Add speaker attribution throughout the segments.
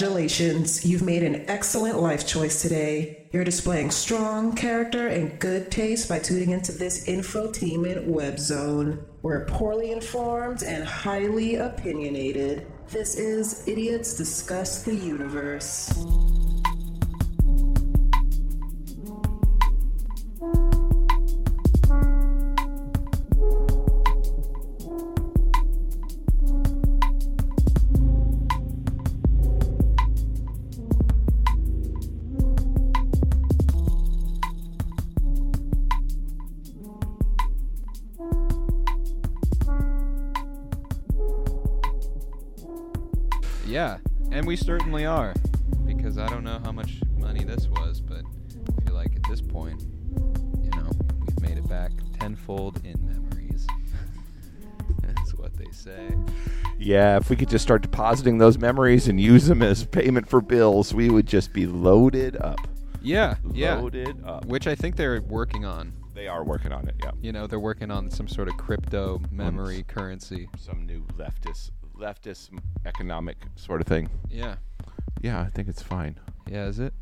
Speaker 1: Congratulations, you've made an excellent life choice today. You're displaying strong character and good taste by tuning into this infotainment web zone. We're poorly informed and highly opinionated. This is Idiots Discuss the Universe.
Speaker 2: Yeah, and we certainly are, because I don't know how much money this was, but I feel like at this point, you know, we've made it back tenfold in memories. That's what they say.
Speaker 3: Yeah, if we could just start depositing those memories and use them as payment for bills, we would just be loaded up.
Speaker 2: Yeah, yeah.
Speaker 3: Loaded up.
Speaker 2: Which I think they're working on.
Speaker 3: They are working on it, yeah.
Speaker 2: You know, they're working on some sort of crypto memory currency.
Speaker 3: Some new leftist leftist economic sort of thing.
Speaker 2: Yeah.
Speaker 3: Yeah, I think it's fine.
Speaker 2: Yeah, is it?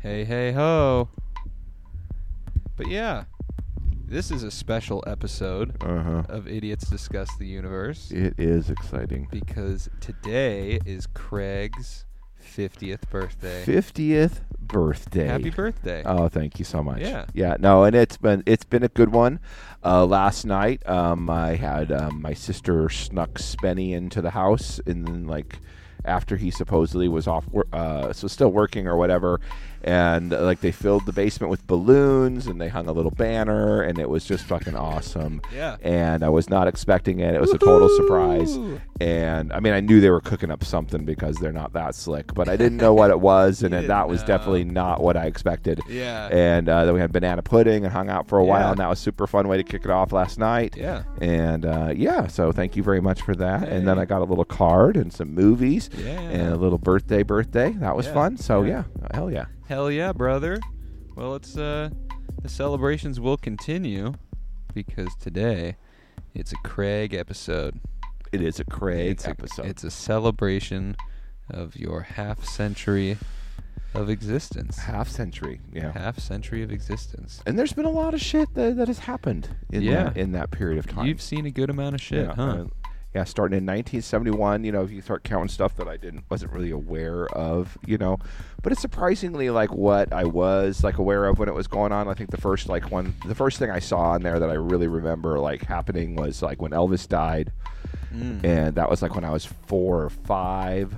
Speaker 2: Hey, hey, ho. But yeah, this is a special episode
Speaker 3: Uh-huh.
Speaker 2: of Idiots Discuss the Universe
Speaker 3: It is exciting.
Speaker 2: because today is Craig's 50th birthday.
Speaker 3: 50th birthday.
Speaker 2: Happy birthday.
Speaker 3: Oh, thank you so much.
Speaker 2: Yeah.
Speaker 3: yeah, no, and it's been it's been a good one. Uh, last night, um, I had um, my sister snuck Spenny into the house, and then like after he supposedly was off, wor- uh, so still working or whatever, and uh, like they filled the basement with balloons and they hung a little banner, and it was just fucking awesome.
Speaker 2: Yeah.
Speaker 3: and I was not expecting it. It was a total surprise.
Speaker 2: Woohoo!
Speaker 3: And I mean, I knew they were cooking up something because they're not that slick, but I didn't know what it was, and
Speaker 2: You
Speaker 3: then that was
Speaker 2: didn't know.
Speaker 3: definitely not what I expected.
Speaker 2: Yeah.
Speaker 3: And uh, then we had banana pudding and hung out for a
Speaker 2: Yeah.
Speaker 3: while, and that was super fun way to kick it off last night.
Speaker 2: Yeah.
Speaker 3: And uh, yeah, so thank you very much for that. And then
Speaker 2: Hey.
Speaker 3: I got a little card and some movies
Speaker 2: Yeah.
Speaker 3: and a little birthday birthday. That was
Speaker 2: Yeah.
Speaker 3: fun. So
Speaker 2: Yeah.
Speaker 3: yeah. hell yeah.
Speaker 2: Hell yeah, brother. Well, it's uh the celebrations will continue because today it's a Craig episode.
Speaker 3: It is a Craig
Speaker 2: it's
Speaker 3: episode.
Speaker 2: A, it's a celebration of your half century of existence.
Speaker 3: half century. Yeah.
Speaker 2: Half century of existence.
Speaker 3: and there's been a lot of shit that, that has happened in
Speaker 2: Yeah.
Speaker 3: that, in that period of time.
Speaker 2: You've seen a good amount of shit,
Speaker 3: yeah,
Speaker 2: huh?
Speaker 3: uh, yeah, starting in 1971, you know, if you start counting stuff that I didn't wasn't really aware of, you know, but it's surprisingly like what I was like aware of when it was going on. I think the first like one, the first thing I saw on there that I really remember like happening was like when Elvis died,
Speaker 2: Mm. Mm-hmm.
Speaker 3: and that was like when I was four or five.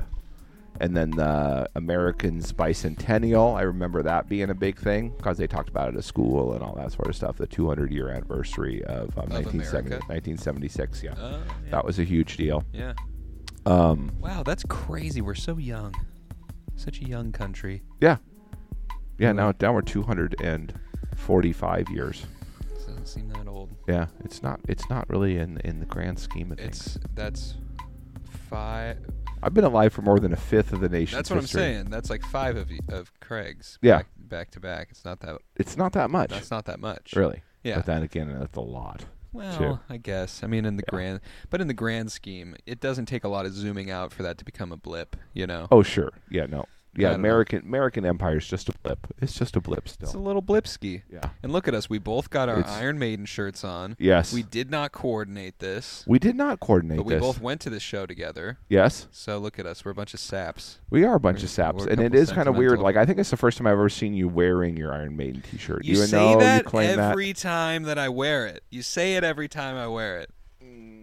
Speaker 3: And then the Americans bicentennial, I remember that being a big thing because they talked about it at school and all that sort of stuff. The 200 year anniversary of, um,
Speaker 2: America.
Speaker 3: 1970, 1976, yeah.
Speaker 2: Oh, yeah.
Speaker 3: That was a huge deal.
Speaker 2: yeah.
Speaker 3: Um,
Speaker 2: Wow, that's crazy. We're so young. Such a young country.
Speaker 3: yeah, yeah. Now, now we're 245 years.
Speaker 2: Doesn't seem that old.
Speaker 3: Yeah, it's not. It's not really in in the grand scheme of things.
Speaker 2: It's that's five.
Speaker 3: I've been alive for more than a fifth of the nation's
Speaker 2: That's what I'm
Speaker 3: history.
Speaker 2: saying. That's like five of y- of Craig's.
Speaker 3: Yeah.
Speaker 2: back, back to back. It's not that.
Speaker 3: It's not that much,
Speaker 2: That's not that much.
Speaker 3: really.
Speaker 2: Yeah.
Speaker 3: But then again, that's a lot.
Speaker 2: Well,
Speaker 3: too.
Speaker 2: I guess. I mean, in the grand, but in the grand scheme, it doesn't take a lot of zooming out for that to become a blip. You know,
Speaker 3: Oh, sure. Yeah, no.
Speaker 2: I
Speaker 3: Yeah,
Speaker 2: don't know.
Speaker 3: American American Empire is just a blip. It's just a blip still.
Speaker 2: it's a little blipsky.
Speaker 3: yeah.
Speaker 2: And look at us. We both got our
Speaker 3: It's-
Speaker 2: Iron Maiden shirts on.
Speaker 3: Yes.
Speaker 2: We
Speaker 3: We,
Speaker 2: did not coordinate this,
Speaker 3: did not coordinate
Speaker 2: but we
Speaker 3: this.
Speaker 2: both went to this show together.
Speaker 3: yes.
Speaker 2: So look at us. We're a bunch of saps.
Speaker 3: We are a bunch
Speaker 2: We're-
Speaker 3: of saps,
Speaker 2: we're a
Speaker 3: and it
Speaker 2: couple
Speaker 3: is kind of weird.
Speaker 2: sentimental-
Speaker 3: Like I think it's the first time I've ever seen you wearing your Iron Maiden T-shirt.
Speaker 2: You
Speaker 3: even
Speaker 2: say
Speaker 3: though
Speaker 2: that
Speaker 3: you claim
Speaker 2: every time that I wear it. You say it every time I wear it.
Speaker 3: that.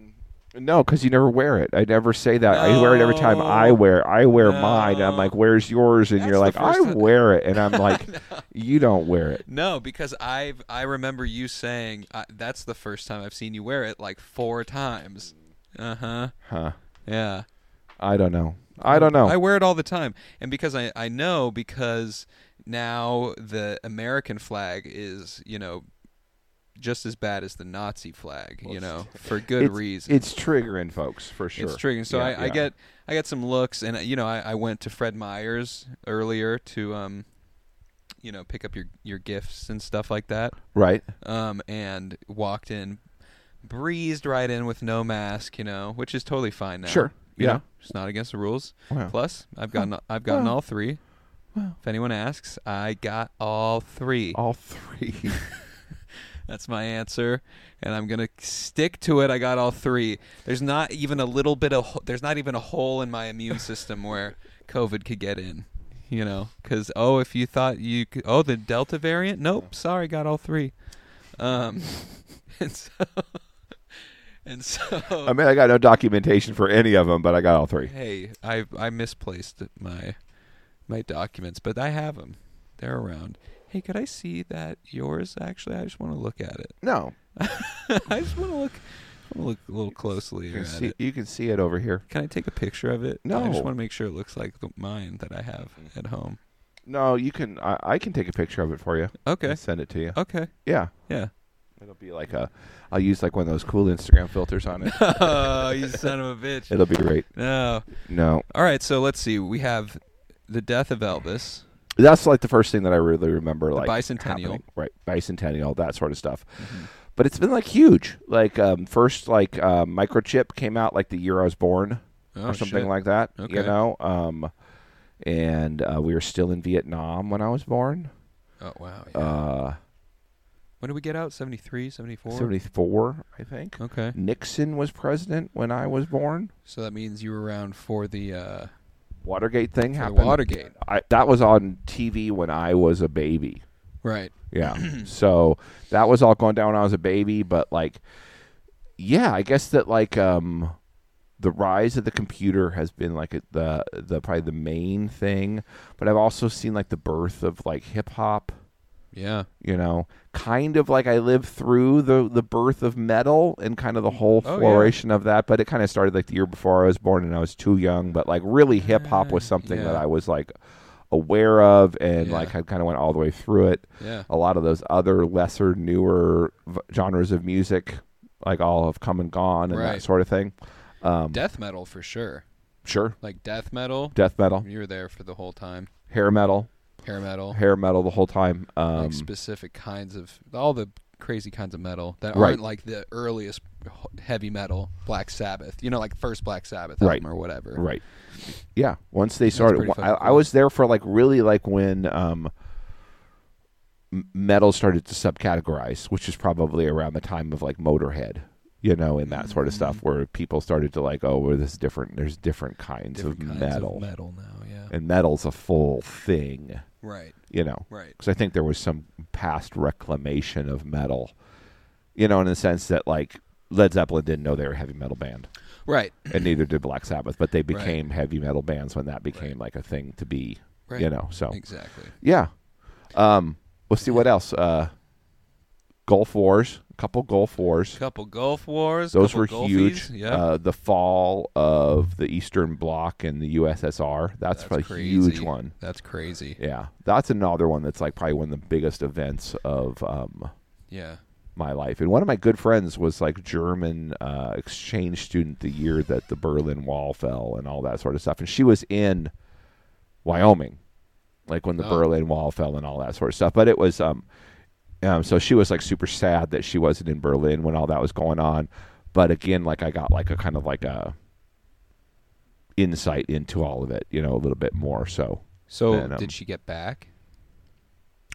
Speaker 3: No, because you never wear it. I never say that. I wear it every time I
Speaker 2: No.
Speaker 3: wear. I wear mine. And I'm
Speaker 2: No.
Speaker 3: like, "Where's yours?" And
Speaker 2: That's
Speaker 3: you're
Speaker 2: the
Speaker 3: like, "I
Speaker 2: first time-
Speaker 3: wear it," and I'm like, "You don't wear it."
Speaker 2: No, because I've I remember you saying I, that's the first time I've seen you wear it like four times. Uh huh.
Speaker 3: Huh?
Speaker 2: Yeah.
Speaker 3: I don't know. I don't know.
Speaker 2: I wear it all the time, and because I I know because now the American flag is you know just as bad as the Nazi flag, you know, for good
Speaker 3: it's,
Speaker 2: reason.
Speaker 3: It's triggering, folks, for sure.
Speaker 2: It's triggering. So
Speaker 3: Yeah,
Speaker 2: I, I
Speaker 3: yeah.
Speaker 2: get I get some looks, and uh, you know I, I went to Fred Meyer's earlier to um, you know pick up your your gifts and stuff like that.
Speaker 3: right.
Speaker 2: Um, and walked in, breezed right in with no mask, you know, which is totally fine now.
Speaker 3: Sure.
Speaker 2: You
Speaker 3: Yeah. Oh.
Speaker 2: know, it's not against the rules.
Speaker 3: Wow.
Speaker 2: Plus, I've gotten I've gotten all three. If anyone asks, I got all three.
Speaker 3: All three.
Speaker 2: That's my answer, and I'm gonna stick to it. I got all three. There's not even a little bit of ho- there's not even a hole in my immune system where COVID could get in. You know, because oh, if you thought you could, oh the Delta variant, nope, sorry, got all three. Um, and so and so
Speaker 3: I mean, I got no documentation for any of them, but I got all three.
Speaker 2: hey, I I misplaced my my documents, but I have them. They're around. Hey, could I see that yours? Actually, I just want to look at it.
Speaker 3: No,
Speaker 2: I just want to look, I wanna look a little closely
Speaker 3: you can
Speaker 2: at
Speaker 3: see
Speaker 2: it.
Speaker 3: you can see it over here.
Speaker 2: Can I take a picture of it? I
Speaker 3: No.
Speaker 2: just want to make sure it looks like the, mine that I have at home.
Speaker 3: No, you can. I, I can take a picture of it for you.
Speaker 2: Okay. Oh.
Speaker 3: and send it to you.
Speaker 2: Okay.
Speaker 3: Yeah,
Speaker 2: Yeah.
Speaker 3: it'll be like a. I'll use like one of those cool Instagram filters on it.
Speaker 2: oh, you son of a bitch.
Speaker 3: it'll be great.
Speaker 2: No.
Speaker 3: No,
Speaker 2: All right. So let's see. We have the death of Elvis.
Speaker 3: that's like the first thing that I really remember. Like
Speaker 2: bicentennial. Mm-hmm.
Speaker 3: happening. right? Bicentennial, that sort of stuff. But it's been like huge. Like um, first, like uh, microchip came out like the year I was born,
Speaker 2: Oh,
Speaker 3: or something
Speaker 2: shit.
Speaker 3: like that. You
Speaker 2: Okay.
Speaker 3: know, um, and uh, we were still in Vietnam when I was born.
Speaker 2: Oh wow. yeah.
Speaker 3: Uh,
Speaker 2: when did we get out? 73, 74?
Speaker 3: Seventy four, I think.
Speaker 2: Okay.
Speaker 3: Nixon was president when I was born.
Speaker 2: So that means you were around for the uh,
Speaker 3: Watergate thing
Speaker 2: for the
Speaker 3: happened.
Speaker 2: Watergate,
Speaker 3: I, that was on TV when I was a baby.
Speaker 2: right?
Speaker 3: Yeah. so that was all going down when I was a baby, but like yeah, I guess that like um the rise of the computer has been like a- the the probably the main thing, but I've also seen like the birth of like hip hop,
Speaker 2: Yeah.
Speaker 3: you know, kind of like I lived through the the birth of metal and kind of the whole
Speaker 2: Oh, yeah.
Speaker 3: floration of that, but it kind of started like the year before I was born and I was too young, but like really hip hop was
Speaker 2: Ah,
Speaker 3: something that
Speaker 2: yeah.
Speaker 3: I was like aware of and
Speaker 2: Yeah.
Speaker 3: like I kind of went all the way through it
Speaker 2: Yeah.
Speaker 3: a lot of those other lesser, newer v- genres of music, like all have come and gone and
Speaker 2: Right.
Speaker 3: that sort of thing. Um,
Speaker 2: Death metal for sure.
Speaker 3: sure,
Speaker 2: Like death metal,
Speaker 3: death metal,
Speaker 2: you were there for the whole time.
Speaker 3: hair metal,
Speaker 2: Hair metal,
Speaker 3: hair metal the whole time. Um,
Speaker 2: like specific kinds of all the crazy kinds of metal that
Speaker 3: Right.
Speaker 2: aren't like the earliest h- heavy metal Black Sabbath. You know, like first Black Sabbath
Speaker 3: Right.
Speaker 2: album or whatever.
Speaker 3: right, yeah. Once they started,
Speaker 2: pretty
Speaker 3: I,
Speaker 2: fucking
Speaker 3: I
Speaker 2: cool.
Speaker 3: was there for like really like when um, m- metal started to subcategorize, which is probably around the time of like Motorhead. You know, and that sort of stuff,
Speaker 2: Mm-hmm.
Speaker 3: where people started to like, oh, well, this is different. There's different kinds,
Speaker 2: Different
Speaker 3: of,
Speaker 2: kinds
Speaker 3: metal.
Speaker 2: of metal now. Yeah.
Speaker 3: and metal's a full thing.
Speaker 2: right.
Speaker 3: You know,
Speaker 2: Right.
Speaker 3: because I think there was some past reclamation of metal, you know, in the sense that like Led Zeppelin didn't know they were a heavy metal band,
Speaker 2: Right.
Speaker 3: and neither did Black Sabbath, but they became heavy metal bands when that became like a thing to be,
Speaker 2: Right.
Speaker 3: you know. So
Speaker 2: Exactly.
Speaker 3: yeah, um, we'll see what else. Uh, Gulf Wars, a couple Gulf Wars.
Speaker 2: Couple Gulf Wars.
Speaker 3: Those
Speaker 2: couple
Speaker 3: were huge.
Speaker 2: Gulfies, Yeah.
Speaker 3: Uh, the fall of the Eastern Bloc and the USSR. That's,
Speaker 2: That's
Speaker 3: a
Speaker 2: crazy.
Speaker 3: huge one.
Speaker 2: That's crazy.
Speaker 3: Yeah, that's another one that's like probably one of the biggest events of um,
Speaker 2: Yeah.
Speaker 3: my life. And one of my good friends was like German uh, exchange student the year that the Berlin Wall fell and all that sort of stuff. And she was in Wyoming, like when the
Speaker 2: Oh.
Speaker 3: Berlin Wall fell and all that sort of stuff. But it was um, um, so she was like super sad that she wasn't in Berlin when all that was going on. But again, like I got like a kind of like a insight into all of it, you know, a little bit more. So
Speaker 2: So
Speaker 3: Then, um,
Speaker 2: did she get back?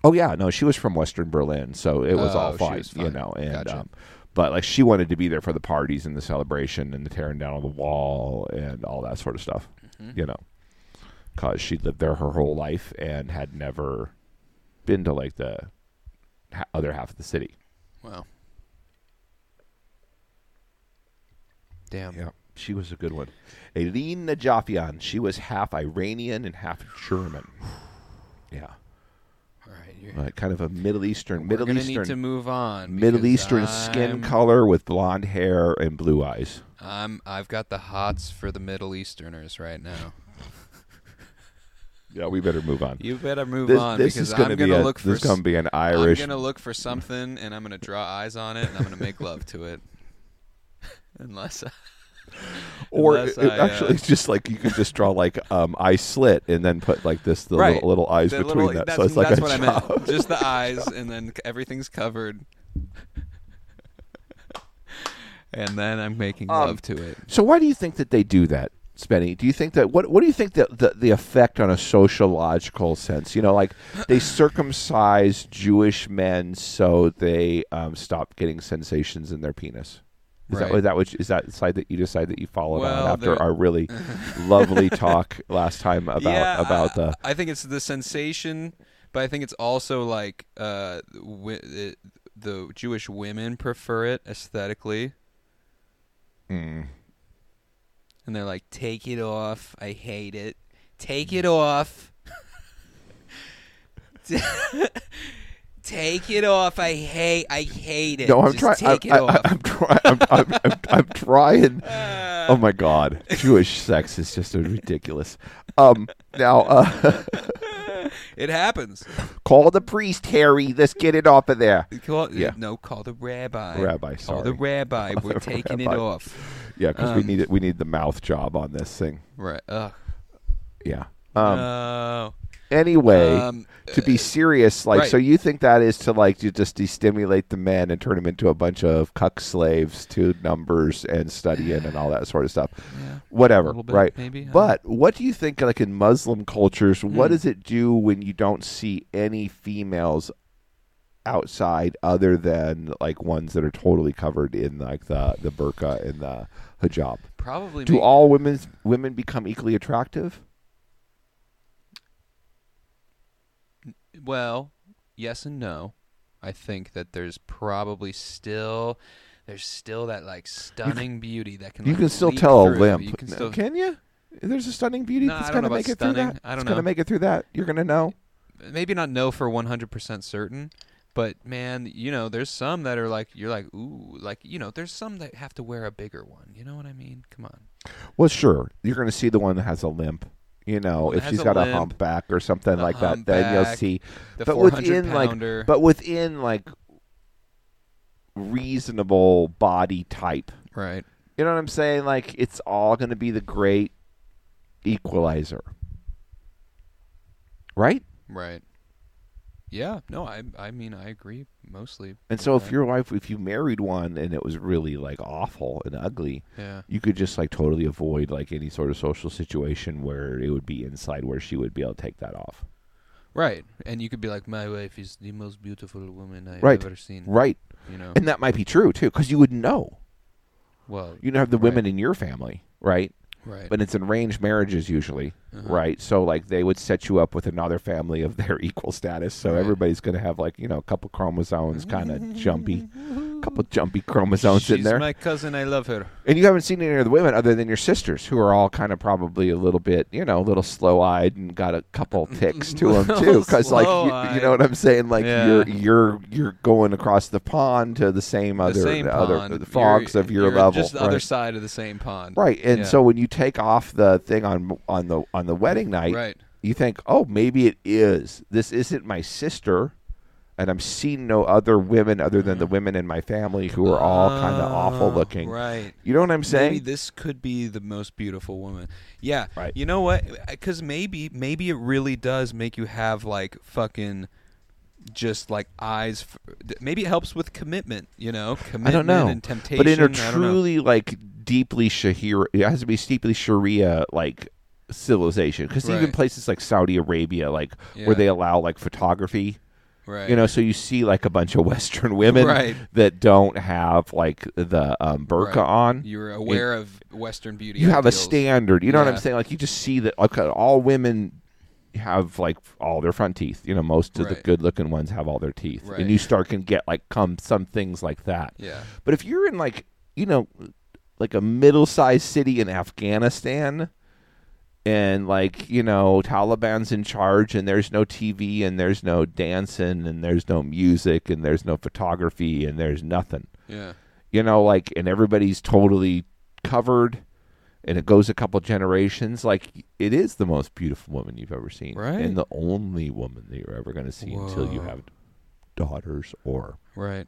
Speaker 3: Oh yeah, no, she was from Western Berlin, so it was
Speaker 2: Oh,
Speaker 3: all
Speaker 2: she
Speaker 3: fine,
Speaker 2: was
Speaker 3: you
Speaker 2: fine.
Speaker 3: know. And
Speaker 2: Gotcha.
Speaker 3: um, but like she wanted to be there for the parties and the celebration and the tearing down of the wall and all that sort of stuff,
Speaker 2: Mm-hmm.
Speaker 3: you know, because she lived there her whole life and had never been to like the ha- other half of the city.
Speaker 2: Wow. Damn.
Speaker 3: she was a good one. Eileen Najafian, she was half Iranian and half German. Yeah,
Speaker 2: All right. You're,
Speaker 3: like kind of a Middle Eastern,
Speaker 2: we're
Speaker 3: Middle
Speaker 2: gonna
Speaker 3: Eastern.
Speaker 2: need to move on.
Speaker 3: Middle
Speaker 2: because
Speaker 3: Eastern skin
Speaker 2: I'm-
Speaker 3: color with blonde hair and blue eyes.
Speaker 2: I'm I've got the hots for the Middle Easterners right now.
Speaker 3: Yeah, we better move on.
Speaker 2: You better move
Speaker 3: this
Speaker 2: on
Speaker 3: this
Speaker 2: because
Speaker 3: is going to
Speaker 2: I'm
Speaker 3: be
Speaker 2: gonna
Speaker 3: a,
Speaker 2: look for
Speaker 3: this is going to
Speaker 2: s-
Speaker 3: be an Irish.
Speaker 2: I'm gonna look for something and I'm gonna draw eyes on it and I'm gonna make love to it. Unless uh,
Speaker 3: or
Speaker 2: unless
Speaker 3: it- it
Speaker 2: I, uh,
Speaker 3: actually, it's just like you could just draw like um, eye slit and then put like this the
Speaker 2: Right.
Speaker 3: little, little eyes
Speaker 2: the
Speaker 3: between
Speaker 2: little,
Speaker 3: that.
Speaker 2: that's,
Speaker 3: so it's like
Speaker 2: that's
Speaker 3: a
Speaker 2: what I
Speaker 3: job.
Speaker 2: meant. Just the eyes and then c- everything's covered. And then I'm making
Speaker 3: Um,
Speaker 2: love to it.
Speaker 3: So why do you think that they do that? Spenny, do you think that what what do you think that the, the effect on a sociological sense? You know, like they circumcise Jewish men so they um, stop getting sensations in their penis. Is that
Speaker 2: Right.
Speaker 3: that that which is that side that you decide that you followed
Speaker 2: Well,
Speaker 3: on after
Speaker 2: there-
Speaker 3: our really lovely talk last time about
Speaker 2: yeah, uh,
Speaker 3: about
Speaker 2: I,
Speaker 3: the
Speaker 2: I think it's the sensation, but I think it's also like uh, wi- the, the Jewish women prefer it aesthetically, mm.
Speaker 3: Mm.
Speaker 2: and they're like, "Take it off! I hate it! Take it off! take it off! I hate! I hate it!
Speaker 3: no, I'm
Speaker 2: Just
Speaker 3: trying.
Speaker 2: Take
Speaker 3: I,
Speaker 2: it off!"
Speaker 3: I, I'm trying. I'm, I'm, I'm, I'm trying. Oh my God, Jewish sex is just ridiculous. Um, now, uh,
Speaker 2: it happens.
Speaker 3: call the priest, Harry. Let's get it off of there.
Speaker 2: Call,
Speaker 3: Yeah.
Speaker 2: No, call the rabbi.
Speaker 3: Rabbi,
Speaker 2: Call the
Speaker 3: sorry.
Speaker 2: rabbi.
Speaker 3: Call
Speaker 2: We're
Speaker 3: the
Speaker 2: taking it
Speaker 3: rabbi.
Speaker 2: off.
Speaker 3: Yeah, because we
Speaker 2: Um,
Speaker 3: need it. We need the mouth job on this thing.
Speaker 2: Right. Ugh.
Speaker 3: Yeah. Um,
Speaker 2: No.
Speaker 3: anyway,
Speaker 2: um,
Speaker 3: to be serious, like,
Speaker 2: right.
Speaker 3: so you think that is to like you just destimulate the men and turn them into a bunch of cuck slaves to numbers and studying and all that sort of stuff.
Speaker 2: Yeah.
Speaker 3: Whatever,
Speaker 2: Little bit,
Speaker 3: right?
Speaker 2: maybe, I don't Hmm.
Speaker 3: But what do you think, like in Muslim cultures, what does it do when you don't see any females outside other than like ones that are totally covered in like the the burqa and the hijab?
Speaker 2: Probably.
Speaker 3: Do
Speaker 2: make-
Speaker 3: all women women become equally attractive?
Speaker 2: well, yes and no. I think that there's probably still there's still that like stunning beauty that can
Speaker 3: You
Speaker 2: like,
Speaker 3: can still
Speaker 2: leak
Speaker 3: tell a
Speaker 2: through.
Speaker 3: limp.
Speaker 2: You can
Speaker 3: No,
Speaker 2: still
Speaker 3: can you? There's a stunning beauty
Speaker 2: No,
Speaker 3: that's
Speaker 2: I don't
Speaker 3: gonna
Speaker 2: know
Speaker 3: make it
Speaker 2: about
Speaker 3: through
Speaker 2: stunning.
Speaker 3: that.
Speaker 2: I don't
Speaker 3: it's gonna
Speaker 2: know.
Speaker 3: make it through that. You're gonna know.
Speaker 2: maybe not know for 100% certain, but man, you know, there's some that are like you're like ooh, like you know, there's some that have to wear a bigger one. You know what I mean? Come on.
Speaker 3: Well, sure. You're gonna see the one that has a limp. You know,
Speaker 2: One that
Speaker 3: if she's
Speaker 2: has a
Speaker 3: got a
Speaker 2: limp,
Speaker 3: humpback or something
Speaker 2: the
Speaker 3: like that, then you'll
Speaker 2: humpback,
Speaker 3: see.
Speaker 2: The
Speaker 3: but
Speaker 2: 400
Speaker 3: within
Speaker 2: pounder.
Speaker 3: like, but within like reasonable body type.
Speaker 2: right.
Speaker 3: You know what I'm saying? Like, it's all gonna be the great equalizer, right?
Speaker 2: Right. Yeah. No, I I mean I agree mostly.
Speaker 3: And so, if your wife, if you married one and it was really like awful and ugly,
Speaker 2: Yeah.
Speaker 3: you could just like totally avoid like any sort of social situation where it would be inside where she would be able to take that off.
Speaker 2: Right. And you could be like, my wife is the most beautiful woman I've
Speaker 3: Right.
Speaker 2: ever seen.
Speaker 3: Right.
Speaker 2: You know.
Speaker 3: And that might be true too, because you would know.
Speaker 2: well.
Speaker 3: You'd have the women in your family, right?
Speaker 2: right.
Speaker 3: But it's in arranged marriages usually,
Speaker 2: Uh-huh.
Speaker 3: right? So like they would set you up with another family of their equal status. So
Speaker 2: Right.
Speaker 3: everybody's going to have like you know a couple chromosomes, kind of jumpy, couple jumpy chromosomes
Speaker 2: She's
Speaker 3: in there.
Speaker 2: my cousin. I love her.
Speaker 3: And you haven't seen any of the women other than your sisters, who are all kind of probably a little bit, you know, a little slow-eyed and got a couple ticks to them too, because like you, you know what I'm saying, like
Speaker 2: Yeah.
Speaker 3: you're you're you're going across the pond to the same other
Speaker 2: the same
Speaker 3: other
Speaker 2: pond.
Speaker 3: the frogs
Speaker 2: You're-
Speaker 3: of your
Speaker 2: you're
Speaker 3: level,
Speaker 2: Just the
Speaker 3: right?
Speaker 2: other side of the same pond.
Speaker 3: Right, and
Speaker 2: Yeah.
Speaker 3: so when you take off the thing on on the on the wedding night,
Speaker 2: Right.
Speaker 3: you think, oh, maybe it is. This isn't my sister, and I'm seeing no other women other than the women in my family who are all kind of awful
Speaker 2: Mm-hmm. Oh,
Speaker 3: looking.
Speaker 2: Right.
Speaker 3: You know what I'm saying?
Speaker 2: Maybe this could be the most beautiful woman. Yeah.
Speaker 3: Right.
Speaker 2: You know what? Because maybe, maybe it really does make you have like fucking, just like eyes. For, maybe it helps with commitment. You know, commitment
Speaker 3: I don't know.
Speaker 2: and temptation.
Speaker 3: But in
Speaker 2: I
Speaker 3: a
Speaker 2: don't know.
Speaker 3: truly like deeply Shahir, it has to be deeply Sharia like civilization because even
Speaker 2: Right.
Speaker 3: places like Saudi Arabia, like
Speaker 2: Yeah.
Speaker 3: where they allow like photography.
Speaker 2: right.
Speaker 3: You know, so you see like a bunch of Western women
Speaker 2: Right.
Speaker 3: that don't have like the um, burqa
Speaker 2: Right.
Speaker 3: on.
Speaker 2: You're aware of Western beauty.
Speaker 3: you have a
Speaker 2: ideals.
Speaker 3: standard. You know what I'm
Speaker 2: Yeah.
Speaker 3: saying? Like you just see that okay, all women have like all their front teeth. You know, most of the
Speaker 2: Right.
Speaker 3: good looking ones have all their teeth.
Speaker 2: Right.
Speaker 3: And you start can get like come some things like that.
Speaker 2: Yeah.
Speaker 3: But if you're in like, you know, like a middle sized city in Afghanistan and like, you know, Taliban's in charge and there's no TV and there's no dancing and there's no music and there's no photography and there's nothing
Speaker 2: Yeah.
Speaker 3: you know like and everybody's totally covered and it goes a couple generations like it is the most beautiful woman you've ever seen
Speaker 2: Right.
Speaker 3: and the only woman that you're ever going to see until you
Speaker 2: Whoa.
Speaker 3: have daughters or
Speaker 2: Right.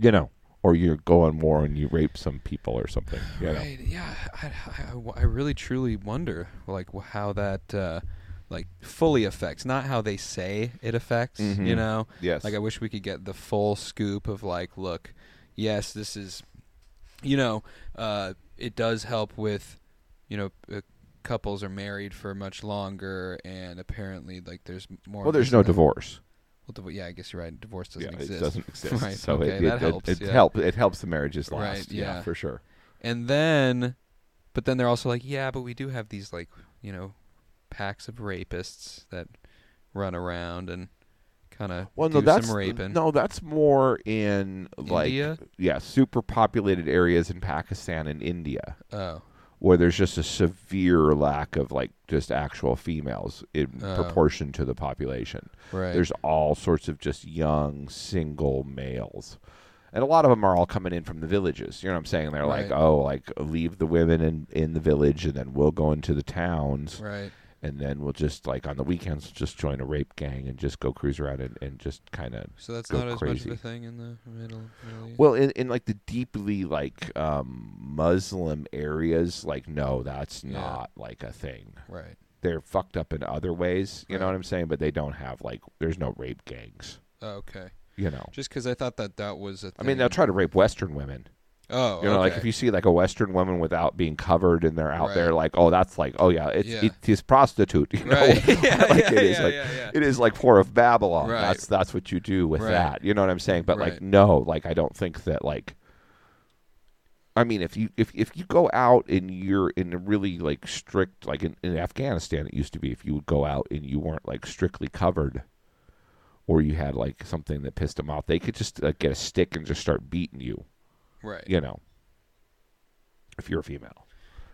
Speaker 3: you know or you go on war and you rape some people or something you know
Speaker 2: Right. Yeah. I, I- I w- I really truly wonder, like, wh- how that, uh, like, fully affects, not how they say it affects. You know.
Speaker 3: Mm-hmm. Yes.
Speaker 2: Like, I wish we could get the full scoop of like, look, yes, this is, you know, uh, it does help with, you know, uh, couples are married for much longer, and apparently, like, there's more.
Speaker 3: Well, there's no
Speaker 2: divorce.
Speaker 3: divorce.
Speaker 2: Well, div- yeah, I guess you're right. Divorce doesn't
Speaker 3: yeah,
Speaker 2: exist.
Speaker 3: it doesn't exist.
Speaker 2: Right.
Speaker 3: So
Speaker 2: okay,
Speaker 3: it,
Speaker 2: that
Speaker 3: it,
Speaker 2: helps.
Speaker 3: it, it
Speaker 2: yeah.
Speaker 3: help- It helps the marriages last.
Speaker 2: Right, yeah.
Speaker 3: for sure.
Speaker 2: And then, but then they're also like, yeah, but we do have these like you know packs of rapists that run around and kind of
Speaker 3: Well,
Speaker 2: do
Speaker 3: no, that's
Speaker 2: some raping.
Speaker 3: no, that's more in like
Speaker 2: India?
Speaker 3: yeah, super populated areas in Pakistan and India
Speaker 2: Oh,
Speaker 3: where there's just a severe lack of like just actual females in
Speaker 2: Oh.
Speaker 3: proportion to the population.
Speaker 2: right.
Speaker 3: There's all sorts of just young single males. And a lot of them are all coming in from the villages. You know what I'm saying? They're like,
Speaker 2: Right.
Speaker 3: oh, like leave the women in, in the village and then we'll go into the towns
Speaker 2: right.
Speaker 3: and then we'll just like on the weekends just join a rape gang and just go cruise around and, and just kind of
Speaker 2: So that's
Speaker 3: go
Speaker 2: not as much
Speaker 3: crazy.
Speaker 2: of a thing in the middle. Middle East?
Speaker 3: well in, in like the deeply like um muslim areas like no that's
Speaker 2: Yeah.
Speaker 3: not like a thing
Speaker 2: right.
Speaker 3: they're fucked up in other ways you know
Speaker 2: Right.
Speaker 3: what i'm saying but they don't have like there's no rape gangs
Speaker 2: Oh, okay.
Speaker 3: you know
Speaker 2: Just because I thought that that was a. Thing.
Speaker 3: i mean they'll try to rape western women
Speaker 2: Oh,
Speaker 3: you know like
Speaker 2: okay.
Speaker 3: if you see like a western woman without being covered and they're out
Speaker 2: Right.
Speaker 3: there like oh that's like oh yeah it's
Speaker 2: Yeah.
Speaker 3: it is prostitute you know
Speaker 2: Right. Yeah,
Speaker 3: like
Speaker 2: yeah,
Speaker 3: it is
Speaker 2: yeah,
Speaker 3: like
Speaker 2: yeah, yeah.
Speaker 3: it is like Whore of Babylon.
Speaker 2: Right.
Speaker 3: That's that's what you do with
Speaker 2: Right.
Speaker 3: that. You know what I'm saying? But like
Speaker 2: Right.
Speaker 3: no, like I don't think that like I mean if you if if you go out and you're in a really like strict like in, in Afghanistan it used to be if you would go out and you weren't like strictly covered or you had like something that pissed them off, they could just like, get a stick and just start beating you,
Speaker 2: right.
Speaker 3: you know. If you're a female.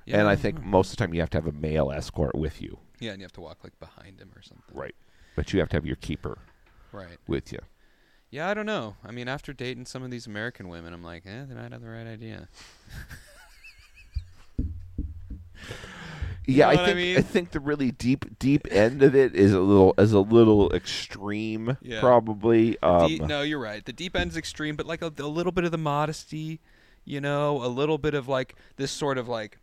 Speaker 2: Yeah,
Speaker 3: and I think most of the time you have to have a male escort with you.
Speaker 2: Yeah, and you have to walk like behind him or something.
Speaker 3: Right. But you have to have your keeper
Speaker 2: Right.
Speaker 3: with you.
Speaker 2: Yeah, I don't know. I mean, after dating some of these American women, I'm like, eh, they might have the right idea.
Speaker 3: Yeah,
Speaker 2: know
Speaker 3: I
Speaker 2: what I
Speaker 3: think I,
Speaker 2: mean?
Speaker 3: think the really deep deep end of it is a little is a little extreme,
Speaker 2: Yeah.
Speaker 3: probably. Um,
Speaker 2: Deep- no, you're right. The deep end's extreme, but like a, a little bit of the modesty, you know, a little bit of like this sort of like,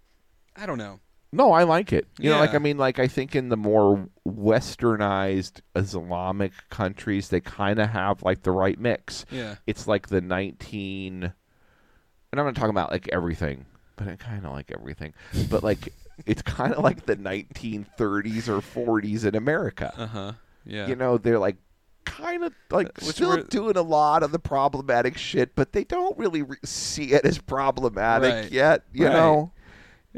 Speaker 2: I don't know.
Speaker 3: no, I like it. You know, like
Speaker 2: Yeah.
Speaker 3: I mean, like I think in the more westernized Islamic countries, they kind of have like the right mix.
Speaker 2: Yeah.
Speaker 3: It's like the nineteen, and I'm not talking about like everything, but I kind of like everything, but like. It's kind of like the 1930s or 40s in America.
Speaker 2: Uh huh. Yeah. Uh,
Speaker 3: you know they're like kind of like
Speaker 2: which
Speaker 3: still
Speaker 2: were-
Speaker 3: doing a lot of the problematic shit but they don't really re- see it as problematic
Speaker 2: Right.
Speaker 3: yet you
Speaker 2: Right.
Speaker 3: know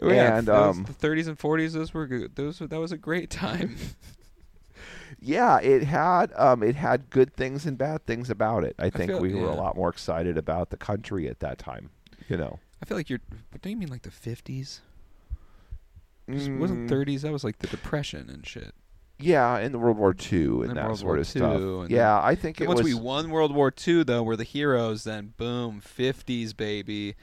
Speaker 2: Oh, yeah,
Speaker 3: and
Speaker 2: those-
Speaker 3: um
Speaker 2: the 30s and 40s, those were good. Those were- that was a great time.
Speaker 3: yeah it had um it had good things and bad things about it i think
Speaker 2: feel-
Speaker 3: we were a
Speaker 2: yeah.
Speaker 3: lot more excited about the country at that time you know
Speaker 2: I feel like you're. But don't you mean like the 50s? Just Wasn't 30s? That was like the depression and shit.
Speaker 3: Mm, yeah in the world war ii and,
Speaker 2: then
Speaker 3: that
Speaker 2: World
Speaker 3: sort
Speaker 2: War
Speaker 3: of stuff
Speaker 2: II, and
Speaker 3: yeah i think it
Speaker 2: once
Speaker 3: was
Speaker 2: we won World War II, though, we're the heroes. Then boom, fifties baby,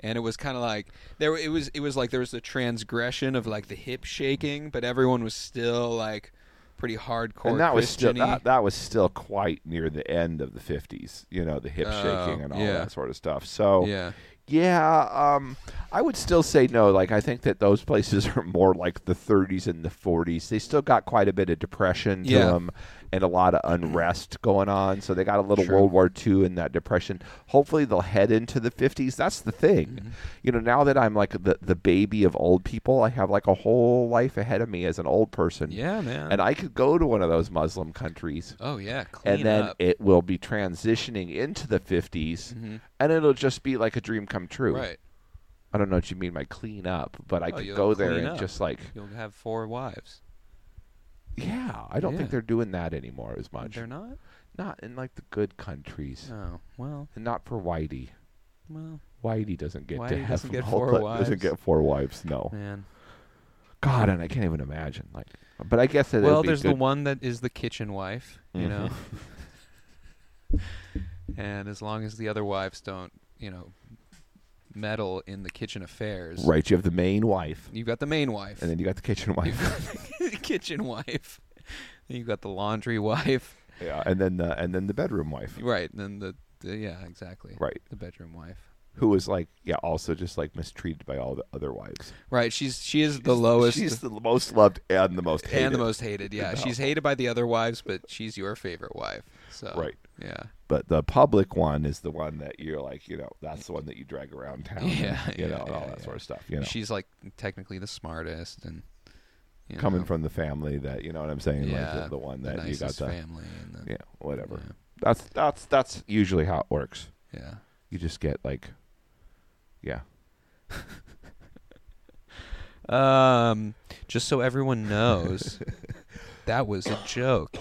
Speaker 2: and it was kind of like there. It was it was like there was the transgression of like the hip shaking, but everyone was still like pretty hardcore.
Speaker 3: and that was still
Speaker 2: Christian-y.
Speaker 3: that, that was still quite near the end of the 50s you know the hip shaking
Speaker 2: Oh,
Speaker 3: and all
Speaker 2: yeah.
Speaker 3: that sort of stuff so
Speaker 2: yeah,
Speaker 3: Yeah, um, I would still say no. Like, I think that those places are more like the 30s and the 40s. They still got quite a bit of depression to
Speaker 2: Yeah.
Speaker 3: them and a lot of unrest going on. So they got a little
Speaker 2: Sure.
Speaker 3: World War II in that depression. Hopefully, they'll head into the 50s. That's the thing.
Speaker 2: Mm-hmm.
Speaker 3: You know, now that I'm like the, the baby of old people, I have like a whole life ahead of me as an old person.
Speaker 2: yeah, man.
Speaker 3: And I could go to one of those Muslim countries
Speaker 2: oh yeah, clean
Speaker 3: and then
Speaker 2: up.
Speaker 3: it will be transitioning into the 50s and it'll just be like a dream come true
Speaker 2: Mm-hmm. right.
Speaker 3: i don't know what you mean by clean up but i
Speaker 2: Oh,
Speaker 3: could
Speaker 2: you'll
Speaker 3: go there
Speaker 2: clean
Speaker 3: and
Speaker 2: up.
Speaker 3: just like
Speaker 2: You'll have four wives.
Speaker 3: yeah i don't think
Speaker 2: Yeah.
Speaker 3: they're doing that anymore as much
Speaker 2: They're not.
Speaker 3: not in like the good countries
Speaker 2: Oh well,
Speaker 3: and not for whitey
Speaker 2: well,
Speaker 3: whitey doesn't get to
Speaker 2: Whitey
Speaker 3: have
Speaker 2: doesn't get
Speaker 3: all
Speaker 2: four
Speaker 3: the-
Speaker 2: wives.
Speaker 3: doesn't get four wives no
Speaker 2: man.
Speaker 3: god and i can't even imagine like but i guess that
Speaker 2: Well,
Speaker 3: it'd be
Speaker 2: there's the
Speaker 3: good-
Speaker 2: one that is the kitchen wife, you know.
Speaker 3: Mm-hmm.
Speaker 2: and as long as the other wives don't, you know, meddle in the kitchen affairs,
Speaker 3: right you have the main wife
Speaker 2: You've got the main wife,
Speaker 3: and then you got the kitchen
Speaker 2: you've
Speaker 3: wife
Speaker 2: got the kitchen wife, and you've got the laundry wife,
Speaker 3: yeah, and then uh, and then the bedroom wife
Speaker 2: right? And then the, the yeah, exactly,
Speaker 3: right
Speaker 2: The bedroom wife,
Speaker 3: who was like yeah also just like mistreated by all the other wives
Speaker 2: right? She's she is Oh, the lowest
Speaker 3: she's the most loved and the most hated
Speaker 2: and the most hated. Yeah,
Speaker 3: No.
Speaker 2: she's hated by the other wives, but she's your favorite wife. So
Speaker 3: Right.
Speaker 2: yeah,
Speaker 3: but the public one is the one that you're like you know that's the one that you drag around town
Speaker 2: Yeah,
Speaker 3: you know
Speaker 2: yeah,
Speaker 3: and all
Speaker 2: yeah,
Speaker 3: that
Speaker 2: yeah.
Speaker 3: sort of stuff you know
Speaker 2: she's like technically the smartest and you
Speaker 3: coming
Speaker 2: know?
Speaker 3: from the family that you know what I'm saying, like the, the one that you got
Speaker 2: nicest
Speaker 3: the
Speaker 2: family. And the,
Speaker 3: yeah, whatever.
Speaker 2: Yeah.
Speaker 3: That's that's that's usually how it works.
Speaker 2: yeah.
Speaker 3: You just get like, yeah,
Speaker 2: Um, just so everyone knows, that was a joke.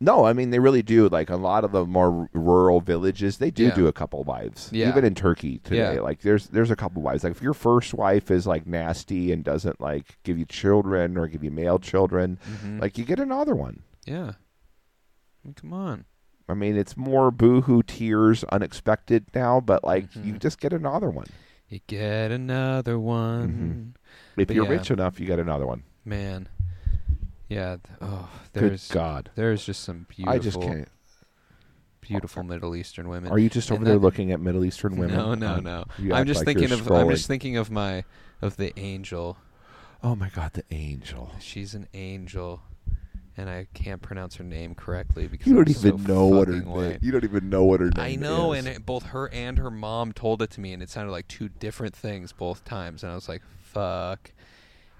Speaker 3: no, I mean they really do. Like a lot of the more rural villages, they do
Speaker 2: Yeah.
Speaker 3: do a couple wives.
Speaker 2: Yeah.
Speaker 3: even in Turkey today,
Speaker 2: Yeah.
Speaker 3: like there's there's a couple wives. Like if your first wife is like nasty and doesn't like give you children or give you male children,
Speaker 2: Mm.
Speaker 3: like you get another one.
Speaker 2: Mm-hmm. Yeah. I mean, come on.
Speaker 3: I mean, it's more boohoo tears, unexpected now, but like
Speaker 2: Mm-hmm.
Speaker 3: you just get another one.
Speaker 2: You get another one.
Speaker 3: If
Speaker 2: But
Speaker 3: you're
Speaker 2: yeah.
Speaker 3: rich enough, you get another one.
Speaker 2: Man. Yeah. th- Oh, there's
Speaker 3: Mm-hmm. Good God.
Speaker 2: there's just some beautiful,
Speaker 3: I just can't.
Speaker 2: beautiful Middle Eastern women.
Speaker 3: Are you just
Speaker 2: And
Speaker 3: over there
Speaker 2: that-
Speaker 3: looking at Middle Eastern women?
Speaker 2: No, no,
Speaker 3: Um,
Speaker 2: no.
Speaker 3: you
Speaker 2: I'm
Speaker 3: act
Speaker 2: just
Speaker 3: like you're
Speaker 2: thinking of I'm
Speaker 3: scrolling.
Speaker 2: just thinking of my of the angel.
Speaker 3: Oh my God, the angel.
Speaker 2: She's an angel, and I can't pronounce her name correctly because
Speaker 3: You
Speaker 2: I'm
Speaker 3: don't even
Speaker 2: so
Speaker 3: know what her
Speaker 2: fucking
Speaker 3: name.
Speaker 2: white.
Speaker 3: You don't even know what her name.
Speaker 2: I know,
Speaker 3: is.
Speaker 2: and it, both her and her mom told it to me, and it sounded like two different things both times, and I was like, "Fuck,"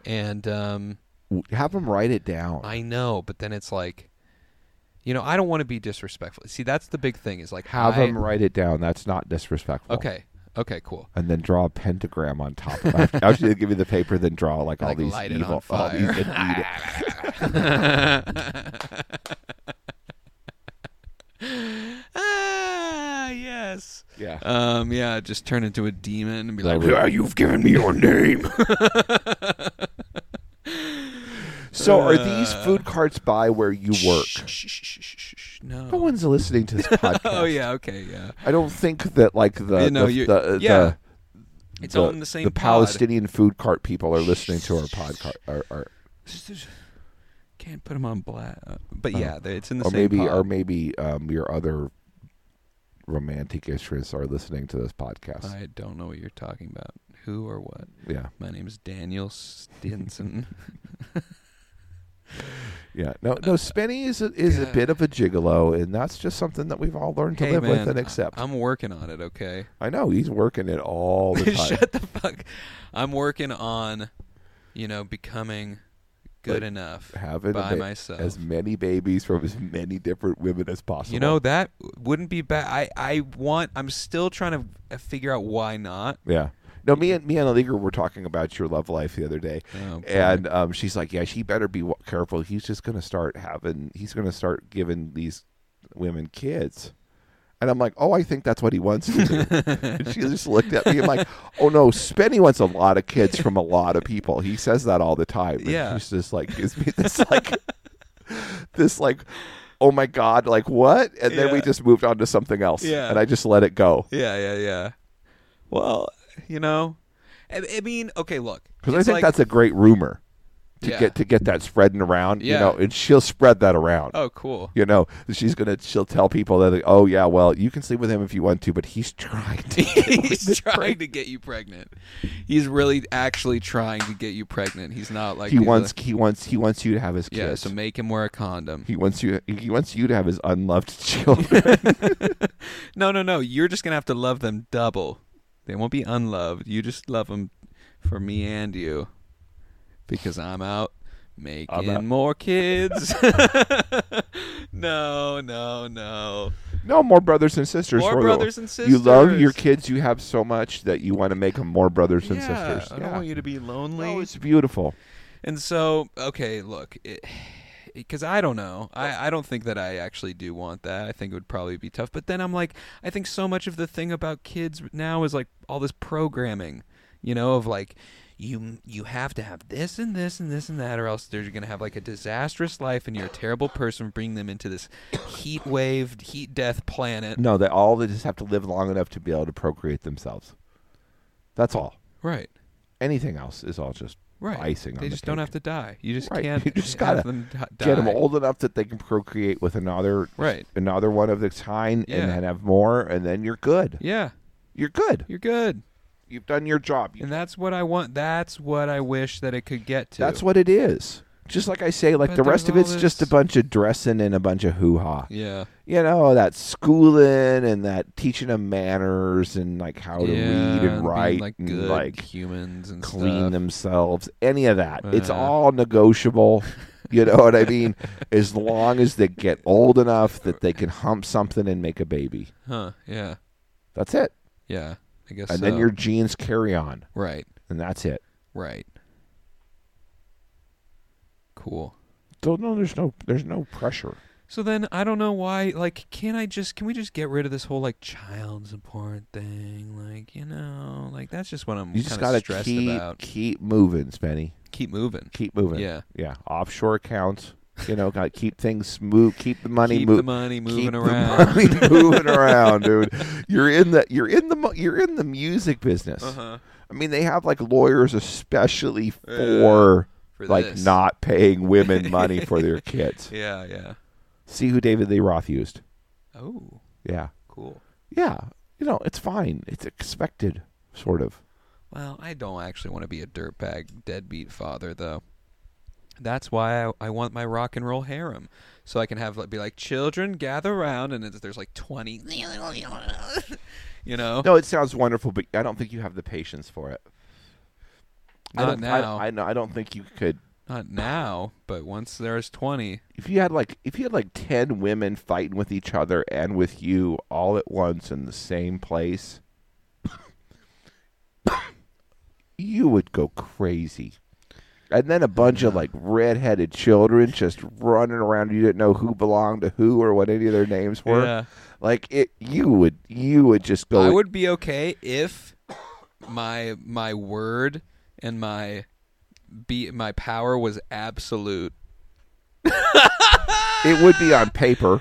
Speaker 2: and um,
Speaker 3: W- have them write it down.
Speaker 2: I know, but then it's like, you know, I don't want to be disrespectful. See, that's the big thing is like
Speaker 3: have
Speaker 2: I-
Speaker 3: them write it down. That's not disrespectful.
Speaker 2: Okay, okay, cool.
Speaker 3: And then draw a pentagram on top. of it. Actually, they'll give you the paper, then draw like all
Speaker 2: Like,
Speaker 3: these
Speaker 2: light it on
Speaker 3: evil, all these
Speaker 2: fire.
Speaker 3: and eat it.
Speaker 2: Ah, yes.
Speaker 3: Yeah.
Speaker 2: Um, yeah, just turn into a demon and be like,
Speaker 3: Like, "Ah,
Speaker 2: you've given me your name.
Speaker 3: So, are these
Speaker 2: Uh,
Speaker 3: food carts by where you work?
Speaker 2: no.
Speaker 3: No one's listening to this podcast.
Speaker 2: Oh yeah, okay, yeah.
Speaker 3: I don't think that like the
Speaker 2: You know,
Speaker 3: the,
Speaker 2: you-
Speaker 3: the, uh,
Speaker 2: yeah.
Speaker 3: the-
Speaker 2: It's
Speaker 3: the,
Speaker 2: all in the same pod.
Speaker 3: Palestinian food cart people are listening to our podcast, or, or,
Speaker 2: Can't put them on black. But yeah, they- it's in the
Speaker 3: or
Speaker 2: same
Speaker 3: maybe,
Speaker 2: pod.
Speaker 3: or maybe um, your other romantic interests are listening to this podcast.
Speaker 2: I don't know what you're talking about. Who or what?
Speaker 3: Yeah,
Speaker 2: My name is Daniel Stinson.
Speaker 3: yeah. No,
Speaker 2: Uh,
Speaker 3: no. Spenny is a, is a
Speaker 2: God.
Speaker 3: bit of a gigolo, and that's just something that we've all learned to
Speaker 2: hey
Speaker 3: live
Speaker 2: man, Uh,
Speaker 3: with and accept.
Speaker 2: I- I'm working on it, okay?
Speaker 3: I know he's working it all the time.
Speaker 2: Shut the fuck. I'm working on, you know, becoming good
Speaker 3: Like,
Speaker 2: enough
Speaker 3: Having a
Speaker 2: by
Speaker 3: ba-
Speaker 2: myself.
Speaker 3: as many babies from as many different women as possible.
Speaker 2: you know that wouldn't be bad. I I want. I'm still trying to uh, figure out why not.
Speaker 3: Yeah. No, me and me and Aliga were talking about your love life the other day,
Speaker 2: Oh, boy.
Speaker 3: and um, she's like, "Yeah, she better be wa- careful. He's just going to start having. He's going to start giving these women kids." And I'm like, "Oh, I think that's what he wants to do." and she just looked at me. I'm like, "Oh no, Spenny wants a lot of kids from a lot of people. He says that all the time." And
Speaker 2: Yeah.
Speaker 3: she's just like, "Gives me this like, this like." Oh my God! Like what? And then we
Speaker 2: Yeah.
Speaker 3: just moved on to something else,
Speaker 2: Yeah.
Speaker 3: and I just let it go.
Speaker 2: Yeah, yeah, yeah. Well, you know, I, I mean, okay, look.
Speaker 3: Because I
Speaker 2: it's
Speaker 3: think
Speaker 2: like-
Speaker 3: that's a great rumor to
Speaker 2: Yeah.
Speaker 3: get to get that spreading around. You
Speaker 2: Yeah.
Speaker 3: know, and she'll spread that around.
Speaker 2: oh, cool.
Speaker 3: You know, she's gonna she'll tell people that oh yeah, well you can sleep with him if you want to, but he's trying to.
Speaker 2: He's trying to get you pregnant. He's really actually trying to get you pregnant. He's not like
Speaker 3: he
Speaker 2: the-
Speaker 3: wants he wants he wants you to have his kids.
Speaker 2: Yeah, so make him wear a condom.
Speaker 3: he wants you he wants you to have his unloved children.
Speaker 2: No, no, no. You're just gonna have to love them double. They won't be unloved. You just love them for me and you, because I'm out making
Speaker 3: out.
Speaker 2: more kids. no, no, no.
Speaker 3: no more brothers and sisters.
Speaker 2: More
Speaker 3: We're-
Speaker 2: brothers and
Speaker 3: You love
Speaker 2: sisters.
Speaker 3: your kids. You have so much that you want to make them more brothers and
Speaker 2: yeah,
Speaker 3: sisters.
Speaker 2: I don't want you to be lonely.
Speaker 3: No, it's beautiful.
Speaker 2: And so, okay, look, because I don't know, I, I don't think that I actually do want that. I think it would probably be tough. But then I'm like, I think so much of the thing about kids now is like all this programming, you know, of like you you have to have this and this and this and that, or else they're gonna have like a disastrous life, and you're a terrible person for bringing them into this heat wave, heat death planet.
Speaker 3: No, they all they just have to live long enough to be able to procreate themselves. That's all.
Speaker 2: Right.
Speaker 3: anything else is all just
Speaker 2: Right.
Speaker 3: icing.
Speaker 2: They
Speaker 3: on
Speaker 2: just
Speaker 3: the
Speaker 2: don't
Speaker 3: cake.
Speaker 2: have to die. You just
Speaker 3: Right.
Speaker 2: can't.
Speaker 3: You just
Speaker 2: have
Speaker 3: gotta
Speaker 2: them di-
Speaker 3: get them
Speaker 2: die.
Speaker 3: old enough that they can procreate with another
Speaker 2: Right.
Speaker 3: another one of the kind,
Speaker 2: Yeah.
Speaker 3: and then have more, and then you're good.
Speaker 2: Yeah,
Speaker 3: You're good.
Speaker 2: you're good.
Speaker 3: You've done your job. You-
Speaker 2: And that's what I want. That's what I wish that it could get to.
Speaker 3: That's what it is. Just like I say, like
Speaker 2: But
Speaker 3: the
Speaker 2: there's
Speaker 3: rest of
Speaker 2: all
Speaker 3: it's just a
Speaker 2: this-
Speaker 3: bunch of dressing and a bunch of hoo ha.
Speaker 2: Yeah.
Speaker 3: You know that schooling and that teaching them manners and like how to
Speaker 2: yeah,
Speaker 3: read and
Speaker 2: being,
Speaker 3: write
Speaker 2: like
Speaker 3: and
Speaker 2: good
Speaker 3: like
Speaker 2: humans and
Speaker 3: clean
Speaker 2: stuff.
Speaker 3: themselves, any of that. it's
Speaker 2: Uh.
Speaker 3: all negotiable. You know what I mean? As long as they get old enough that they can hump something and make a baby.
Speaker 2: Huh. Yeah.
Speaker 3: That's it.
Speaker 2: Yeah. I guess.
Speaker 3: And
Speaker 2: so.
Speaker 3: then your genes carry on,
Speaker 2: right.
Speaker 3: and that's it.
Speaker 2: Right. Cool.
Speaker 3: So no, there's no, there's no pressure.
Speaker 2: So then I don't know why. Like, can I just? Can we just get rid of this whole like child support thing? Like, you know, like that's just what I'm
Speaker 3: You just
Speaker 2: kind
Speaker 3: gotta
Speaker 2: of stressed
Speaker 3: keep
Speaker 2: about.
Speaker 3: keep moving, Spenny.
Speaker 2: Keep moving.
Speaker 3: Keep moving.
Speaker 2: Yeah.
Speaker 3: yeah. Offshore accounts. You know, gotta keep things move. Keep the money
Speaker 2: keep
Speaker 3: move.
Speaker 2: the money moving
Speaker 3: keep the
Speaker 2: around.
Speaker 3: money moving around, dude. You're in the you're in the mo- you're in the music business.
Speaker 2: Uh-huh.
Speaker 3: I mean, they have like lawyers especially
Speaker 2: Uh,
Speaker 3: for
Speaker 2: For
Speaker 3: like
Speaker 2: this.
Speaker 3: not paying women money for their kids.
Speaker 2: Yeah. Yeah.
Speaker 3: See who David Lee Roth used.
Speaker 2: Oh,
Speaker 3: Yeah,
Speaker 2: cool.
Speaker 3: yeah. You know, it's fine. It's expected, sort of.
Speaker 2: Well, I don't actually want to be a dirtbag deadbeat father, though. That's why I, I want my rock and roll harem, so I can have like, be like children gather around, and it's, there's like twenty, you know.
Speaker 3: No, it sounds wonderful, but I don't think you have the patience for it. I
Speaker 2: Not
Speaker 3: don't, I-
Speaker 2: now.
Speaker 3: I, know. I don't think you could.
Speaker 2: Not now, but once there's twenty,
Speaker 3: If you had like, if you had like ten women fighting with each other and with you all at once in the same place, you would go crazy. And then a bunch of like redheaded children just running around. You didn't know who belonged to who or what any of their names were.
Speaker 2: Yeah.
Speaker 3: Like it, you would, you would just go.
Speaker 2: I would be okay if my my word and my be my power was absolute.
Speaker 3: It would be on paper.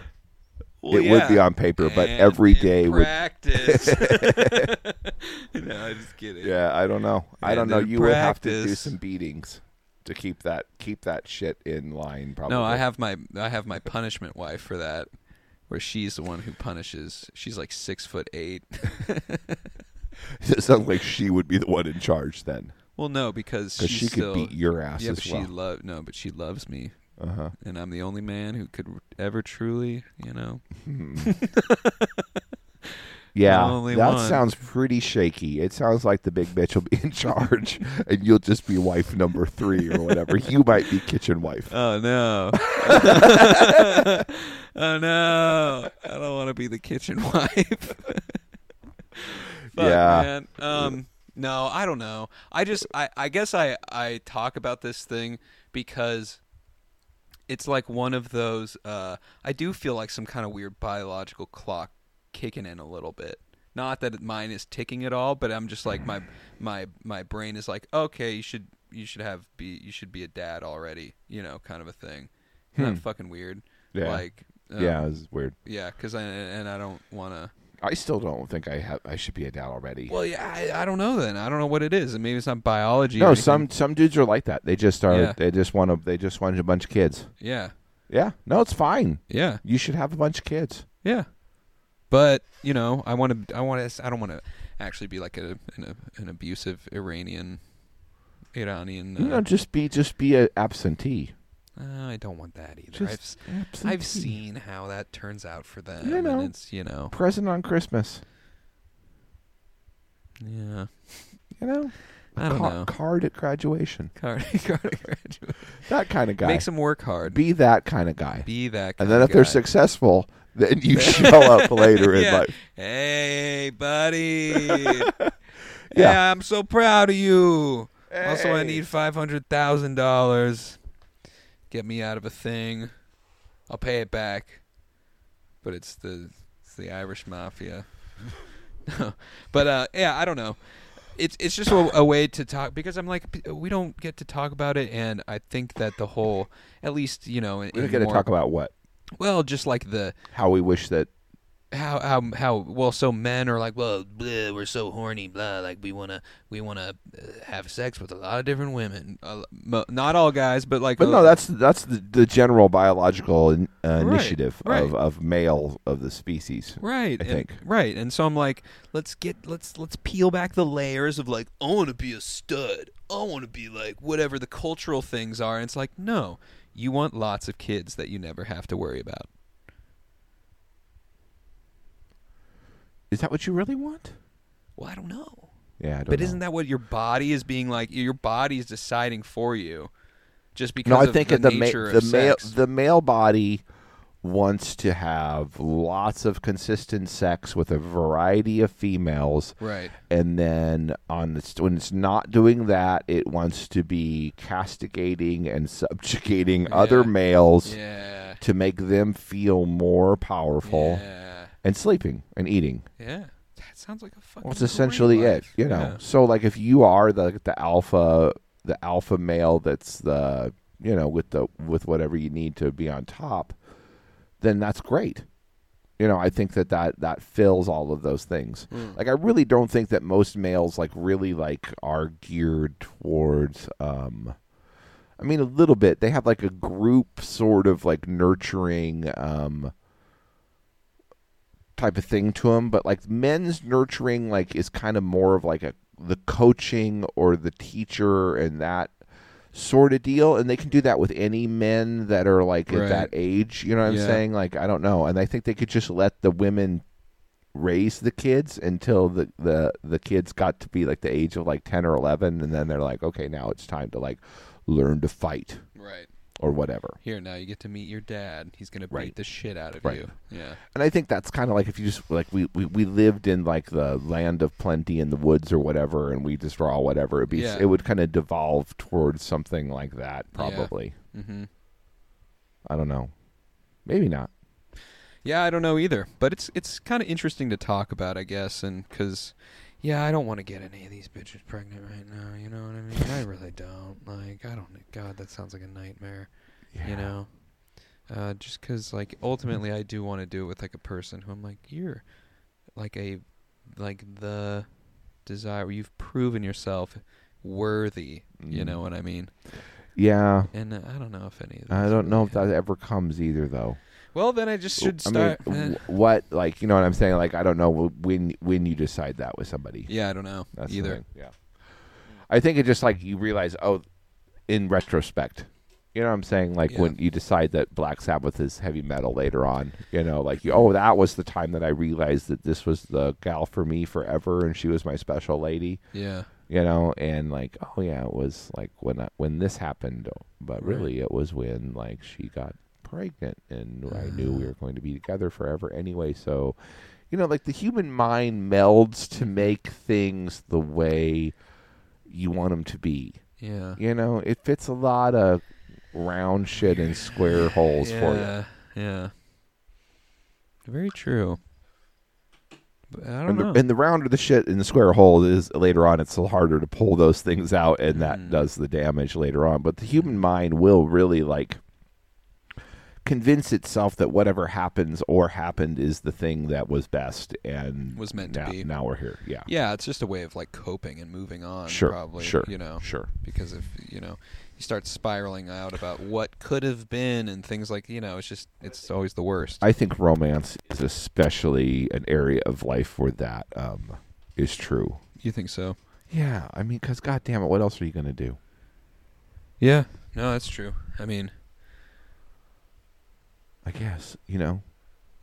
Speaker 2: Well,
Speaker 3: it would be
Speaker 2: yeah.
Speaker 3: on paper, but
Speaker 2: And
Speaker 3: every
Speaker 2: in
Speaker 3: day would.
Speaker 2: practice. no, I'm just kidding.
Speaker 3: Yeah, I don't know. I
Speaker 2: And
Speaker 3: don't know.
Speaker 2: in
Speaker 3: You would have to do
Speaker 2: practice.
Speaker 3: some beatings to keep that keep that shit in line. Probably.
Speaker 2: No, I have my I have my punishment wife for that, where she's the one who punishes. She's like six foot eight.
Speaker 3: It sounds like she would be the one in charge then,
Speaker 2: well, no, because
Speaker 3: because
Speaker 2: she's
Speaker 3: she could
Speaker 2: still,
Speaker 3: beat your ass
Speaker 2: yeah, but
Speaker 3: as well.
Speaker 2: she love no, but she loves me,
Speaker 3: uh-huh.
Speaker 2: and I'm the only man who could ever truly, you know.
Speaker 3: Yeah,
Speaker 2: only
Speaker 3: that
Speaker 2: one.
Speaker 3: sounds pretty shaky. It sounds like the big bitch will be in charge, and you'll just be wife number three or whatever. you might be kitchen wife.
Speaker 2: Oh no! oh no! I don't want to be the kitchen wife. Fuck,
Speaker 3: Yeah.
Speaker 2: Man. Um. No, I don't know. I just, I, I guess I, I talk about this thing because it's like one of those. Uh, I do feel like some kind of weird biological clock kicking in a little bit. Not that mine is ticking at all, but I'm just like my, my, my brain is like, okay, you should, you should have be, you should be a dad already, you know, kind of a thing. Isn't that fucking weird?
Speaker 3: Hmm. Yeah.
Speaker 2: Like. um,
Speaker 3: yeah, it's weird.
Speaker 2: Yeah, because I and I don't want to.
Speaker 3: I still don't think I have. I should be a dad already.
Speaker 2: Well, yeah, I, I don't know. Then I don't know what it is. And maybe it's not biology. or
Speaker 3: No,
Speaker 2: anything.
Speaker 3: some some dudes are like that. They just are.
Speaker 2: Yeah.
Speaker 3: They just want to. They just want a bunch of kids.
Speaker 2: Yeah,
Speaker 3: Yeah. No, it's fine.
Speaker 2: yeah,
Speaker 3: You should have a bunch of kids.
Speaker 2: yeah. But you know, I want to. I want to. I don't want to actually be like a an, a, an abusive Iranian, Iranian. Uh,
Speaker 3: You know, just be just be a absentee.
Speaker 2: uh, I don't want that either. I've s-
Speaker 3: Just absentee.
Speaker 2: I've seen how that turns out for them.
Speaker 3: You know.
Speaker 2: and it's you know,
Speaker 3: present on Christmas.
Speaker 2: yeah.
Speaker 3: You know,
Speaker 2: I don't
Speaker 3: Ca-
Speaker 2: know.
Speaker 3: card at graduation.
Speaker 2: Cardi, Cardi graduate.
Speaker 3: That kind of guy.
Speaker 2: Makes them work hard. Be,
Speaker 3: be that kind of guy.
Speaker 2: that.
Speaker 3: and
Speaker 2: kinda
Speaker 3: then if they're
Speaker 2: guy.
Speaker 3: successful, then you show up later in
Speaker 2: Yeah.
Speaker 3: life.
Speaker 2: Hey, buddy. yeah.
Speaker 3: Yeah.
Speaker 2: I'm so proud of you. Also, I
Speaker 3: Hey.
Speaker 2: need five hundred thousand dollars. Get me out of a thing. I'll pay it back. But it's the it's the Irish mafia. but uh, yeah, I don't know. It's it's just a, a way to talk because I'm like p- we don't get to talk about it, and I think that the whole, at least you know, in,
Speaker 3: We don't
Speaker 2: in
Speaker 3: get to
Speaker 2: more-
Speaker 3: talk about what
Speaker 2: well, just like the
Speaker 3: how we wish that
Speaker 2: how how how well so men are like well bleh, we're so horny blah like we wanna we wanna uh, have sex with a lot of different women uh, mo- not all guys but like
Speaker 3: But
Speaker 2: a-
Speaker 3: no, that's that's the, the general biological in, uh,
Speaker 2: Oh. Right,
Speaker 3: initiative
Speaker 2: right.
Speaker 3: of, of male of the species.
Speaker 2: right
Speaker 3: I
Speaker 2: and,
Speaker 3: think.
Speaker 2: right and so I'm like let's get let's let's peel back the layers of like I want to be a stud I want to be like whatever the cultural things are and it's like no you want lots of kids that you never have to worry about
Speaker 3: Is that what you really want?
Speaker 2: well I don't know
Speaker 3: Yeah, I don't
Speaker 2: but
Speaker 3: know.
Speaker 2: isn't that what your body is being like your body is deciding for you just because
Speaker 3: no? I
Speaker 2: of
Speaker 3: think
Speaker 2: the,
Speaker 3: that the ma-
Speaker 2: nature
Speaker 3: the
Speaker 2: of
Speaker 3: male
Speaker 2: sex.
Speaker 3: the male body wants to have lots of consistent sex with a variety of females.
Speaker 2: Right.
Speaker 3: and then on the, when it's not doing that, it wants to be castigating and subjugating other
Speaker 2: Yeah.
Speaker 3: males
Speaker 2: Yeah.
Speaker 3: to make them feel more powerful,
Speaker 2: Yeah.
Speaker 3: and sleeping and eating.
Speaker 2: Yeah. That sounds like a fucking.
Speaker 3: Well, it's essentially it, you know. So like, if you are the the alpha, the alpha male, that's the you know with the with whatever you need to be on top, then that's great. You know, I think that that that fills all of those things. Like, I really don't think that most males like really like are geared towards. um I mean, a little bit. They have like a group sort of like nurturing. um type of thing to him, but like men's nurturing like is kind of more of like a the coaching or the teacher and that sort of deal and they can do that with any men that are like at
Speaker 2: Right.
Speaker 3: that age, you know what
Speaker 2: Yeah.
Speaker 3: I'm saying? Like I don't know. And I think they could just let the women raise the kids until the the the kids got to be like the age of like 10 or 11 and then they're like okay, now it's time to like learn to fight
Speaker 2: Right.
Speaker 3: or whatever.
Speaker 2: Here now, you get to meet your dad. He's gonna beat
Speaker 3: Right.
Speaker 2: the shit out of
Speaker 3: Right.
Speaker 2: you. Yeah.
Speaker 3: And I think that's kind of like if you just like we, we we lived in like the land of plenty in the woods or whatever, and we just draw whatever it be.
Speaker 2: Yeah.
Speaker 3: It would kind of devolve towards something like that, probably.
Speaker 2: Mm-hmm.
Speaker 3: I don't know. Maybe not.
Speaker 2: Yeah, I don't know either, but it's it's kind of interesting to talk about, I guess, and because, yeah, I don't want to get any of these bitches pregnant right now. You know what I mean? I really don't. Like, I don't. God, that sounds like a nightmare. You know, uh, just because like ultimately, I do want to do it with like a person who I'm like, you're like a like the desire. You've proven yourself worthy. You
Speaker 3: Mm.
Speaker 2: know what I mean?
Speaker 3: Yeah,
Speaker 2: And uh, I don't know if any of
Speaker 3: I
Speaker 2: those
Speaker 3: don't
Speaker 2: really
Speaker 3: know if
Speaker 2: hap-
Speaker 3: that ever comes either, though.
Speaker 2: Well, then I just should
Speaker 3: I
Speaker 2: start.
Speaker 3: mean,
Speaker 2: eh.
Speaker 3: w- what like you know what I'm saying? Like I don't know when when you decide that with somebody.
Speaker 2: yeah, I don't know
Speaker 3: That's the
Speaker 2: either.
Speaker 3: thing. Yeah. I think it just like you realize, oh, in retrospect. You know what I'm saying? Like
Speaker 2: Yeah.
Speaker 3: when you decide that Black Sabbath is heavy metal later on, you know, like you, oh, that was the time that I realized that this was the gal for me forever, and she was my special lady,
Speaker 2: Yeah.
Speaker 3: you know, and like oh yeah, it was like when I, when this happened, but
Speaker 2: Right.
Speaker 3: really it was when like she got pregnant, and I knew
Speaker 2: Ah.
Speaker 3: we were going to be together forever anyway. So, you know, like the human mind melds to make things the way you want them to be.
Speaker 2: Yeah.
Speaker 3: You know, it fits a lot of round shit in square holes for you.
Speaker 2: yeah. Yeah. Very true. But I don't
Speaker 3: And the,
Speaker 2: know.
Speaker 3: and the rounder the shit in the square hole is later on, it's harder to pull those things out, and that
Speaker 2: Mhm.
Speaker 3: does the damage later on. But the human mind will really like convince itself that whatever happens or happened is the thing that was best and
Speaker 2: Was meant to
Speaker 3: now-
Speaker 2: be.
Speaker 3: Now we're here. Yeah.
Speaker 2: yeah, it's just a way of like coping and moving on.
Speaker 3: Sure.
Speaker 2: Probably.
Speaker 3: sure.
Speaker 2: You know.
Speaker 3: Sure.
Speaker 2: Because if you know, you start spiraling out about what could have been and things like you know, it's just it's always the worst.
Speaker 3: I think romance is especially an area of life where that um, is true.
Speaker 2: you think so?
Speaker 3: Yeah, I mean, because goddamn it, what else are you gonna do?
Speaker 2: Yeah. No, that's true. I mean,
Speaker 3: I guess you know.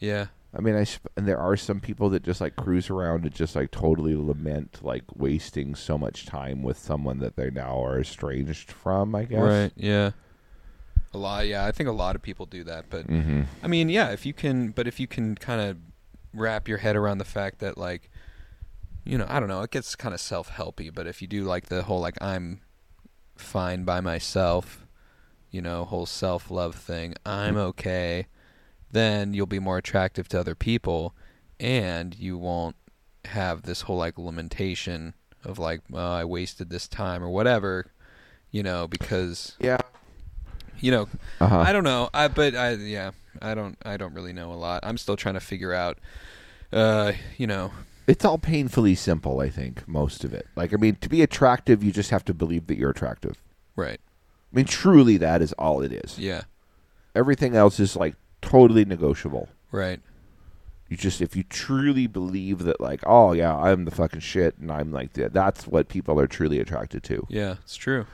Speaker 2: yeah.
Speaker 3: I mean, I sp- and there are some people that just like cruise around and just like totally lament like wasting so much time with someone that they now are estranged from. I guess.
Speaker 2: Right. Yeah. A lot. Yeah, I think a lot of people do that, but
Speaker 3: Mm-hmm.
Speaker 2: I mean, yeah, if you can, but if you can kind of wrap your head around the fact that, like, you know, I don't know, it gets kind of self helpy, but if you do, like, the whole, like, I'm fine by myself, you know, whole self love thing, I'm okay, then you'll be more attractive to other people and you won't have this whole, like, lamentation of, like, oh, I wasted this time or whatever, you know, because,
Speaker 3: Yeah.
Speaker 2: you know,
Speaker 3: Uh huh.
Speaker 2: I don't know. I but I yeah, I don't I don't really know a lot. I'm still trying to figure out uh, you know,
Speaker 3: It's all painfully simple, I think, most of it. Like, I mean, to be attractive, you just have to believe that you're attractive.
Speaker 2: right?
Speaker 3: I mean, truly, that is all it is.
Speaker 2: Yeah,
Speaker 3: Everything else is like totally negotiable.
Speaker 2: right.
Speaker 3: You just, if you truly believe that, like, oh, yeah, I'm the fucking shit and I'm like, that, that's what people are truly attracted to.
Speaker 2: Yeah, it's true.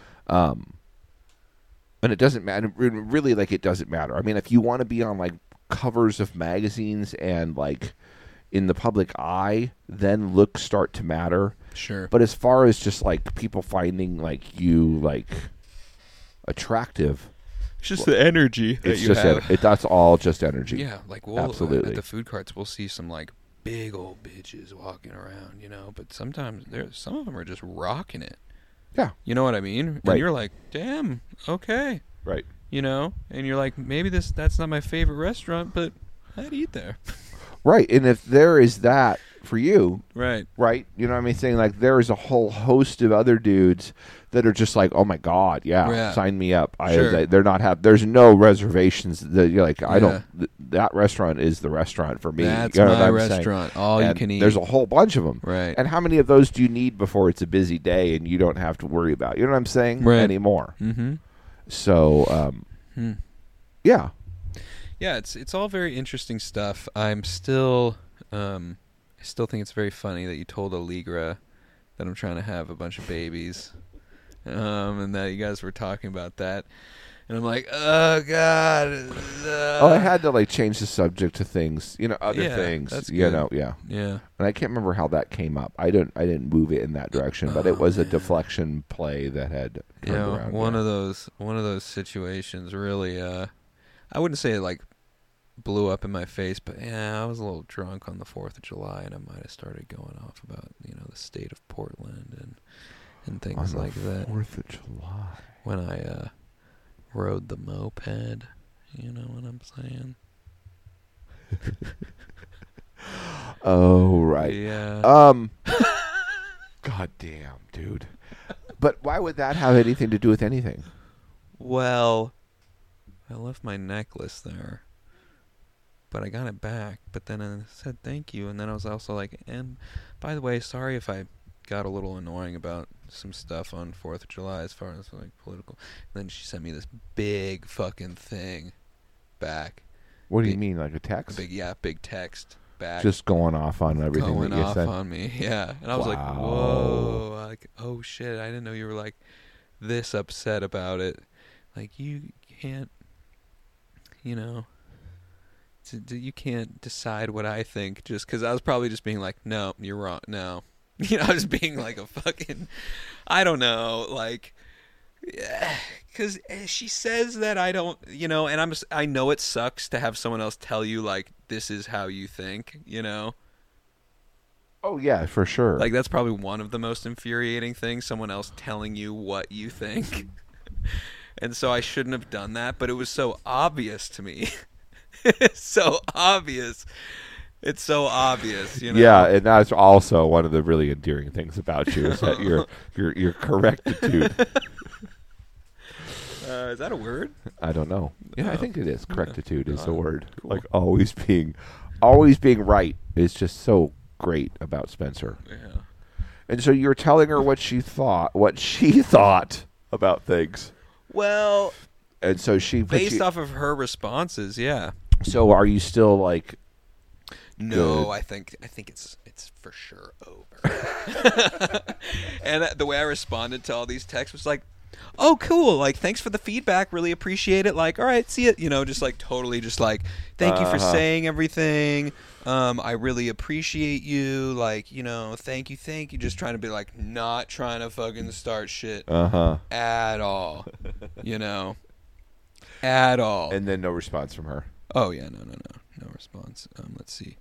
Speaker 3: and it doesn't matter really like it doesn't matter i mean if you want to be on like covers of magazines and like in the public eye then looks start to matter
Speaker 2: Sure.
Speaker 3: but as far as just like people finding like you like attractive
Speaker 2: it's just the energy that
Speaker 3: it's
Speaker 2: you
Speaker 3: just
Speaker 2: have.
Speaker 3: en- it, that's all just energy
Speaker 2: Yeah, like we'll
Speaker 3: Absolutely.
Speaker 2: at the food carts we'll see some like big old bitches walking around, you know. But sometimes there's some of them are just rocking it.
Speaker 3: yeah
Speaker 2: You know what I mean? And
Speaker 3: Right.
Speaker 2: you're like, damn, okay,
Speaker 3: right
Speaker 2: you know. And you're like, maybe this that's not my favorite restaurant, but I'd eat there.
Speaker 3: right and if there is that for you
Speaker 2: Right.
Speaker 3: right? You know what I mean? Saying like there is a whole host of other dudes that are just like, oh my god, yeah,
Speaker 2: Yeah.
Speaker 3: sign me up. I
Speaker 2: Sure.
Speaker 3: they, they're not have. There's no reservations. That you're like, I don't.
Speaker 2: Yeah.
Speaker 3: Th- that restaurant is the restaurant for me.
Speaker 2: That's
Speaker 3: You know what
Speaker 2: my
Speaker 3: I'm saying?
Speaker 2: restaurant. All you
Speaker 3: And
Speaker 2: can eat.
Speaker 3: There's a whole bunch of them.
Speaker 2: Right.
Speaker 3: And how many of those do you need before it's a busy day and you don't have to worry about? You know what I'm saying?
Speaker 2: Right. Hmm.
Speaker 3: Anymore.
Speaker 2: mm-hmm.
Speaker 3: So, um, yeah,
Speaker 2: Yeah, it's it's all very interesting stuff. I'm still um I still think it's very funny that you told Allegra that I'm trying to have a bunch of babies. Um and that you guys were talking about that. And I'm like, "Oh god." uh."
Speaker 3: oh, I had to like change the subject to things, you know, other
Speaker 2: Yeah,
Speaker 3: things,
Speaker 2: that's
Speaker 3: you
Speaker 2: good.
Speaker 3: know, yeah.
Speaker 2: Yeah.
Speaker 3: and I can't remember how that came up. I don't. I didn't move it in that direction, but it was a deflection play that had
Speaker 2: You
Speaker 3: turned
Speaker 2: know,
Speaker 3: around.
Speaker 2: one
Speaker 3: yeah.
Speaker 2: of those one of those situations really uh I wouldn't say it like blew up in my face, but yeah, I was a little drunk on the 4th of July and I might have started going off about, you know, the state of Portland and and things
Speaker 3: On
Speaker 2: like
Speaker 3: the
Speaker 2: that.
Speaker 3: Fourth of July.
Speaker 2: when I uh, rode the moped. You know what I'm saying?
Speaker 3: Oh right.
Speaker 2: Yeah.
Speaker 3: Um. God damn, dude. But why would that have anything to do with anything?
Speaker 2: well, I left my necklace there, but I got it back. But then I said thank you, and then I was also like, and by the way, sorry if I got a little annoying about some stuff on Fourth of July as far as like political. And then she sent me this big fucking thing back.
Speaker 3: What do you
Speaker 2: Big-
Speaker 3: mean, like a
Speaker 2: A
Speaker 3: text?
Speaker 2: big yeah, big text back.
Speaker 3: Just going off on everything
Speaker 2: going
Speaker 3: that you
Speaker 2: off
Speaker 3: said.
Speaker 2: on me. Yeah, and I was like,
Speaker 3: Wow.
Speaker 2: whoa, like oh shit, I didn't know you were like this upset about it. Like you can't, you know, t- d- you can't decide what I think just because I was probably just being like, no, you're wrong, no. You know, I was being like a fucking, I don't know, like, because she says that I don't, you know, and I'm, s- I know it sucks to have someone else tell you like this is how you think, you know,
Speaker 3: Oh yeah, for sure.
Speaker 2: like that's probably one of the most infuriating things, someone else telling you what you think. and so I shouldn't have done that, but it was so obvious to me. it's so obvious. It's so obvious, you know.
Speaker 3: Yeah, and that's also one of the really endearing things about you is that your your your correctitude.
Speaker 2: Uh, is that a word?
Speaker 3: I don't know. Uh, Yeah, Uh, I think it is. Correctitude is the word.
Speaker 2: cool.
Speaker 3: Like always being, always being right is just so great about Spencer.
Speaker 2: Yeah.
Speaker 3: And so you're telling her what she thought, what she thought about things,
Speaker 2: Well,
Speaker 3: and so she. but
Speaker 2: based
Speaker 3: she-
Speaker 2: off of her responses, yeah.
Speaker 3: So are you still like?
Speaker 2: No,
Speaker 3: Good.
Speaker 2: I think I think it's it's for sure over. and uh, the way I responded to all these texts was like, "Oh, cool! Like, thanks for the feedback. Really appreciate it. Like, all right, see it. You know, just like totally, just like, thank you for saying everything. Um, I really appreciate you. Like, you know, thank you, thank you. Just trying to be like, not trying to fucking start shit
Speaker 3: Uh huh.
Speaker 2: at all. You know, at all.
Speaker 3: And then no response from her.
Speaker 2: oh yeah, no, no, no, no response. Um, let's see.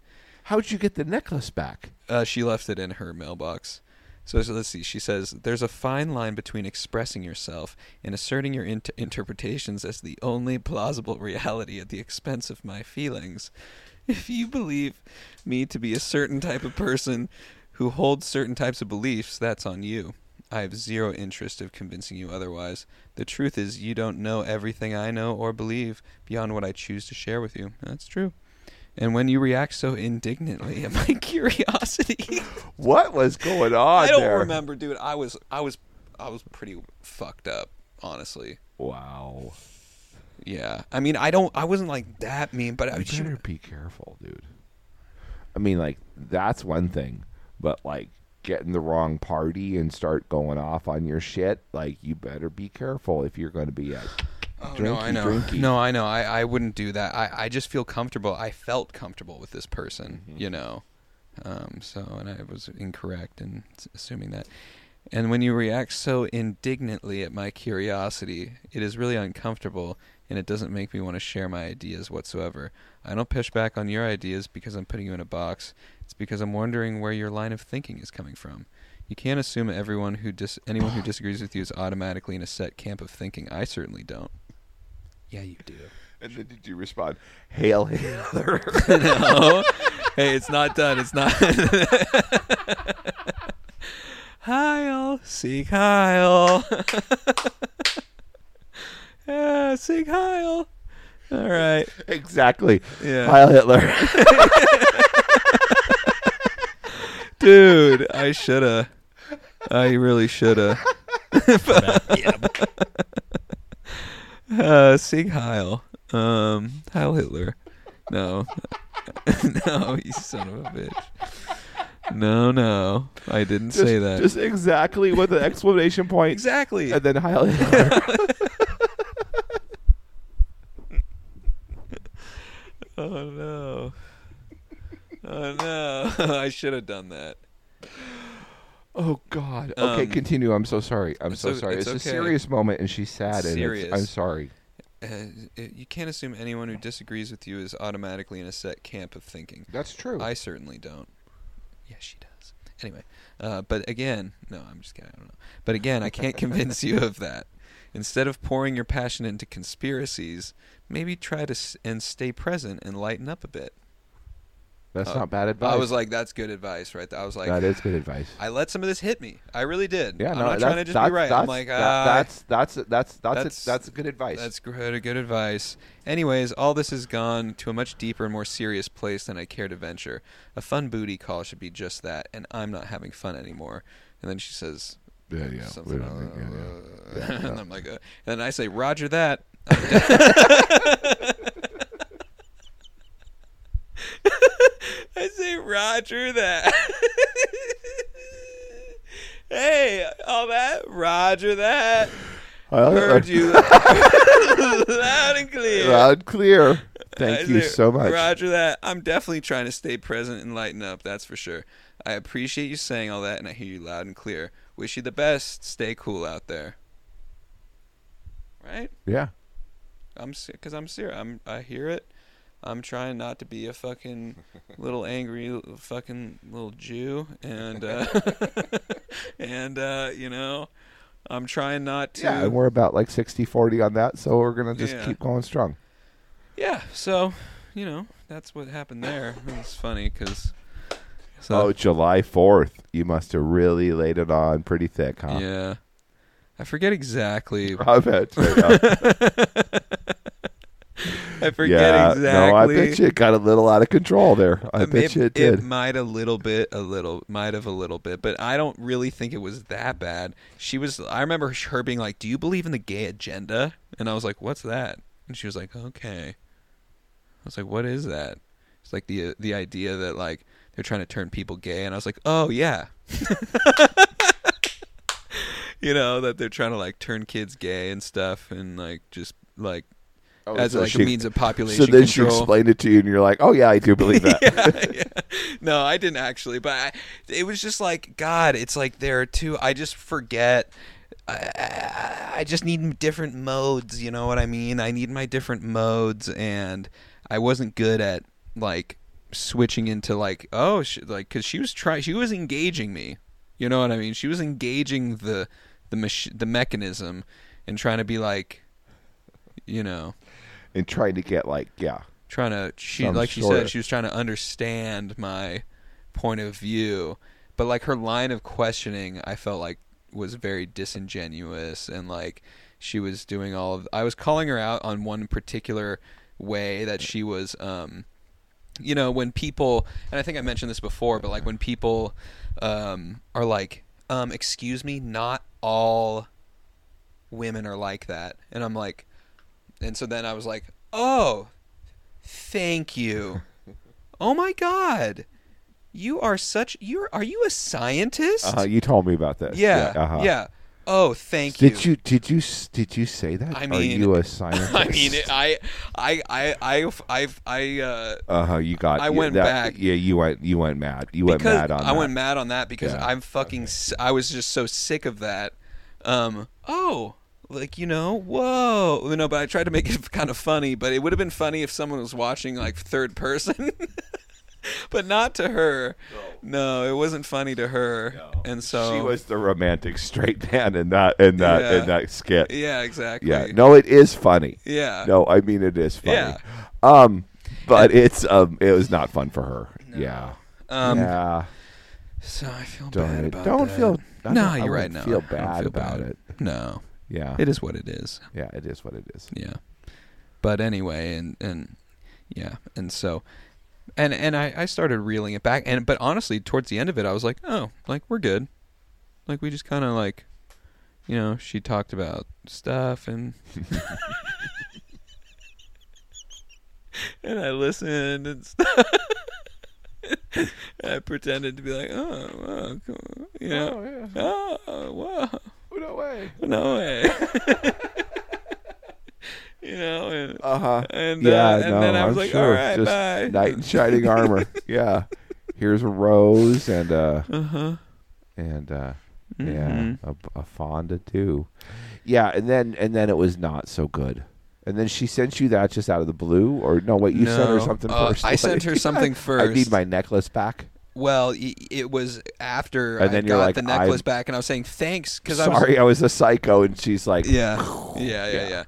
Speaker 3: How'd you get the necklace back?
Speaker 2: Uh, she left it in her mailbox. So, so let's see. She says, "There's a fine line between expressing yourself and asserting your int- interpretations as the only plausible reality at the expense of my feelings. If you believe me to be a certain type of person who holds certain types of beliefs, that's on you. I have zero interest of convincing you otherwise. The truth is, you don't know everything I know or believe beyond what I choose to share with you. That's true." And when you react so indignantly at my curiosity,
Speaker 3: What was going on
Speaker 2: I don't
Speaker 3: there?
Speaker 2: remember, dude. I was I was I was pretty fucked up, honestly.
Speaker 3: Wow.
Speaker 2: Yeah. I mean, I don't I wasn't like that mean, but I
Speaker 3: You
Speaker 2: was
Speaker 3: better be careful, dude. I mean, like that's one thing, but like getting the wrong party and start going off on your shit, like you better be careful if you're going to be a
Speaker 2: Oh,
Speaker 3: drinky
Speaker 2: no, I know.
Speaker 3: drinky.
Speaker 2: No, I know. I, I wouldn't do that. I, I just feel comfortable. I felt comfortable with this person,
Speaker 3: Mm-hmm.
Speaker 2: you know. Um, so, and I was incorrect in s- assuming that. And when you react so indignantly at my curiosity, it is really uncomfortable and it doesn't make me want to share my ideas whatsoever. I don't push back on your ideas because I'm putting you in a box. It's because I'm wondering where your line of thinking is coming from. You can't assume everyone who dis- anyone who disagrees with you is automatically in a set camp of thinking. I certainly don't. Yeah, you do.
Speaker 3: And then did you respond, "Hail Hitler"?
Speaker 2: no. Hey, it's not done. It's not. Heil, seek Heil. yeah, seek Heil. All right.
Speaker 3: exactly.
Speaker 2: Yeah.
Speaker 3: Hail Hitler.
Speaker 2: Dude, I shoulda. I really shoulda. uh, Sieg Heil. Um, Heil Hitler. No. no, you son of a bitch. No, no. I didn't
Speaker 3: Just-
Speaker 2: say that.
Speaker 3: Just exactly with an exclamation point.
Speaker 2: exactly.
Speaker 3: And then Hail Hitler.
Speaker 2: Oh, no. Oh, no. I should have done that.
Speaker 3: oh God. Okay,
Speaker 2: Um,
Speaker 3: continue. I'm so sorry. I'm
Speaker 2: it's
Speaker 3: so
Speaker 2: o-
Speaker 3: sorry. It's,
Speaker 2: it's
Speaker 3: a
Speaker 2: okay.
Speaker 3: serious moment, and she's sad. and it's,
Speaker 2: Serious.
Speaker 3: I'm sorry.
Speaker 2: Uh, it- you can't assume anyone who disagrees with you is automatically in a set camp of thinking.
Speaker 3: That's true.
Speaker 2: I certainly don't. Yes, she does. Anyway, uh, but again, no, I'm just kidding. I don't know. But again, I can't convince you of that. Instead of pouring your passion into conspiracies, maybe try to s- and stay present and lighten up a bit.
Speaker 3: That's
Speaker 2: Uh,
Speaker 3: not bad advice.
Speaker 2: I was like, that's good advice, right? there. I was like,
Speaker 3: that is good advice.
Speaker 2: I let some of this hit me. I really did.
Speaker 3: Yeah,
Speaker 2: I'm
Speaker 3: no,
Speaker 2: not
Speaker 3: that's,
Speaker 2: trying to just
Speaker 3: that's,
Speaker 2: be right.
Speaker 3: That's,
Speaker 2: I'm like,
Speaker 3: that-
Speaker 2: ah,
Speaker 3: that's that's that's that's that's
Speaker 2: that's-
Speaker 3: that's good advice.
Speaker 2: That's good, good advice. Anyways, all this has gone to a much deeper and more serious place than I care to venture. A fun booty call should be just that, and I'm not having fun anymore. And then she says,
Speaker 3: Yeah, yeah,
Speaker 2: something.
Speaker 3: we don't
Speaker 2: uh,
Speaker 3: think-
Speaker 2: uh, and I'm like, uh, and then I say, Roger that. I say, Roger that. hey, all that, Roger that. Heard you loud and clear.
Speaker 3: Loud, clear.
Speaker 2: I
Speaker 3: Thank you
Speaker 2: say,
Speaker 3: so much.
Speaker 2: Roger that. I'm definitely trying to stay present and lighten up, that's for sure. I appreciate you saying all that and I hear you loud and clear. Wish you the best. Stay cool out there. Right?
Speaker 3: Yeah,
Speaker 2: I'm cuz I'm serious. I'm I hear it. I'm trying not to be a fucking little angry l- fucking little Jew and uh and uh you know, I'm trying not to
Speaker 3: yeah. And we're about like 60-40 on that, so we're gonna just
Speaker 2: Yeah.
Speaker 3: keep going strong.
Speaker 2: Yeah, so you know that's what happened there. It was funny because.
Speaker 3: Oh, July fourth. You must have really laid it on pretty thick, huh?
Speaker 2: yeah, I forget exactly.
Speaker 3: I bet. you, yeah.
Speaker 2: I forget
Speaker 3: yeah.
Speaker 2: exactly.
Speaker 3: No, I bet you it got a little out of control there. I
Speaker 2: Uh,
Speaker 3: bet
Speaker 2: may-
Speaker 3: you it did.
Speaker 2: might a little bit, a little, might have a little bit, but I don't really think it was that bad. She was. I remember her being like, "Do you believe in the gay agenda?" And I was like, "What's that?" And she was like, "Okay." I was like, "What is that?" It's like the the idea that like they're trying to turn people gay, and I was like, "Oh yeah." you know that they're trying to like turn kids gay and stuff, and like just like
Speaker 3: Oh,
Speaker 2: as
Speaker 3: so
Speaker 2: like
Speaker 3: she-
Speaker 2: a means of population
Speaker 3: so then she
Speaker 2: control.
Speaker 3: explained it to you, and you're like, "Oh yeah, I do believe that."
Speaker 2: yeah. No, I didn't actually, but I, it was just like God. It's like there are two. I just forget. I, I, I just need different modes. You know what I mean? I need my different modes, and I wasn't good at like switching into like oh sh like because she was trying. She was engaging me. You know what I mean? She was engaging the the mach- the mechanism and trying to be like, you know
Speaker 3: and trying to get like, yeah,
Speaker 2: trying to she
Speaker 3: Some
Speaker 2: like she
Speaker 3: sort
Speaker 2: said
Speaker 3: of-
Speaker 2: she was trying to understand my point of view but like her line of questioning i felt like was very disingenuous and like she was doing all of i was calling her out on one particular way that she was um you know, when people, and I think I mentioned this before, but like when people um, are like, um, excuse me, not all women are like that. And I'm like, and so then I was like, oh, thank you. Oh my God. You are such, you're, are you a scientist?
Speaker 3: Uh, you told me about this.
Speaker 2: Yeah. Yeah.
Speaker 3: uh-huh.
Speaker 2: Oh, thank you.
Speaker 3: Did you did you s- did you say that?
Speaker 2: I
Speaker 3: Are
Speaker 2: mean-
Speaker 3: you a scientist?
Speaker 2: I mean, it, I, I, I, I, I, I, uh,
Speaker 3: Uh huh. You got.
Speaker 2: I
Speaker 3: you-
Speaker 2: went
Speaker 3: that-
Speaker 2: back.
Speaker 3: Yeah, you went. You went mad. You went
Speaker 2: because
Speaker 3: mad on.
Speaker 2: I
Speaker 3: that.
Speaker 2: went mad on that because
Speaker 3: Yeah.
Speaker 2: I'm fucking. s I was just so sick of that. Um. Oh, like you know, whoa, you know. But I tried to make it kind of funny. But it would have been funny if someone was watching like third person. but not to her. No. it wasn't funny to her. And so
Speaker 3: She was the romantic straight man in that in that
Speaker 2: Yeah.
Speaker 3: in that skit.
Speaker 2: Yeah. Exactly.
Speaker 3: Yeah. No, it is funny.
Speaker 2: Yeah.
Speaker 3: No, I mean it is funny.
Speaker 2: Yeah.
Speaker 3: Um, but it's um, it was not fun for her. Yeah.
Speaker 2: Um,
Speaker 3: yeah.
Speaker 2: So I feel
Speaker 3: Darn
Speaker 2: bad
Speaker 3: it.
Speaker 2: about
Speaker 3: Don't
Speaker 2: that.
Speaker 3: feel- I
Speaker 2: no,
Speaker 3: don't- I
Speaker 2: you're right.
Speaker 3: wouldn't
Speaker 2: No,
Speaker 3: feel
Speaker 2: I don't
Speaker 3: bad
Speaker 2: feel
Speaker 3: about
Speaker 2: bad.
Speaker 3: it.
Speaker 2: No,
Speaker 3: Yeah.
Speaker 2: it is what it is.
Speaker 3: yeah. It is what it is.
Speaker 2: Yeah, but anyway, and and yeah, and so, and and I I started reeling it back, and but honestly, towards the end of it, I was like, oh, like we're good, like we just kind of like, you know, she talked about stuff and. And I listened and stuff. I pretended to be like, oh, wow, cool. you know,
Speaker 3: yeah.
Speaker 2: Oh, wow.
Speaker 3: No way.
Speaker 2: No way. you know, and,
Speaker 3: Uh huh.
Speaker 2: and,
Speaker 3: yeah.
Speaker 2: uh, and
Speaker 3: no,
Speaker 2: then I
Speaker 3: am
Speaker 2: was like,
Speaker 3: sure.
Speaker 2: all right,
Speaker 3: Just
Speaker 2: bye.
Speaker 3: Knight in shining armor. yeah. Here's a rose and uh
Speaker 2: Uh-huh.
Speaker 3: and uh
Speaker 2: Mhm.
Speaker 3: yeah, a, a Fonda too. Yeah, and then and then it was not so good. And then she sent you that just out of the blue, or no? Wait, you sent her
Speaker 2: No.
Speaker 3: something
Speaker 2: Uh,
Speaker 3: first.
Speaker 2: I sent her something
Speaker 3: I
Speaker 2: first.
Speaker 3: need my necklace back.
Speaker 2: Well, y- it was after
Speaker 3: And
Speaker 2: I
Speaker 3: then
Speaker 2: got
Speaker 3: you're like,
Speaker 2: the necklace
Speaker 3: I'm-
Speaker 2: back, and I was saying thanks because I was
Speaker 3: Sorry, I was a psycho, and she's like,
Speaker 2: Yeah. Yeah, yeah,
Speaker 3: Yeah.
Speaker 2: yeah.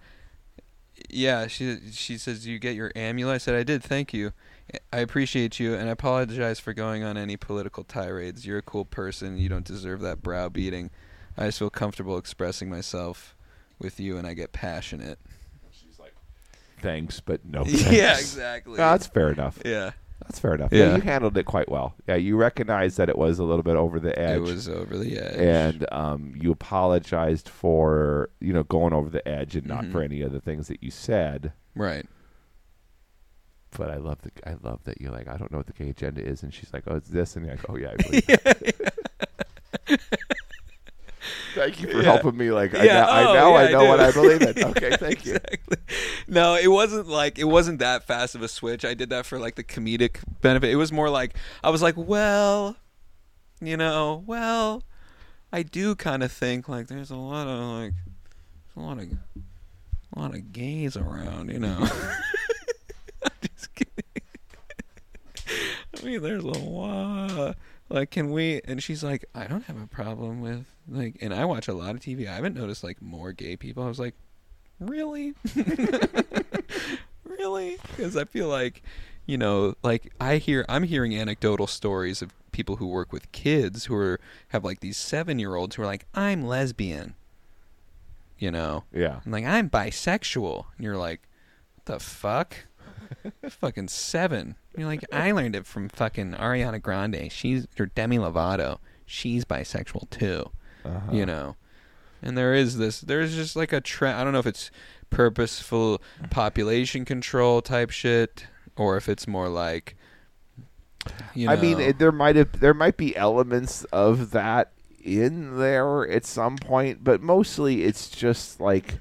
Speaker 2: Yeah, she she says you get your amulet. I said I did. Thank you. I appreciate you and I apologize for going on any political tirades. You're a cool person. You don't deserve that browbeating. I just feel comfortable expressing myself with you and I get passionate.
Speaker 3: "Thanks, but no." Thanks.
Speaker 2: yeah, exactly.
Speaker 3: No, that's fair enough.
Speaker 2: yeah.
Speaker 3: That's fair enough.
Speaker 2: Yeah.
Speaker 3: you handled it quite well. Yeah, you recognized that it was a little bit over the edge.
Speaker 2: It was over the edge.
Speaker 3: and um, you apologized for you know going over the edge and
Speaker 2: Mm-hmm.
Speaker 3: not for any of the things that you said.
Speaker 2: Right.
Speaker 3: But I love the I love that you're like I don't know what the gay agenda is, and she's like, oh, it's this, and you're like, oh yeah, I believe that. Thank you for helping me. Like I,
Speaker 2: Yeah,
Speaker 3: now, I,
Speaker 2: oh,
Speaker 3: now
Speaker 2: yeah,
Speaker 3: I
Speaker 2: I
Speaker 3: know what
Speaker 2: do.
Speaker 3: I believe in. Okay, thank you.
Speaker 2: No, it wasn't like it wasn't that fast of a switch. I did that for like the comedic benefit. It was more like I was like, well, you know, well, I do kind of think like there's a lot of like there's a lot of a lot of gays around, you know. I'm just kidding. I mean, there's a lot. Like, can we? And she's like, I don't have a problem with like. And I watch a lot of TV. I haven't noticed like more gay people. I was like, really, really? Because I feel like, you know, like I hear I'm hearing anecdotal stories of people who work with kids who are have like these seven year olds who are like, I'm lesbian. You know.
Speaker 3: Yeah,
Speaker 2: I'm like, I'm bisexual. And you're like, what the fuck? fucking seven. And you're like, I learned it from fucking Ariana Grande. She's, or Demi Lovato. She's bisexual too. You know? And there is this, there's just like a trend. I don't know if it's purposeful population control type shit or if it's more like, you know.
Speaker 3: I mean, it, there might have there might be elements of that in there at some point, but mostly it's just like,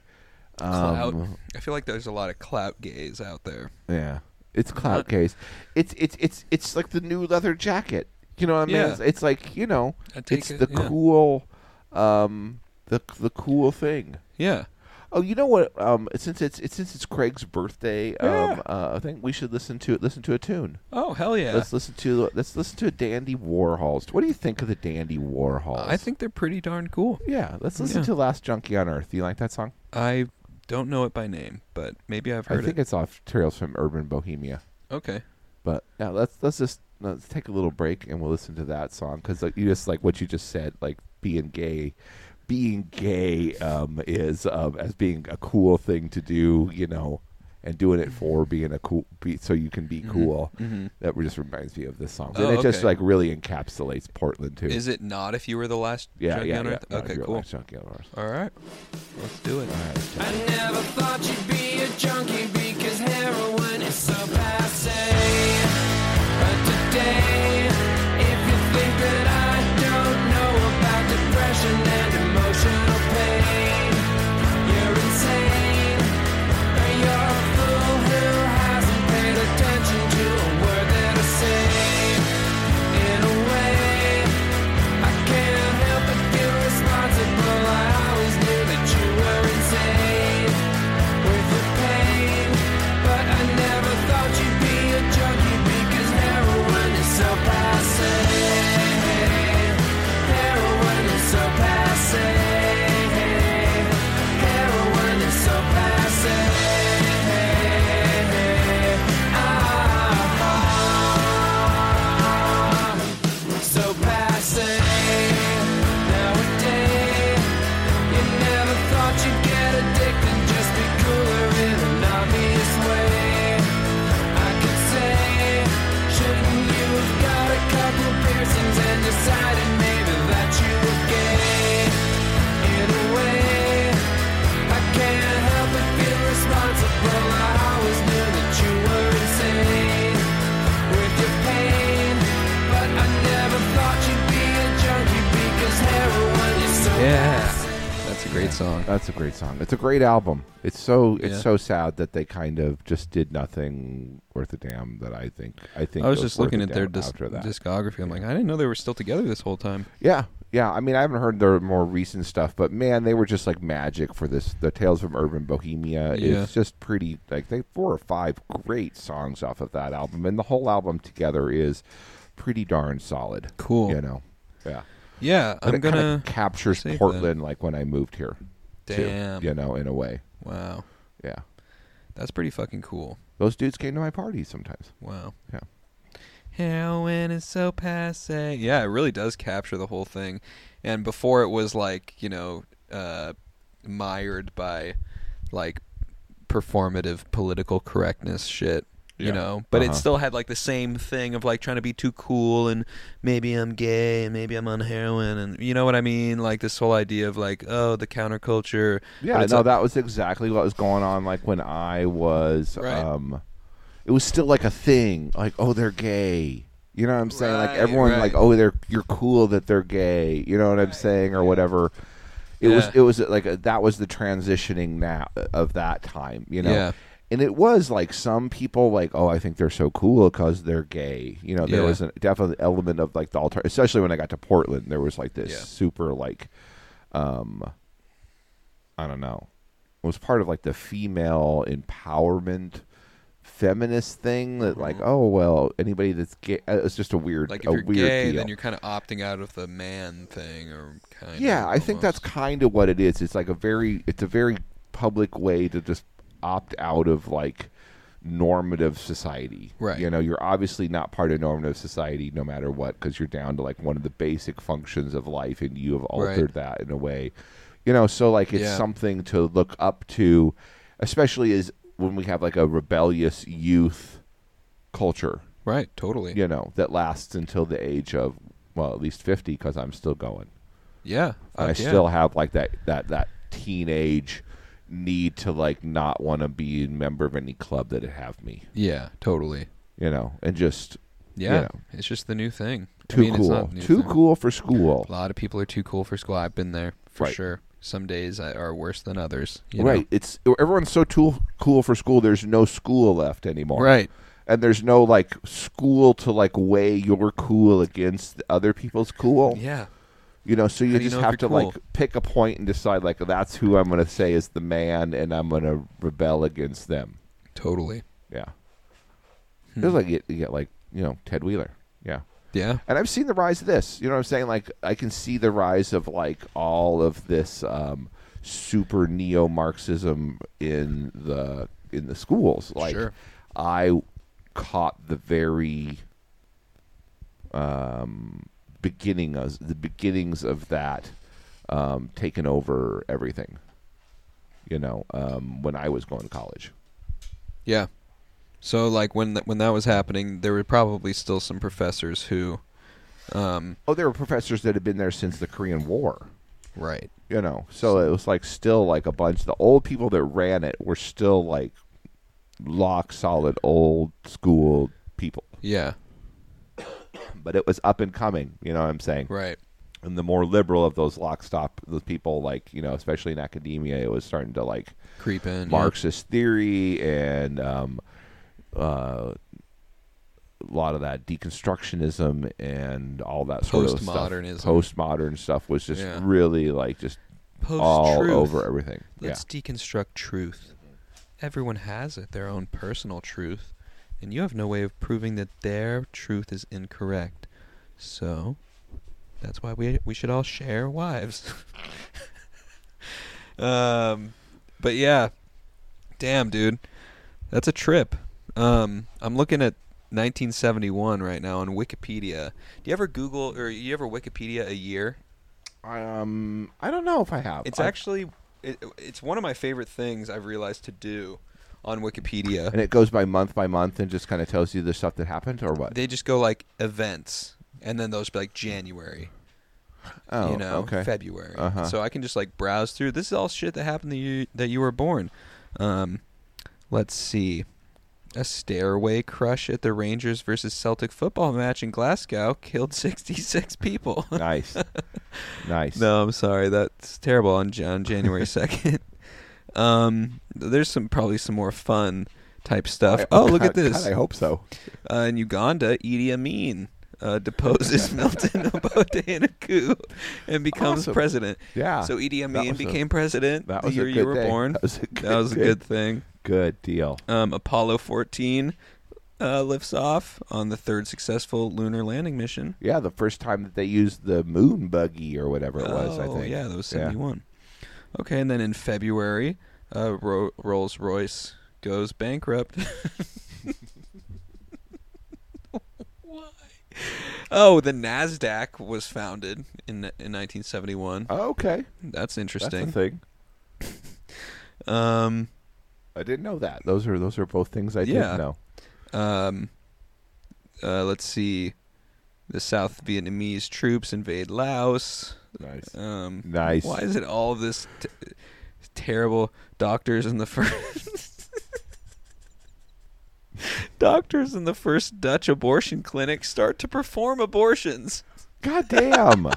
Speaker 3: um,
Speaker 2: clout. I feel like there's a lot of clout gays out there.
Speaker 3: Yeah, it's cloud
Speaker 2: Not-
Speaker 3: case. It's it's it's it's like the new leather jacket. You know what I mean?
Speaker 2: Yeah.
Speaker 3: It's, it's like you know,
Speaker 2: I take
Speaker 3: it's
Speaker 2: it,
Speaker 3: the
Speaker 2: yeah.
Speaker 3: cool, um, the the cool thing.
Speaker 2: Yeah.
Speaker 3: Oh, you know what? Um, since it's, it's since it's Craig's birthday, um,
Speaker 2: Yeah.
Speaker 3: uh, I think we should listen to listen to a tune.
Speaker 2: Oh, hell yeah.
Speaker 3: Let's listen to let's listen to a Dandy Warhols. What do you think of the Dandy Warhols?
Speaker 2: I think they're pretty darn cool.
Speaker 3: yeah. Let's listen
Speaker 2: Yeah.
Speaker 3: to Last Junkie on Earth. Do you like that song?
Speaker 2: I don't know it by name, but maybe I've heard
Speaker 3: I think
Speaker 2: it.
Speaker 3: it's off Trails from Urban Bohemia.
Speaker 2: Okay.
Speaker 3: But yeah, let's let's just let's take a little break and we'll listen to that song because like, you just like what you just said, like being gay, being gay um, is um, as being a cool thing to do, you know, and doing it for
Speaker 2: Mm-hmm.
Speaker 3: being a cool, be, so you can be cool. That just reminds me of this song, and
Speaker 2: Oh,
Speaker 3: it just
Speaker 2: okay.
Speaker 3: like really encapsulates Portland too.
Speaker 2: Is it not if you were the last
Speaker 3: yeah,
Speaker 2: junkie
Speaker 3: yeah,
Speaker 2: on
Speaker 3: yeah.
Speaker 2: Earth?
Speaker 3: No,
Speaker 2: okay,
Speaker 3: you're
Speaker 2: cool.
Speaker 3: like Junkie on Earth.
Speaker 2: All right. Let's do it.
Speaker 4: I never thought you'd be a junkie because heroin is so passe. But today, if you think that I don't know about depression and emotional pain, you're insane. Or you're a fool who hasn't paid attention to a word that I say. In a way, I can't help but feel responsible. I always knew that you were insane with the pain, but I never thought you'd be a junkie because heroin is so passe. Heroin is so passe. Heroin is so passe. so passe nowadays. You never thought you'd get addicted, just be cooler in an obvious way. I could say, shouldn't you have got a couple piercings and decided maybe that you were gay? In a way, I can't help but feel responsible. I always knew that you were insane with your pain, but I never thought you'd be a junkie because heroin is so
Speaker 2: Yeah. That's a great song.
Speaker 3: That's a great song. It's a great album. It's so it's
Speaker 2: Yeah.
Speaker 3: so sad that they kind of just did nothing worth a damn. That I think I think
Speaker 2: I was
Speaker 3: it
Speaker 2: just
Speaker 3: worth
Speaker 2: looking
Speaker 3: a
Speaker 2: at their
Speaker 3: damn
Speaker 2: disc-
Speaker 3: after that.
Speaker 2: discography. I'm like, I didn't know they were still together this whole time.
Speaker 3: Yeah, yeah. I mean, I haven't heard their more recent stuff, but man, they were just like magic for this. The Tales from Urban Bohemia
Speaker 2: Yeah.
Speaker 3: is just pretty. Like they four or five great songs off of that album, and the whole album together is pretty darn solid.
Speaker 2: Cool.
Speaker 3: you know. Yeah,
Speaker 2: Yeah,
Speaker 3: but
Speaker 2: I'm
Speaker 3: it kinda
Speaker 2: gonna.
Speaker 3: captures
Speaker 2: save that.
Speaker 3: Portland like when I moved here. too,
Speaker 2: Damn.
Speaker 3: you know, in a way.
Speaker 2: Wow,
Speaker 3: Yeah,
Speaker 2: that's pretty fucking cool.
Speaker 3: those dudes came to my parties sometimes.
Speaker 2: Wow.
Speaker 3: Yeah.
Speaker 2: Heroin is so passe. Yeah, it really does capture the whole thing. And before it was like you know uh, mired by like performative political correctness shit. You
Speaker 3: Yeah.
Speaker 2: know, but
Speaker 3: Uh-huh.
Speaker 2: it still had like the same thing of like trying to be too cool and maybe I'm gay and maybe I'm on heroin and you know what I mean? Like this whole idea of like, oh, the counterculture.
Speaker 3: Yeah,
Speaker 2: But
Speaker 3: no,
Speaker 2: it's like-
Speaker 3: that was exactly what was going on. Like when I was,
Speaker 2: Right.
Speaker 3: um, it was still like a thing. Like, oh, they're gay. You know what I'm saying? like
Speaker 2: Right,
Speaker 3: everyone,
Speaker 2: right.
Speaker 3: like, oh, they're you're cool that they're gay. You know what I'm saying, or whatever. It was
Speaker 2: Yeah.
Speaker 3: it was like a, that was the transitioning now of that time. You know.
Speaker 2: Yeah.
Speaker 3: And it was like some people like, oh, I think they're so cool because they're gay. You know, there
Speaker 2: Yeah.
Speaker 3: was an definitely element of like the alter, especially when I got to Portland, there was like this
Speaker 2: Yeah.
Speaker 3: super like, um, I don't know. It was part of like the female empowerment feminist thing that like oh well anybody that's gay uh, it's just a weird
Speaker 2: Mm-hmm. Like if
Speaker 3: a
Speaker 2: you're
Speaker 3: weird
Speaker 2: gay,
Speaker 3: deal.
Speaker 2: then you're kind of opting out of the man thing, or kind of.
Speaker 3: yeah i think that's kind of what it is it's like a very it's a very public way to just opt out of like normative society
Speaker 2: Right.
Speaker 3: you know you're obviously not part of normative society no matter what because you're down to like one of the basic functions of life and you have altered that in a way you know so like it's
Speaker 2: Yeah.
Speaker 3: something to look up to especially as when we have like a rebellious youth culture
Speaker 2: right. Totally.
Speaker 3: you know that lasts until the age of well at least 50 because i'm still going
Speaker 2: Yeah,
Speaker 3: I still have like that that that teenage need to like not want to be a member of any club that would have me,
Speaker 2: Yeah, totally.
Speaker 3: you know, and just
Speaker 2: Yeah,
Speaker 3: you know,
Speaker 2: it's just the new thing. I
Speaker 3: too
Speaker 2: mean, it's
Speaker 3: cool,
Speaker 2: not the new
Speaker 3: too
Speaker 2: thing.
Speaker 3: cool for school,
Speaker 2: A lot of people are too cool for school. I've been there for
Speaker 3: Right.
Speaker 2: sure. Some days I- are worse than others. you know?
Speaker 3: right? It's everyone's so too cool for school. There's no school left anymore,
Speaker 2: Right.
Speaker 3: And there's no like school to like weigh your cool against other people's cool.
Speaker 2: Yeah.
Speaker 3: You know, so you
Speaker 2: How do you
Speaker 3: just
Speaker 2: know if
Speaker 3: have to
Speaker 2: you're
Speaker 3: like
Speaker 2: cool?
Speaker 3: pick a point and decide like that's who I'm going to say is the man, and I'm going to rebel against them.
Speaker 2: Totally.
Speaker 3: Yeah. It was like you, you get like you know Ted Wheeler. Yeah.
Speaker 2: Yeah.
Speaker 3: And I've seen the rise of this. You know what I'm saying? Like I can see the rise of like all of this um, super neo Marxism in the in the schools. Like
Speaker 2: Sure.
Speaker 3: I caught the very um, beginning of the beginnings of that um, taking over everything. You know, um, when I was going to college
Speaker 2: Yeah. So like when th- when that was happening, there were probably still some professors who, um,
Speaker 3: Oh, there were professors that had been there since the Korean War.
Speaker 2: right.
Speaker 3: You know, so it was like still like a bunch. The old people that ran it were still like lock solid old school people,
Speaker 2: Yeah.
Speaker 3: but it was up and coming. You know what I'm saying?
Speaker 2: Right.
Speaker 3: and the more liberal of those lockstop those people like you know especially in academia it was starting to like
Speaker 2: Creep in. yeah.
Speaker 3: marxist theory and um, uh, a lot of that deconstructionism and all that sort of
Speaker 2: Postmodernism.
Speaker 3: stuff postmodern stuff was just
Speaker 2: Yeah.
Speaker 3: really like just
Speaker 2: Post-truth.
Speaker 3: all over everything
Speaker 2: Let's deconstruct truth. Everyone has it, their own personal truth, and you have no way of proving that their truth is incorrect. So, that's why we we should all share wives. um, but yeah, damn, dude, that's a trip. Um, I'm looking at 1971 right now on Wikipedia. Do you ever Google or you ever Wikipedia a year?
Speaker 3: yeah um i don't know if i have
Speaker 2: It's
Speaker 3: I-
Speaker 2: actually it, it's one of my favorite things I've realized to do on Wikipedia.
Speaker 3: and it goes by month by month and just kind of tells you the stuff that happened or what
Speaker 2: They just go like events, and then those be like January,
Speaker 3: oh
Speaker 2: you know,
Speaker 3: okay
Speaker 2: February.
Speaker 3: Uh-huh.
Speaker 2: So I can just like browse through. This is all shit that happened to you that you were born. Um, let's see. A stairway crush at the Rangers versus Celtic football match in Glasgow killed 66 people.
Speaker 3: nice nice
Speaker 2: No, I'm sorry. That's terrible on, Jan- on January 2nd. um, there's some probably some more fun type stuff.
Speaker 3: I-
Speaker 2: oh, look at
Speaker 3: God-
Speaker 2: this.
Speaker 3: God, i hope so
Speaker 2: Uh, in Uganda, Idi Amin uh, deposes Milton Obote in a coup and becomes
Speaker 3: Awesome.
Speaker 2: president.
Speaker 3: Yeah,
Speaker 2: So Idi
Speaker 3: that
Speaker 2: Amin
Speaker 3: was a-
Speaker 2: became president
Speaker 3: that
Speaker 2: the
Speaker 3: was a
Speaker 2: year you
Speaker 3: good
Speaker 2: were
Speaker 3: thing.
Speaker 2: born.
Speaker 3: That was a good
Speaker 2: that was a
Speaker 3: thing.
Speaker 2: good thing.
Speaker 3: Good deal.
Speaker 2: Um, Apollo 14 uh, lifts off on the third successful lunar landing mission.
Speaker 3: Yeah, the first time that they used the moon buggy or whatever it was, I
Speaker 2: Oh,
Speaker 3: think.
Speaker 2: Yeah, that was 71. Okay, and then in February, uh, Ro- Rolls Royce goes bankrupt. Why? Oh, the Nasdaq was founded in in 1971.
Speaker 3: Oh, okay.
Speaker 2: That's
Speaker 3: That's a
Speaker 2: interesting.
Speaker 3: thing.
Speaker 2: um,
Speaker 3: I didn't know that. Those are those are both things I
Speaker 2: Yeah.
Speaker 3: didn't know.
Speaker 2: um, uh, let's see. The South Vietnamese troops invade Laos.
Speaker 3: Nice.
Speaker 2: Um,
Speaker 3: Nice.
Speaker 2: Why is it all of this t- terrible doctors in the first doctors in the first Dutch abortion clinic start to perform abortions?
Speaker 3: God damn.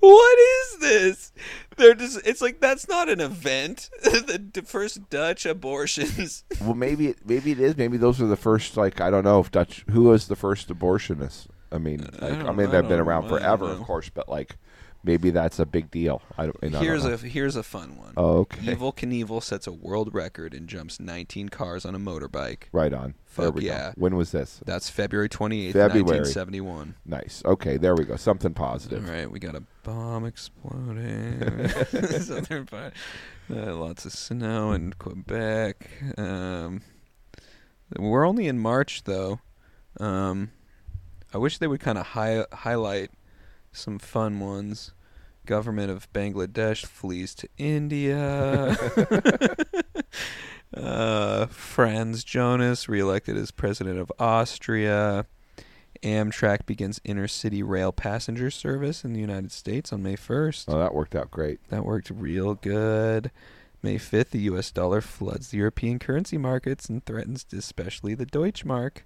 Speaker 2: What is this? They're just it's like that's not an event. the d- first Dutch abortions.
Speaker 3: well, maybe it, maybe it is. Maybe those are the first. Like I don't know if Dutch. Who was the first abortionist? I mean, like, I,
Speaker 2: don't-
Speaker 3: mean,
Speaker 2: Uh, I
Speaker 3: they've been
Speaker 2: don't- I
Speaker 3: around
Speaker 2: don't
Speaker 3: forever, of
Speaker 2: know.
Speaker 3: course, but like maybe that's a big deal. I don't. I don't
Speaker 2: here's
Speaker 3: know.
Speaker 2: a here's a fun one.
Speaker 3: Oh, okay.
Speaker 2: Evil Knievel sets a world record and jumps 19 cars on a motorbike.
Speaker 3: right on. there
Speaker 2: Fuck
Speaker 3: we
Speaker 2: yeah.
Speaker 3: go. When was this?
Speaker 2: That's February 28th,
Speaker 3: February.
Speaker 2: 1971.
Speaker 3: Nice. Okay, there we go. Something
Speaker 2: All
Speaker 3: positive.
Speaker 2: right, we got a bomb exploding. Southern part. Uh, lots of snow in Quebec. Um, we're only in March though. Um, I wish they would kind of hi- highlight some fun ones. Government of Bangladesh flees to India. uh, Franz Jonas reelected as president of Austria. Amtrak begins inner city rail passenger service in the United States on May 1st.
Speaker 3: Oh, that worked out great.
Speaker 2: That worked real good. May 5th, the US dollar floods the European currency markets and threatens especially the Deutschmark.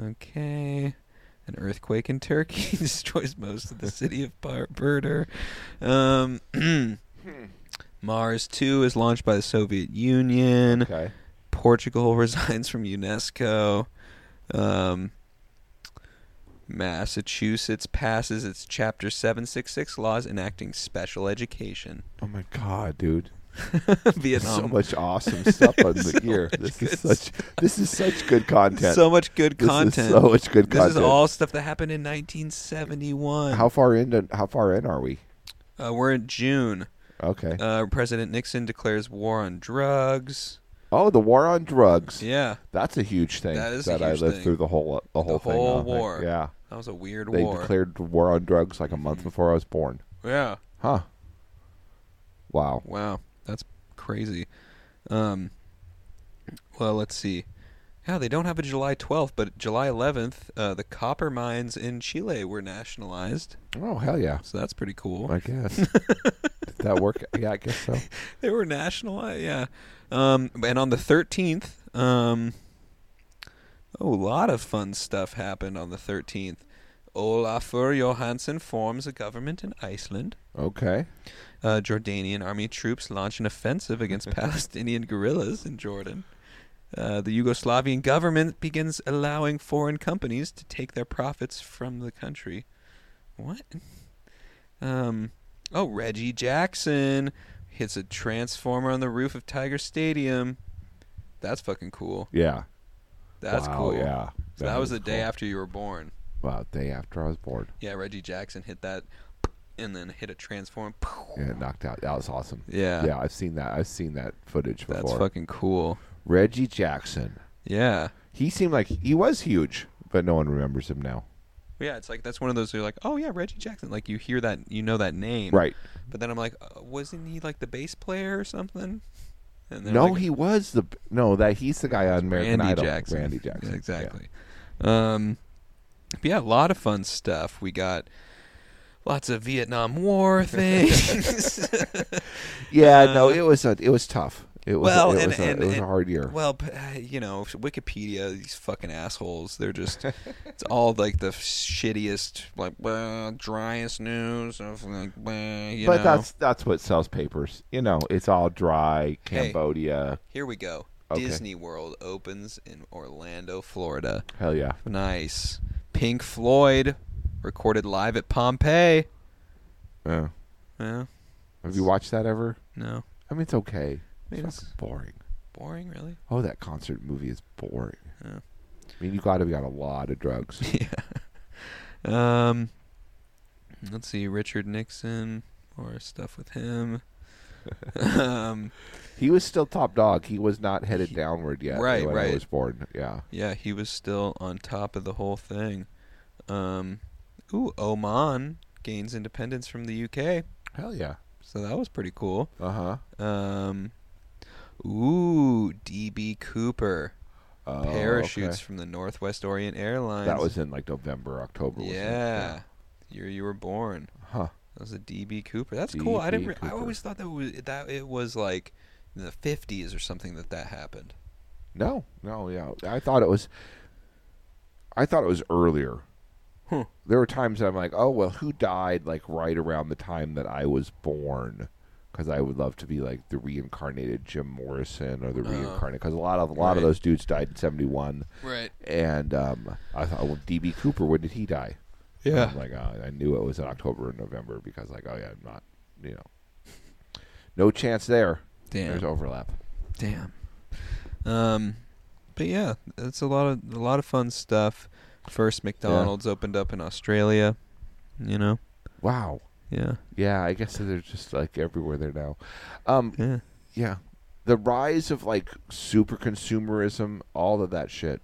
Speaker 2: Okay. An earthquake in Turkey destroys most of the city of Bar- Burdur. Um, Mars 2 is launched by the Soviet Union.
Speaker 3: Okay.
Speaker 2: Portugal resigns from UNESCO. Um, Massachusetts passes its Chapter 766 laws enacting special education.
Speaker 3: Oh my god, dude.
Speaker 2: Vietnam.
Speaker 3: so much awesome stuff on the
Speaker 2: So
Speaker 3: year.
Speaker 2: much
Speaker 3: This is
Speaker 2: good
Speaker 3: such this is such good content.
Speaker 2: So much good
Speaker 3: This is
Speaker 2: content.
Speaker 3: so much good
Speaker 2: This is
Speaker 3: content.
Speaker 2: all stuff that happened in 1971.
Speaker 3: how far into how far in are we?
Speaker 2: uh, we're in June.
Speaker 3: Okay.
Speaker 2: Uh, President Nixon declares war on drugs.
Speaker 3: oh, the war on drugs.
Speaker 2: Yeah,
Speaker 3: That's a huge thing.
Speaker 2: That is a
Speaker 3: that I
Speaker 2: huge
Speaker 3: lived
Speaker 2: thing.
Speaker 3: through the whole the whole thing.
Speaker 2: whole
Speaker 3: I think.
Speaker 2: war.
Speaker 3: Yeah.
Speaker 2: that was a weird
Speaker 3: They
Speaker 2: war. Mm-hmm.
Speaker 3: declared war on drugs like a month before I was born.
Speaker 2: yeah.
Speaker 3: Huh. Wow.
Speaker 2: Wow, that's crazy. Um, well, let's see. Yeah, they don't have a July 12th, but July 11th, uh, the copper mines in Chile were nationalized.
Speaker 3: Oh hell yeah!
Speaker 2: So that's pretty cool.
Speaker 3: I guess did that work? Yeah, I guess so.
Speaker 2: They were nationalized, yeah. Um, and on the 13th, um, oh, a lot of fun stuff happened on the 13th. Olafur Johansson forms a government in Iceland.
Speaker 3: Okay.
Speaker 2: Uh, Jordanian army troops launch an offensive against Palestinian guerrillas in Jordan. Uh, the Yugoslavian government begins allowing foreign companies to take their profits from the country. What? Um, oh, Reggie Jackson hits a transformer on the roof of Tiger Stadium. That's fucking cool.
Speaker 3: Yeah.
Speaker 2: That's
Speaker 3: Wow,
Speaker 2: cool.
Speaker 3: yeah.
Speaker 2: So that,
Speaker 3: That
Speaker 2: was
Speaker 3: is
Speaker 2: the day
Speaker 3: cool.
Speaker 2: after you were born.
Speaker 3: Wow. Day after I was born,
Speaker 2: Yeah, Reggie Jackson hit that and then hit a transform.
Speaker 3: yeah, knocked out. That was awesome.
Speaker 2: Yeah.
Speaker 3: Yeah, I've seen that. I've seen that footage before.
Speaker 2: That's fucking cool.
Speaker 3: Reggie Jackson.
Speaker 2: Yeah.
Speaker 3: He seemed like he was huge, but no one remembers him now.
Speaker 2: Yeah, it's like that's one of those you're like, oh yeah, Reggie Jackson. Like you hear that, you know that name,
Speaker 3: Right.
Speaker 2: But then I'm like, uh, wasn't he like the bass player or something? And they're
Speaker 3: No,
Speaker 2: like,
Speaker 3: he was the no that he's the guy on American
Speaker 2: Randy
Speaker 3: Idol.
Speaker 2: Jackson.
Speaker 3: Randy Jackson.
Speaker 2: Yeah,
Speaker 3: Yeah.
Speaker 2: exactly. Um, but yeah, a lot of fun stuff. We got lots of Vietnam War things.
Speaker 3: Yeah. no, it was a it was tough. It was
Speaker 2: Uh, well,
Speaker 3: it
Speaker 2: and,
Speaker 3: was, a,
Speaker 2: and,
Speaker 3: it was
Speaker 2: and-
Speaker 3: a hard year.
Speaker 2: Well, p- uh, you know, Wikipedia, these fucking assholes. They're just it's all like the shittiest, like well, driest news of like, well, you
Speaker 3: but
Speaker 2: know.
Speaker 3: that's that's what sells papers. You know, it's all dry Cambodia.
Speaker 2: Here we go.
Speaker 3: Okay.
Speaker 2: Disney World opens in Orlando, Florida.
Speaker 3: Hell yeah.
Speaker 2: Nice. Pink Floyd recorded live at Pompeii.
Speaker 3: Yeah.
Speaker 2: Well,
Speaker 3: Have you watched that ever?
Speaker 2: no.
Speaker 3: I mean, it's okay.
Speaker 2: I mean,
Speaker 3: It's
Speaker 2: it's-
Speaker 3: fucking boring.
Speaker 2: Boring, really?
Speaker 3: Oh, that concert movie is boring.
Speaker 2: Yeah.
Speaker 3: I mean, you got to be on a lot of drugs.
Speaker 2: yeah. Um, let's see. Richard Nixon. More stuff with him. um,
Speaker 3: he was still top dog. He was not headed downward yet.
Speaker 2: Right,
Speaker 3: when
Speaker 2: right.
Speaker 3: I was born. Yeah.
Speaker 2: yeah, he was still on top of the whole thing. Um, ooh, Oman gains independence from the UK.
Speaker 3: Hell yeah.
Speaker 2: So that was pretty cool.
Speaker 3: Uh huh.
Speaker 2: Um, ooh, DB Cooper
Speaker 3: Oh,
Speaker 2: parachutes
Speaker 3: okay.
Speaker 2: from the Northwest Orient Airlines.
Speaker 3: That was in like November, October.
Speaker 2: yeah,
Speaker 3: wasn't it?
Speaker 2: year you were born.
Speaker 3: Huh.
Speaker 2: That was a DB Cooper. That's cool. I
Speaker 3: DB
Speaker 2: didn't. Re- I
Speaker 3: Cooper.
Speaker 2: always thought that was that it was like in the fifties or something that that happened.
Speaker 3: No, no, yeah. I thought it was. I thought it was earlier.
Speaker 2: Huh.
Speaker 3: There were times that I'm like, oh well, who died like right around the time that I was born? Because I would love to be like the reincarnated Jim Morrison or the reincarnated. Because a lot of a lot of
Speaker 2: Uh-huh. right.
Speaker 3: those dudes died in '71,
Speaker 2: Right.
Speaker 3: and um, I thought, well, DB Cooper, when did he die?
Speaker 2: Yeah.
Speaker 3: I'm like, oh, I knew it was in October or November because, like, oh yeah, I'm not, you know, no chance there.
Speaker 2: Damn.
Speaker 3: There's overlap.
Speaker 2: Damn. Um, but yeah, it's a lot of a lot of fun stuff. First McDonald's opened up in Australia. You know.
Speaker 3: Wow.
Speaker 2: Yeah.
Speaker 3: Yeah, I guess they're just like everywhere there now. Um,
Speaker 2: Yeah.
Speaker 3: yeah, the rise of like super consumerism, all of that shit.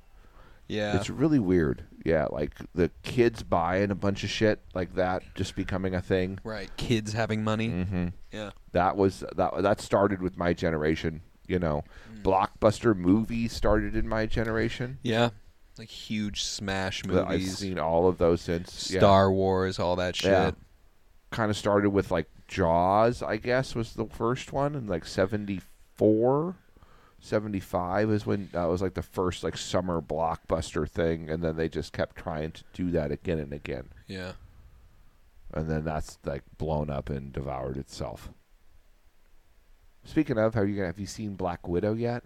Speaker 2: Yeah.
Speaker 3: It's really weird. Yeah, like the kids buying a bunch of shit like that, just becoming a thing.
Speaker 2: right. Kids having money. Mm-hmm. Yeah.
Speaker 3: That was that that started with my generation. You know,
Speaker 2: Mm.
Speaker 3: blockbuster movies started in my generation.
Speaker 2: Yeah. Like huge smash
Speaker 3: But I've
Speaker 2: movies.
Speaker 3: seen all of those since yeah.
Speaker 2: Star Wars, all that shit.
Speaker 3: Yeah. Kind of started with like Jaws, I guess, was the first one in like 74, 75 is when that was like the first like summer blockbuster thing. And then they just kept trying to do that again and again.
Speaker 2: Yeah.
Speaker 3: And then that's like blown up and devoured itself. Speaking of, have you have you seen Black Widow yet?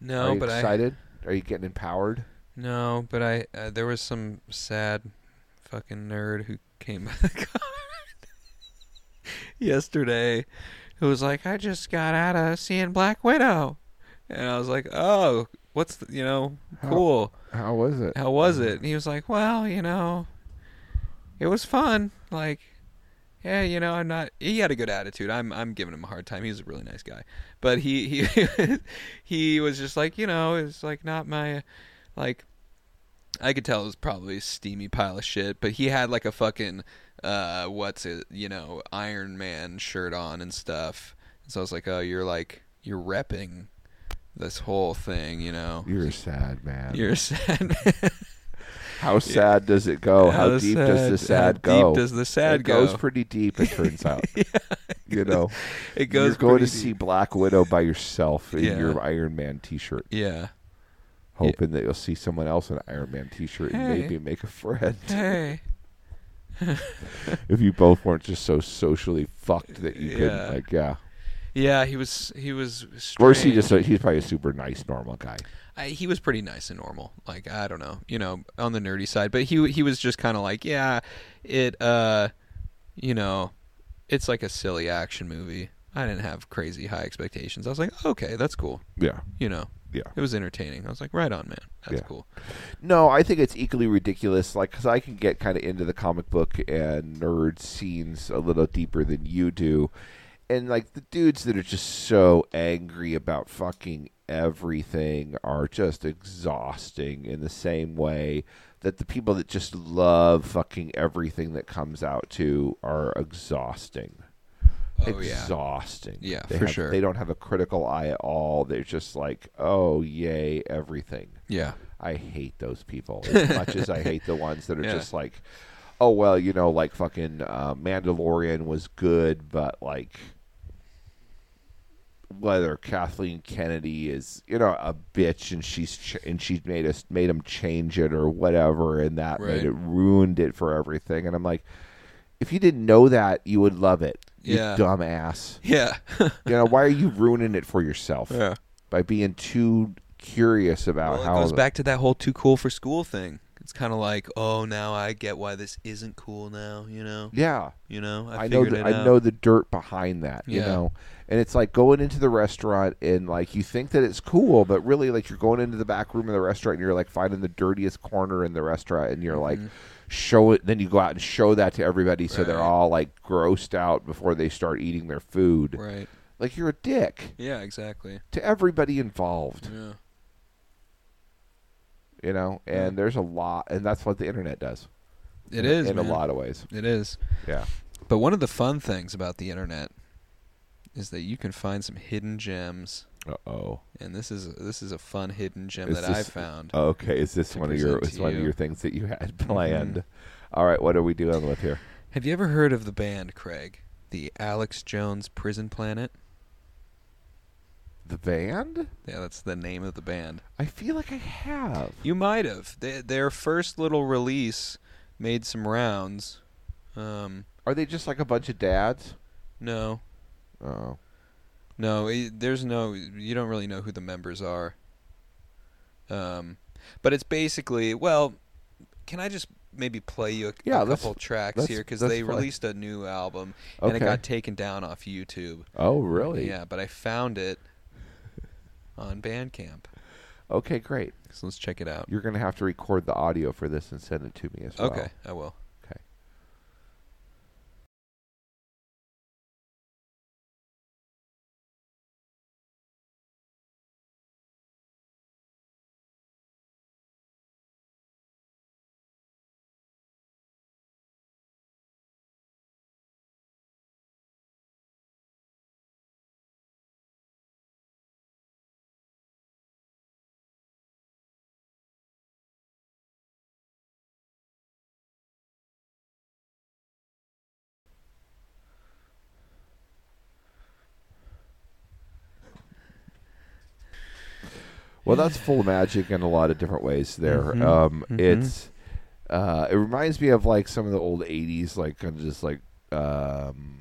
Speaker 2: No,
Speaker 3: Are you
Speaker 2: but
Speaker 3: excited? Are you getting empowered?
Speaker 2: I no, but I uh, there was some sad fucking nerd who came by the car yesterday who was like, I just got out of seeing Black Widow, and I was like, oh, what's the, you know cool.
Speaker 3: How was it?
Speaker 2: how was it? And he was like, well, you know, it was fun. Like, yeah, you know, I'm not. He had a good attitude. I'm, I'm giving him a hard time. He's a really nice guy, but he, he, he was just like, you know, it's like not my, like, I could tell it was probably a steamy pile of shit. But he had like a fucking, uh, what's it, you know, Iron Man shirt on and stuff. And so I was like, oh, you're like, you're repping this whole thing, you know.
Speaker 3: You're a sad, man.
Speaker 2: You're sad. man.
Speaker 3: How sad does it go? How,
Speaker 2: How
Speaker 3: deep does the
Speaker 2: sad- how
Speaker 3: sad go?
Speaker 2: deep does the sad
Speaker 3: it
Speaker 2: go?
Speaker 3: goes pretty deep, it turns out. You know,
Speaker 2: it goes
Speaker 3: you're going to
Speaker 2: pretty
Speaker 3: see
Speaker 2: deep.
Speaker 3: Black Widow by yourself in
Speaker 2: Yeah.
Speaker 3: your Iron Man T-shirt,
Speaker 2: Yeah.
Speaker 3: hoping that you'll see someone else in an Iron Man T-shirt and
Speaker 2: Hey.
Speaker 3: maybe make a friend.
Speaker 2: Hey.
Speaker 3: if you both weren't just so socially fucked that you
Speaker 2: Yeah.
Speaker 3: couldn't, like, yeah.
Speaker 2: Yeah, he was he was strange.
Speaker 3: Or is he just? A, he's probably a super nice, normal guy.
Speaker 2: I, he was pretty nice and normal. Like I don't know, you know, on the nerdy side, but he he was just kind of like, yeah, it uh, you know, it's like a silly action movie. I didn't have crazy high expectations. I was like, okay, that's cool.
Speaker 3: Yeah,
Speaker 2: You know,
Speaker 3: yeah.
Speaker 2: it was entertaining. I was like, right on, man. That's
Speaker 3: Yeah.
Speaker 2: cool.
Speaker 3: No, I think it's equally ridiculous. Like, because I can get kind of into the comic book and nerd scenes a little deeper than you do, and like the dudes that are just so angry about fucking everything are just exhausting in the same way that the people that just love fucking everything that comes out to are exhausting.
Speaker 2: Oh yeah.
Speaker 3: exhausting.
Speaker 2: Yeah,
Speaker 3: They
Speaker 2: for
Speaker 3: have-
Speaker 2: sure.
Speaker 3: They don't have a critical eye at all. They're just like, oh yay, everything.
Speaker 2: Yeah.
Speaker 3: I hate those people as much as I hate the ones that are
Speaker 2: Yeah.
Speaker 3: just like, oh well, you know, like fucking uh, Mandalorian was good, but like whether Kathleen Kennedy is you know a bitch and she's ch- and she's made us made him change it or whatever, and that
Speaker 2: Right.
Speaker 3: made it ruined it for everything, and I'm like. If you didn't know that, you would love it. You
Speaker 2: Yeah.
Speaker 3: dumbass.
Speaker 2: Yeah.
Speaker 3: You know, why are you ruining it for yourself?
Speaker 2: Yeah.
Speaker 3: By being too curious about
Speaker 2: Well,
Speaker 3: how
Speaker 2: it goes back to that whole too cool for school thing. It's kind of like, oh, now I get why this isn't cool now, you know?
Speaker 3: Yeah.
Speaker 2: You know?
Speaker 3: I, know
Speaker 2: figured
Speaker 3: the,
Speaker 2: it
Speaker 3: I
Speaker 2: out.
Speaker 3: know the dirt behind that, you
Speaker 2: Yeah.
Speaker 3: know. And it's like going into the restaurant and like you think that it's cool, but really like you're going into the back room of the restaurant and you're like finding the dirtiest corner in the restaurant and you're like show it then you go out and show that to everybody so they're
Speaker 2: Mm-hmm. Right.
Speaker 3: all like grossed out before they start eating their food.
Speaker 2: Right.
Speaker 3: Like you're a dick
Speaker 2: Yeah, exactly.
Speaker 3: to everybody involved,
Speaker 2: Yeah.
Speaker 3: you know. And there's a lot and that's what the internet does.
Speaker 2: It is.
Speaker 3: in
Speaker 2: man.
Speaker 3: a lot of ways.
Speaker 2: It is.
Speaker 3: Yeah.
Speaker 2: But one of the fun things about the internet is that you can find some hidden gems.
Speaker 3: Uh-oh.
Speaker 2: And this is this is a fun hidden gem
Speaker 3: Is
Speaker 2: that I
Speaker 3: this- uh, Oh,
Speaker 2: found.
Speaker 3: Okay, is this
Speaker 2: to
Speaker 3: one of your
Speaker 2: present
Speaker 3: is
Speaker 2: to
Speaker 3: one of
Speaker 2: you.
Speaker 3: your things that you Mm-hmm. had planned? All right, what are we doing with here?
Speaker 2: Have you ever heard of the band, Craig? The Alex Jones Prison Planet?
Speaker 3: The band?
Speaker 2: Yeah, that's the name of the band.
Speaker 3: I feel like I have.
Speaker 2: You might have. They, their first little release made some rounds. Um,
Speaker 3: Are they just like a bunch of dads?
Speaker 2: no,
Speaker 3: Oh,
Speaker 2: no. i there's no. You don't really know who the members are. Um, but it's basically well. Can I just maybe play you a, a
Speaker 3: Yeah, let's-
Speaker 2: couple tracks
Speaker 3: let's-
Speaker 2: here because
Speaker 3: let's
Speaker 2: they
Speaker 3: play.
Speaker 2: released a new album and it
Speaker 3: Okay.
Speaker 2: got taken down off YouTube.
Speaker 3: oh, really?
Speaker 2: Yeah, but I found it on Bandcamp.
Speaker 3: Okay, great.
Speaker 2: So let's check it out.
Speaker 3: You're gonna have to record the audio for this and send it to me as well.
Speaker 2: Okay, I will.
Speaker 3: Okay. Well, that's full of magic in a lot of different ways. There,
Speaker 2: Mm-hmm.
Speaker 3: um, it's uh, it reminds me of like some of the old '80s, like kind of just like um,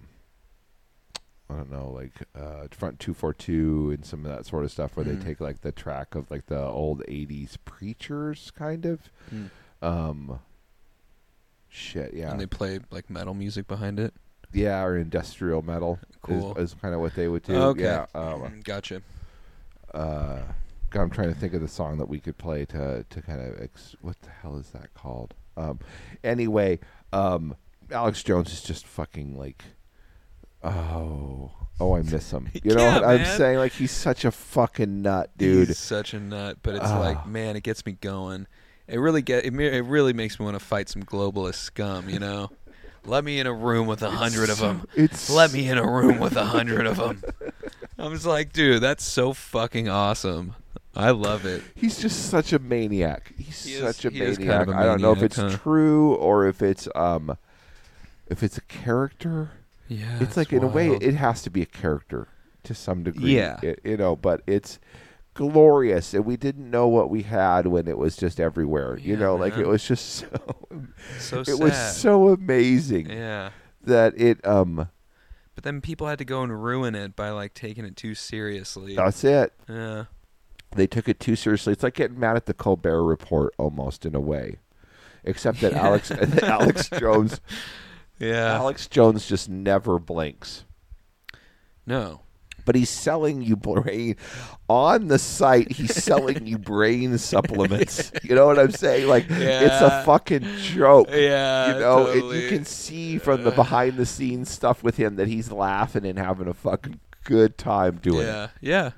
Speaker 3: I don't know, like uh, Front Two Four Two and some of that sort of stuff, where
Speaker 2: Mm-hmm.
Speaker 3: they take like the track of like the old '80s preachers, kind of.
Speaker 2: Mm.
Speaker 3: Um, shit, yeah,
Speaker 2: And they play like metal music behind it.
Speaker 3: yeah, or industrial metal. is-
Speaker 2: Cool.
Speaker 3: is, kind of what they would do.
Speaker 2: Okay. Mm,
Speaker 3: Yeah. Um,
Speaker 2: Gotcha.
Speaker 3: uh, God, I'm trying to think of the song that we could play to to kind of ex- what the hell is that called? Um, anyway, um, Alex Jones is just fucking like, oh, oh, I miss him. You know
Speaker 2: Yeah,
Speaker 3: what I'm
Speaker 2: man.
Speaker 3: saying? Like he's such a fucking nut, dude.
Speaker 2: He's such a nut, but it's
Speaker 3: Ah.
Speaker 2: like, man, it gets me going. It really get it, ma- it really makes me want to fight some globalist scum, you know? Let me in a room with a hundred of them.
Speaker 3: it's
Speaker 2: Let me in a room with a hundred of them. I was like, dude, that's so fucking awesome. I love it.
Speaker 3: He's just such a maniac. He's
Speaker 2: He is-
Speaker 3: such a
Speaker 2: he is
Speaker 3: maniac.
Speaker 2: kind of a
Speaker 3: I don't know if
Speaker 2: maniac,
Speaker 3: it's
Speaker 2: huh?
Speaker 3: true or if it's um, if it's a character.
Speaker 2: Yeah.
Speaker 3: it's like in a way, it has to be a character to some degree.
Speaker 2: Yeah.
Speaker 3: It- you know, but it's glorious, and we didn't know what we had when it was just everywhere. you
Speaker 2: Yeah,
Speaker 3: know, like
Speaker 2: man.
Speaker 3: it was just
Speaker 2: so
Speaker 3: so. it was
Speaker 2: sad.
Speaker 3: so amazing
Speaker 2: Yeah.
Speaker 3: that it um.
Speaker 2: But then people had to go and ruin it by like taking it too seriously.
Speaker 3: That's it.
Speaker 2: yeah.
Speaker 3: they took it too seriously. It's like getting mad at the Colbert Report almost in a way, except that Alex that Alex Jones
Speaker 2: Yeah.
Speaker 3: Alex Jones just never blinks.
Speaker 2: no.
Speaker 3: But he's selling you brain on the site. He's selling you brain supplements. You know what I'm saying? Like it's a
Speaker 2: Yeah.
Speaker 3: fucking joke.
Speaker 2: Yeah.
Speaker 3: you know, it-
Speaker 2: totally.
Speaker 3: you can see from the behind the scenes stuff with him that he's laughing and having a fucking good time doing it.
Speaker 2: Yeah. Yeah.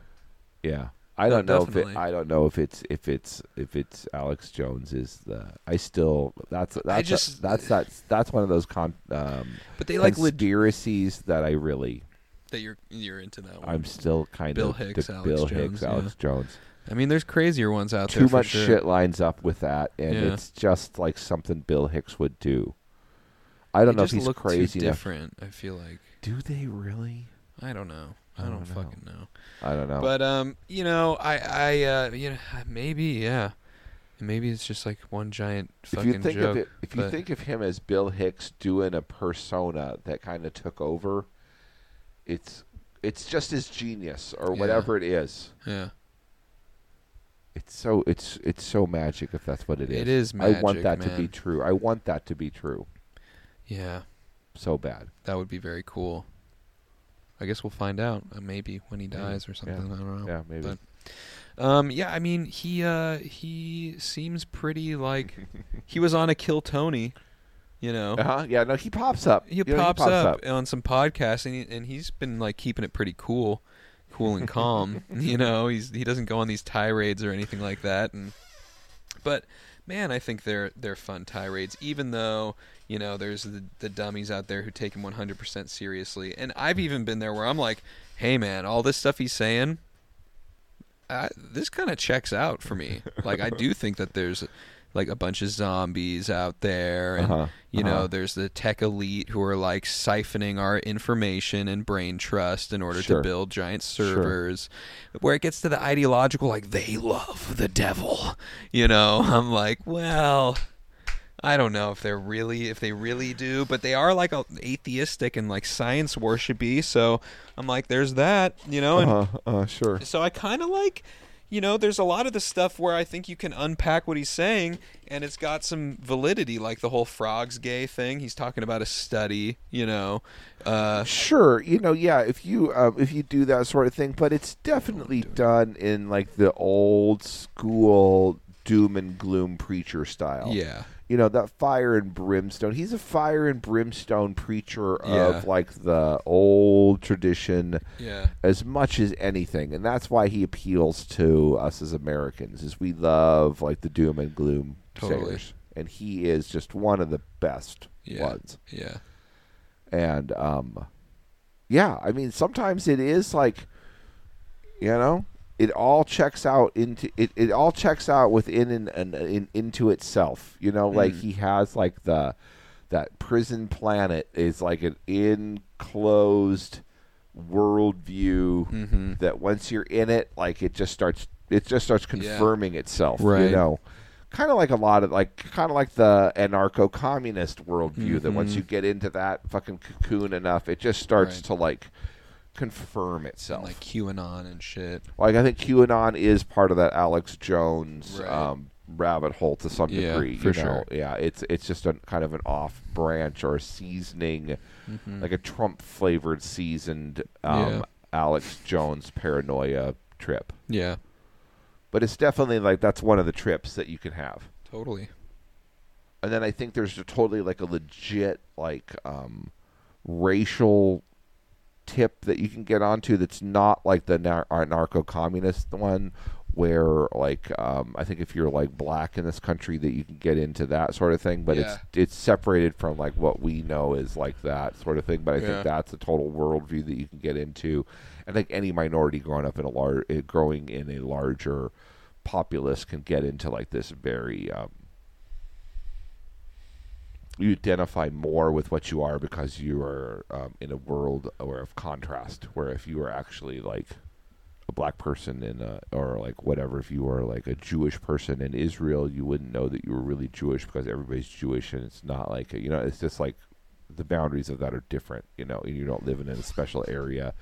Speaker 3: Yeah. I
Speaker 2: No,
Speaker 3: don't know if
Speaker 2: definitely.
Speaker 3: it, I don't know if it's if it's if it's Alex Jones is the I still that's that's
Speaker 2: just-
Speaker 3: that's that's that's one of those con um
Speaker 2: But they like legit
Speaker 3: conspiracies that I really
Speaker 2: that you're you're into that one.
Speaker 3: I'm still kind
Speaker 2: Bill
Speaker 3: of
Speaker 2: Hicks,
Speaker 3: the
Speaker 2: Alex
Speaker 3: Bill
Speaker 2: Jones,
Speaker 3: Hicks Alex Jones
Speaker 2: I mean, there's crazier ones out there.
Speaker 3: too
Speaker 2: for
Speaker 3: much
Speaker 2: sure.
Speaker 3: shit lines up with that and
Speaker 2: Yeah.
Speaker 3: it's just like something Bill Hicks would do I don't
Speaker 2: They
Speaker 3: know if
Speaker 2: just
Speaker 3: he's
Speaker 2: look too
Speaker 3: crazy enough
Speaker 2: different. I feel like
Speaker 3: do they really
Speaker 2: I don't know. I
Speaker 3: I
Speaker 2: don't,
Speaker 3: don't know.
Speaker 2: fucking know.
Speaker 3: I don't know
Speaker 2: But um, you know, I I uh, you know, maybe yeah, maybe it's just like one giant
Speaker 3: if
Speaker 2: fucking
Speaker 3: you think
Speaker 2: joke.
Speaker 3: of it, if you
Speaker 2: but-
Speaker 3: think of him as Bill Hicks doing a persona that kind of took over, it's it's just his genius or
Speaker 2: Yeah.
Speaker 3: whatever it is.
Speaker 2: yeah,
Speaker 3: It's so it's it's so magic if that's what it is.
Speaker 2: It is
Speaker 3: I want
Speaker 2: magic,
Speaker 3: that to be
Speaker 2: man.
Speaker 3: true. I want that to be true
Speaker 2: yeah,
Speaker 3: so bad.
Speaker 2: that would be very cool. I guess we'll find out uh, maybe when he dies or something. I don't know.
Speaker 3: Yeah, maybe.
Speaker 2: But- Um, yeah, I mean he uh he seems pretty like he was on a Kill Tony, you know.
Speaker 3: uh-huh. Yeah, no, he pops up.
Speaker 2: He
Speaker 3: You know,
Speaker 2: pops, up, on some podcasts, and, he, and he's been like keeping it pretty cool, cool and calm. you know, he's he doesn't go on these tirades or anything like that. And but man, I think they're they're fun tirades, even though you know there's the, the dummies out there who take him 100% seriously. And I've even been there where I'm like, hey man, all this stuff he's saying, I, this kind of checks out for me. Like I do think that there's like a bunch of zombies out there, and
Speaker 3: Uh-huh,
Speaker 2: you know
Speaker 3: uh-huh.
Speaker 2: there's the tech elite who are like siphoning our information and brain trust in order to
Speaker 3: Sure.
Speaker 2: build giant servers. Where it gets to the ideological, like they love the devil. You know, I'm like, well. I don't know if they're really if they really do, but they are like a, atheistic and like science worshipy. So I'm like, there's that, you know, and
Speaker 3: Uh, uh, sure.
Speaker 2: so I kind of like, you know, there's a lot of the stuff where I think you can unpack what he's saying, and it's got some validity, like the whole frogs gay thing. He's talking about a study, you know. Uh,
Speaker 3: Sure, you know, yeah. If you um, if you do that sort of thing, but it's definitely done in like the old school doom and gloom preacher style.
Speaker 2: yeah,
Speaker 3: you know that fire and brimstone. He's a fire and brimstone preacher
Speaker 2: Yeah.
Speaker 3: of like the old tradition
Speaker 2: yeah,
Speaker 3: as much as anything, and that's why he appeals to us as Americans, is we love like the doom and gloom
Speaker 2: Totally.
Speaker 3: sayers, and he is just one of the best
Speaker 2: yeah,
Speaker 3: ones
Speaker 2: yeah,
Speaker 3: and um yeah i mean sometimes it is like you know it all checks out into it, it all checks out within and an, in, into itself you know like he has like the that prison planet is like an enclosed worldview that once you're in it like it just starts it just starts confirming itself
Speaker 2: Right.
Speaker 3: you know kind of like a lot of like kind of like the anarcho-communist worldview that once you get into that fucking cocoon enough it just starts
Speaker 2: Mm-hmm. Right.
Speaker 3: to like confirm itself
Speaker 2: like
Speaker 3: like,
Speaker 2: QAnon and shit.
Speaker 3: i think qanon is part of that alex jones
Speaker 2: Right.
Speaker 3: um, rabbit hole to some
Speaker 2: Yeah,
Speaker 3: degree
Speaker 2: for
Speaker 3: you know?
Speaker 2: sure.
Speaker 3: yeah it's it's just a kind of an off branch or a seasoning like a trump flavored seasoned um,
Speaker 2: Mm-hmm. Yeah.
Speaker 3: alex jones paranoia trip
Speaker 2: Yeah,
Speaker 3: but it's definitely like that's one of the trips that you can have
Speaker 2: totally.
Speaker 3: and then I think there's a totally like a legit like um, racial tip that you can get onto that's not like the nar- narco communist uh, one where like um, I think if you're like black in this country that you can get into that sort of thing, but it's it's separated from like what we know is like that sort of thing. But I
Speaker 5: Yeah.
Speaker 3: think that's a total worldview that you can get into. I think any minority growing up in a large growing in a larger populace can get into like this very um, you identify more with what you are because you are um, in a world or of contrast where if you are actually like a black person in a, or like whatever if you were like a jewish person in israel you wouldn't know that you were really jewish because everybody's jewish and it's not like a, you know it's just like the boundaries of that are different you know and you don't live in a special area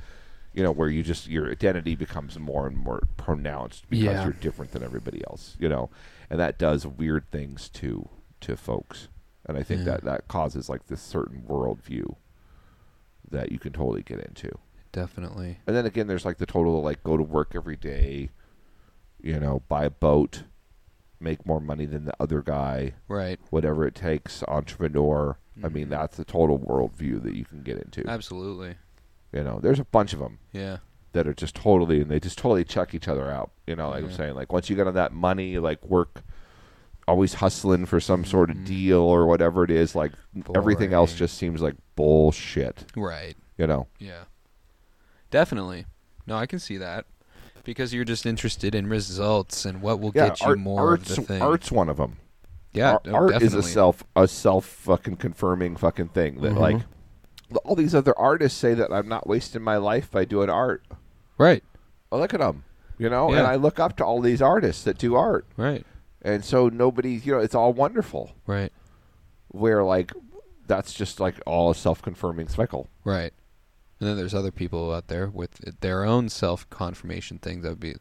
Speaker 3: you know where you just your identity becomes more and more pronounced because
Speaker 5: Yeah.
Speaker 3: you're different than everybody else you know and that does weird things to to folks and i think
Speaker 5: Yeah.
Speaker 3: that that causes like this certain worldview that you can totally get into
Speaker 2: Definitely.
Speaker 3: and then again, there's like the total like go to work every day, you know, buy a boat, make more money than the other guy,
Speaker 2: Right.
Speaker 3: whatever it takes, entrepreneur. I mean,
Speaker 2: Mm-hmm.
Speaker 3: that's the total worldview that you can get into.
Speaker 2: Absolutely.
Speaker 3: You know, there's a bunch of them
Speaker 2: Yeah.
Speaker 3: that are just totally and they just totally check each other out. You know, like I'm
Speaker 2: Yeah.
Speaker 3: saying, like once you get on that money, like work, always hustling for some sort of deal or whatever it is, like everything else
Speaker 2: Mm-hmm. Boring.
Speaker 3: just seems like bullshit.
Speaker 2: Right.
Speaker 3: You know,
Speaker 2: Yeah. Definitely. No, I can see that. Because you're just interested in results and what will get you
Speaker 3: art-
Speaker 2: more
Speaker 3: arts,
Speaker 2: of the thing.
Speaker 3: art's one of them.
Speaker 2: yeah,
Speaker 3: Ar-
Speaker 2: no,
Speaker 3: art
Speaker 2: definitely. Mm-hmm.
Speaker 3: is a self a self fucking confirming fucking thing that like all these other artists say that I'm not wasting my life by doing art.
Speaker 2: Right.
Speaker 3: Well, look at them, you know,
Speaker 2: Yeah.
Speaker 3: and I look up to all these artists that do art,
Speaker 2: Right.
Speaker 3: and so nobody, you know, it's all wonderful.
Speaker 2: Right.
Speaker 3: Where like that's just like all a self confirming cycle.
Speaker 2: Right. And then there's other people out there with their own self confirmation things that would be,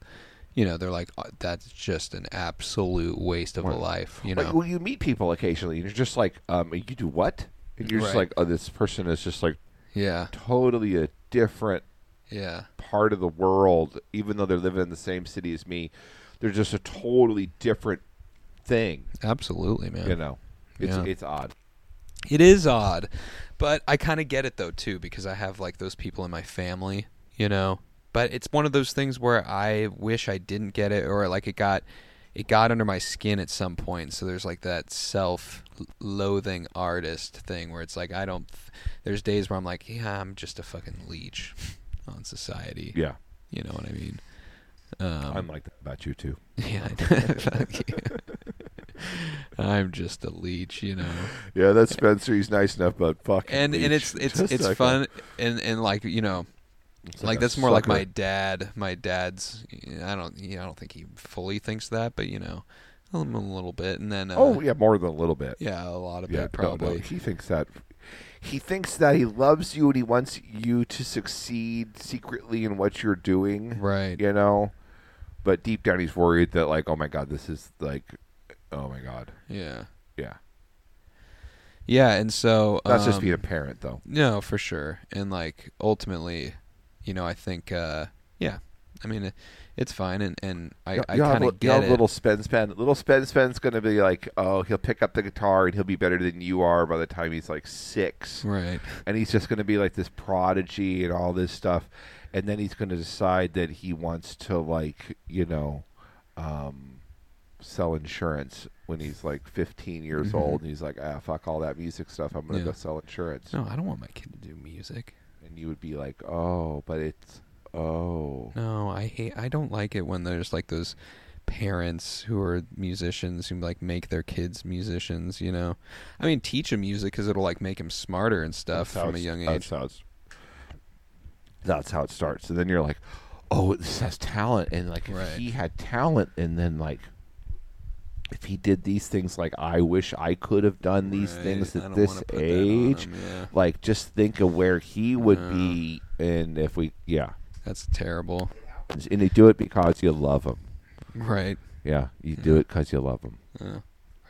Speaker 2: you know, they're like, "Uh, that's just an absolute waste of a life, you know?
Speaker 3: Like, well, you meet people occasionally, and you're just like, um, you do what? And you're just
Speaker 2: Right.
Speaker 3: like, oh, this person is just like
Speaker 2: yeah.
Speaker 3: totally a different
Speaker 2: Yeah.
Speaker 3: part of the world, even though they're living in the same city as me, they're just a totally different thing.
Speaker 2: Absolutely, man.
Speaker 3: You know, it's
Speaker 2: Yeah.
Speaker 3: it's odd.
Speaker 2: It is odd, but I kind of get it though too because I have like those people in my family, you know. But it's one of those things where I wish I didn't get it or like it got it got under my skin at some point. So there's like that self-loathing artist thing where it's like I don't there's days where I'm like, yeah, I'm just a fucking leech on society.
Speaker 3: Yeah,
Speaker 2: You know what I mean? Um,
Speaker 3: I'm like that about you too.
Speaker 2: yeah, I- fuck you. I'm just a leech, you know.
Speaker 3: Yeah, that's Spencer. He's nice enough, but fuck.
Speaker 2: and and it's it's it's fun uh, and and like you know like, that's more like my dad my dad's I don't you know, I don't think he fully thinks that but you know a little, a little bit and then uh,
Speaker 3: oh yeah, more than a little bit.
Speaker 2: yeah a lot of
Speaker 3: Yeah,
Speaker 2: it
Speaker 3: no, no,
Speaker 2: probably
Speaker 3: he thinks that. He thinks that he loves you and he wants you to succeed secretly in what you're doing.
Speaker 2: right
Speaker 3: you know but deep down he's worried that like oh my god this is like oh my god
Speaker 2: yeah
Speaker 3: yeah
Speaker 2: yeah and so
Speaker 3: that's just
Speaker 2: um,
Speaker 3: being a parent though
Speaker 2: No, for sure. And like ultimately, you know, I think uh yeah. I mean, it- it's fine and and I I
Speaker 3: You'll have
Speaker 2: kind
Speaker 3: li-
Speaker 2: of get
Speaker 3: you'll have
Speaker 2: it.
Speaker 3: little Spence Pen. Little Spence Pen's going to be like, oh, he'll pick up the guitar and he'll be better than you are by the time he's like six.
Speaker 2: right.
Speaker 3: And he's just going to be like this prodigy and all this stuff. And then he's going to decide that he wants to, like, you know, um, sell insurance when he's like 15 years old. And he's like, ah, fuck all that music stuff. I'm going
Speaker 2: Mm-hmm.
Speaker 3: to
Speaker 2: Yeah.
Speaker 3: go sell insurance.
Speaker 2: No, I don't want my kid to do music.
Speaker 3: And you would be like, oh, but it's, oh.
Speaker 2: No, I hate. I don't like it when there's like those parents who are musicians who like make their kids musicians. You know, I mean, teach them music because it'll like make them smarter and stuff from a
Speaker 3: it's-
Speaker 2: young
Speaker 3: That's
Speaker 2: age.
Speaker 3: how, it's, that's how it starts. And then you're like, oh, this has talent. And like, if
Speaker 2: Right.
Speaker 3: he had talent, and then like, if he did these things, like, I wish I could have done these
Speaker 2: Right,
Speaker 3: things
Speaker 2: I
Speaker 3: at
Speaker 2: don't
Speaker 3: this
Speaker 2: wanna put that on
Speaker 3: age.
Speaker 2: him, yeah. Uh-huh.
Speaker 3: Like, just think of where he would be. And if we, yeah.
Speaker 2: That's terrible,
Speaker 3: And you do it because you love him.
Speaker 2: right?
Speaker 3: Yeah. You do it because you love him.
Speaker 2: Or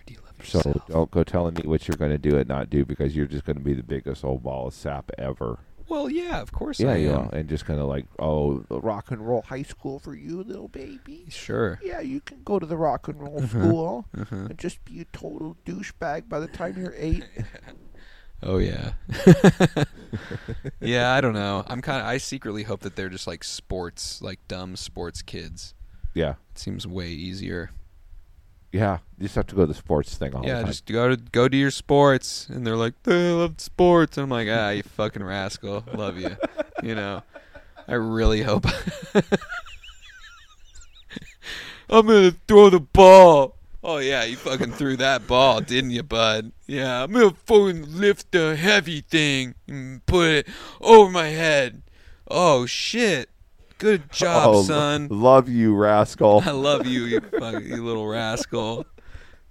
Speaker 2: do you love
Speaker 3: So
Speaker 2: yourself?
Speaker 3: don't go telling me what you're going to do and not do because you're just going to be the biggest old ball of sap ever.
Speaker 2: well, yeah, of course
Speaker 3: Yeah,
Speaker 2: I
Speaker 3: you
Speaker 2: am.
Speaker 3: are. And just kind of like, oh, the rock and roll high school for you, little baby.
Speaker 2: Sure.
Speaker 3: Yeah, you can go to the rock and roll
Speaker 2: Mm-hmm.
Speaker 3: school and just be a total douchebag by the time you're eight.
Speaker 2: Oh yeah. yeah, I don't know. I'm kind of. I secretly hope that they're just like sports, like dumb sports kids.
Speaker 3: Yeah.
Speaker 2: It seems way easier.
Speaker 3: Yeah. You just have to go to the sports thing all the
Speaker 2: Yeah,
Speaker 3: time.
Speaker 2: just go to go to your sports, and they're like, "They love sports," and I'm like, "Ah, you fucking rascal, love you." You know, I really hope I'm gonna throw the ball. Oh yeah, you fucking threw that ball, didn't you, bud? Yeah, I'm gonna fucking lift the heavy thing and put it over my head. Oh shit, good job,
Speaker 3: Oh, lo-
Speaker 2: son.
Speaker 3: Love you, rascal.
Speaker 2: I love you, you, fuck, you little rascal.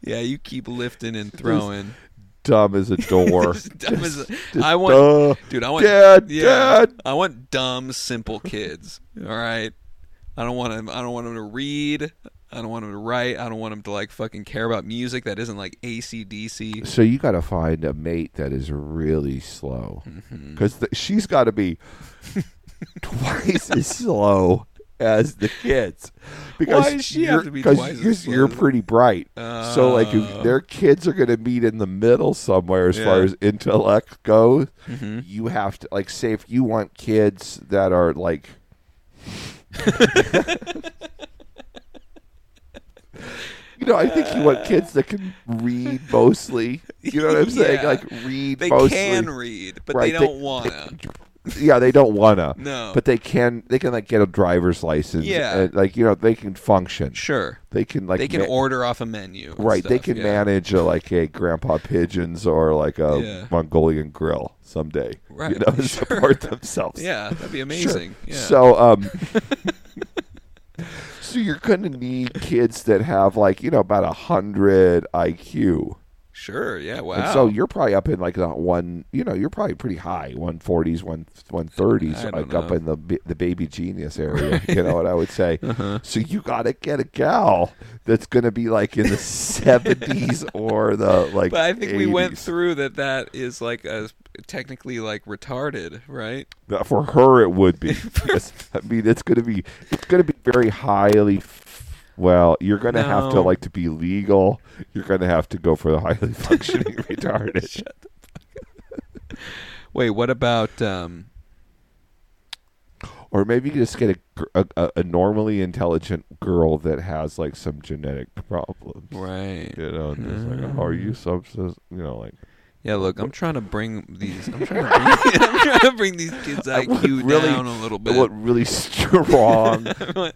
Speaker 2: Yeah, you keep lifting and throwing.
Speaker 3: dumb as a door.
Speaker 2: Just dumb as a-
Speaker 3: just
Speaker 2: I want,
Speaker 3: duh.
Speaker 2: dude. I want,
Speaker 3: Dad,
Speaker 2: yeah,
Speaker 3: Dad.
Speaker 2: I want dumb, simple kids. All right. I don't want them. I don't want them to read. I don't want them to write. I don't want them to like fucking care about music that isn't like ACDC.
Speaker 3: So you got to find a mate that is really slow,
Speaker 2: Mm-hmm.
Speaker 3: because she's got to be twice as slow as the kids. Because
Speaker 2: Why does she have
Speaker 3: you're-
Speaker 2: to be
Speaker 3: 'cause
Speaker 2: twice as
Speaker 3: you're,
Speaker 2: slow? Oh.
Speaker 3: you're pretty bright, so like if their kids are going to meet in the middle somewhere as far
Speaker 2: Yeah. Mm-hmm.
Speaker 3: as intellect goes. You have to like say if you want kids that are like. You know, I think you want kids that can read mostly. You know what I'm saying?
Speaker 2: Yeah.
Speaker 3: Like read
Speaker 2: They
Speaker 3: mostly.
Speaker 2: can read, but
Speaker 3: Right,
Speaker 2: they
Speaker 3: they-
Speaker 2: don't wanna.
Speaker 3: Yeah, they don't wanna.
Speaker 2: No.
Speaker 3: but they can. They can like get a driver's license.
Speaker 2: Yeah.
Speaker 3: and, like you know, they can function.
Speaker 2: sure,
Speaker 3: They can like
Speaker 2: they can
Speaker 3: ma-
Speaker 2: order off a menu. and
Speaker 3: Right, they
Speaker 2: stuff,
Speaker 3: can
Speaker 2: yeah.
Speaker 3: manage a, like a grandpa pigeons or like a
Speaker 2: Yeah.
Speaker 3: Mongolian grill someday. you
Speaker 2: Right,
Speaker 3: know,
Speaker 2: sure.
Speaker 3: support themselves.
Speaker 2: Yeah, that'd be
Speaker 3: Sure.
Speaker 2: amazing. Yeah.
Speaker 3: So um So you're gonna need kids that have like, you know, about a hundred IQ.
Speaker 2: sure, yeah, wow.
Speaker 3: And so you're probably up in like the one you know, you're probably pretty high, one forties, one one thirties,
Speaker 2: I don't
Speaker 3: like up
Speaker 2: know.
Speaker 3: in the ba- the baby genius area, you know what I would say.
Speaker 2: Uh-huh.
Speaker 3: So you gotta get a gal that's gonna be like in the seventies or the like
Speaker 2: But I think we went
Speaker 3: 80s.
Speaker 2: through that that is like a technically like retarded, right?
Speaker 3: Uh, for her it would be Yes. i mean it's going to be it's going to be very highly f- well you're going to have to
Speaker 2: No.
Speaker 3: like to be legal you're going to have to go for the highly functioning retarded
Speaker 2: Wait, what about um
Speaker 3: or maybe you just get a, gr- a, a- a normally intelligent girl that has like some genetic problems
Speaker 2: right. Mm.
Speaker 3: you know and just like "Oh, are you substance you know like
Speaker 2: Yeah, look, I'm trying to bring these I'm trying to bring, I'm trying to bring these kids
Speaker 3: want
Speaker 2: IQ
Speaker 3: really-
Speaker 2: down a little
Speaker 3: I
Speaker 2: bit.
Speaker 3: want really strong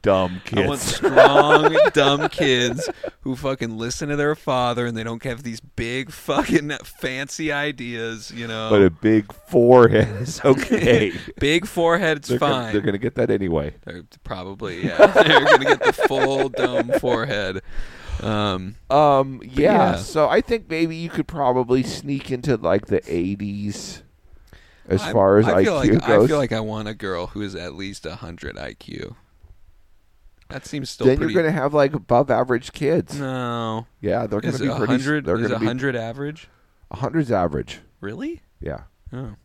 Speaker 3: dumb
Speaker 2: I want
Speaker 3: kids
Speaker 2: strong, dumb kids who fucking listen to their father and they don't have these big fucking fancy ideas, you know.
Speaker 3: but a big forehead is okay
Speaker 2: big forehead's
Speaker 3: They're gonna-
Speaker 2: fine.
Speaker 3: they're going to get that anyway
Speaker 2: They're probably yeah. They're gonna get the full dome forehead. Um,
Speaker 3: Um, yeah,
Speaker 2: yeah.
Speaker 3: So I think maybe you could probably sneak into like the eighties as
Speaker 2: I-
Speaker 3: far as
Speaker 2: I feel
Speaker 3: IQ
Speaker 2: like,
Speaker 3: goes.
Speaker 2: I feel like I want a girl who is at least hundred IQ. That seems still
Speaker 3: then
Speaker 2: pretty.
Speaker 3: you're gonna have like above average kids.
Speaker 2: no.
Speaker 3: Yeah, they're gonna
Speaker 2: Is
Speaker 3: be
Speaker 2: a
Speaker 3: pretty.
Speaker 2: hundred
Speaker 3: They're
Speaker 2: is
Speaker 3: gonna
Speaker 2: a
Speaker 3: be
Speaker 2: hundred average?
Speaker 3: hundreds average.
Speaker 2: Really?
Speaker 3: Yeah.
Speaker 2: Oh.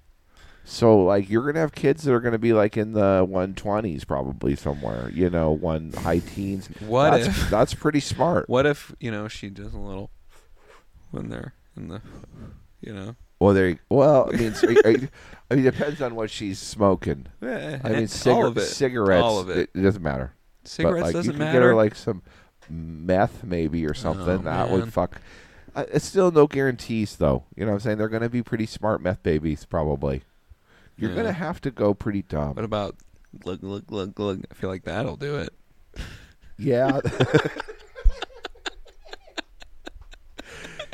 Speaker 3: So like you're gonna have kids that are gonna be like in the one twenties probably somewhere. You know, one high teens.
Speaker 2: What
Speaker 3: that's,
Speaker 2: if-
Speaker 3: that's pretty smart.
Speaker 2: What if you know she does a little when they're in the, you know.
Speaker 3: Well, there. You, well, I mean, so- I, I mean, it depends on what she's smoking.
Speaker 2: eh,
Speaker 3: I mean,
Speaker 2: all of
Speaker 3: cigar-
Speaker 2: it.
Speaker 3: cigarettes.
Speaker 2: All of it.
Speaker 3: It doesn't matter.
Speaker 2: Cigarettes
Speaker 3: but, like,
Speaker 2: doesn't
Speaker 3: you could
Speaker 2: matter.
Speaker 3: Get her like some meth maybe or something.
Speaker 2: Oh,
Speaker 3: that
Speaker 2: man.
Speaker 3: would fuck. Uh, it's still no guarantees though. You know what I'm saying? They're going to be pretty smart meth babies probably. You're
Speaker 2: Yeah.
Speaker 3: going to have to go pretty dumb.
Speaker 2: what about look look look look? I feel like that'll do it.
Speaker 3: yeah.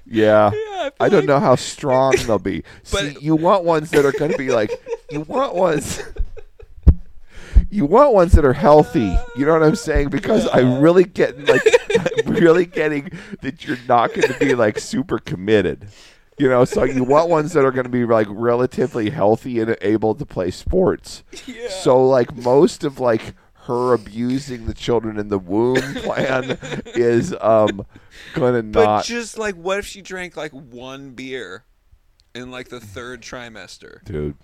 Speaker 3: yeah. I don't know how strong they'll be.
Speaker 2: But-
Speaker 3: See, you want ones that are going to be like you want ones. You want ones that are healthy. You know what I'm saying? Because I'm really getting like I'm really getting that you're not going to be like super committed. You know, so you want ones that are going to be like relatively healthy and able to play sports. So like most of like her abusing the children in the womb plan is um going to
Speaker 2: But
Speaker 3: not
Speaker 2: just like, what if she drank like one beer in like the third trimester?
Speaker 3: dude.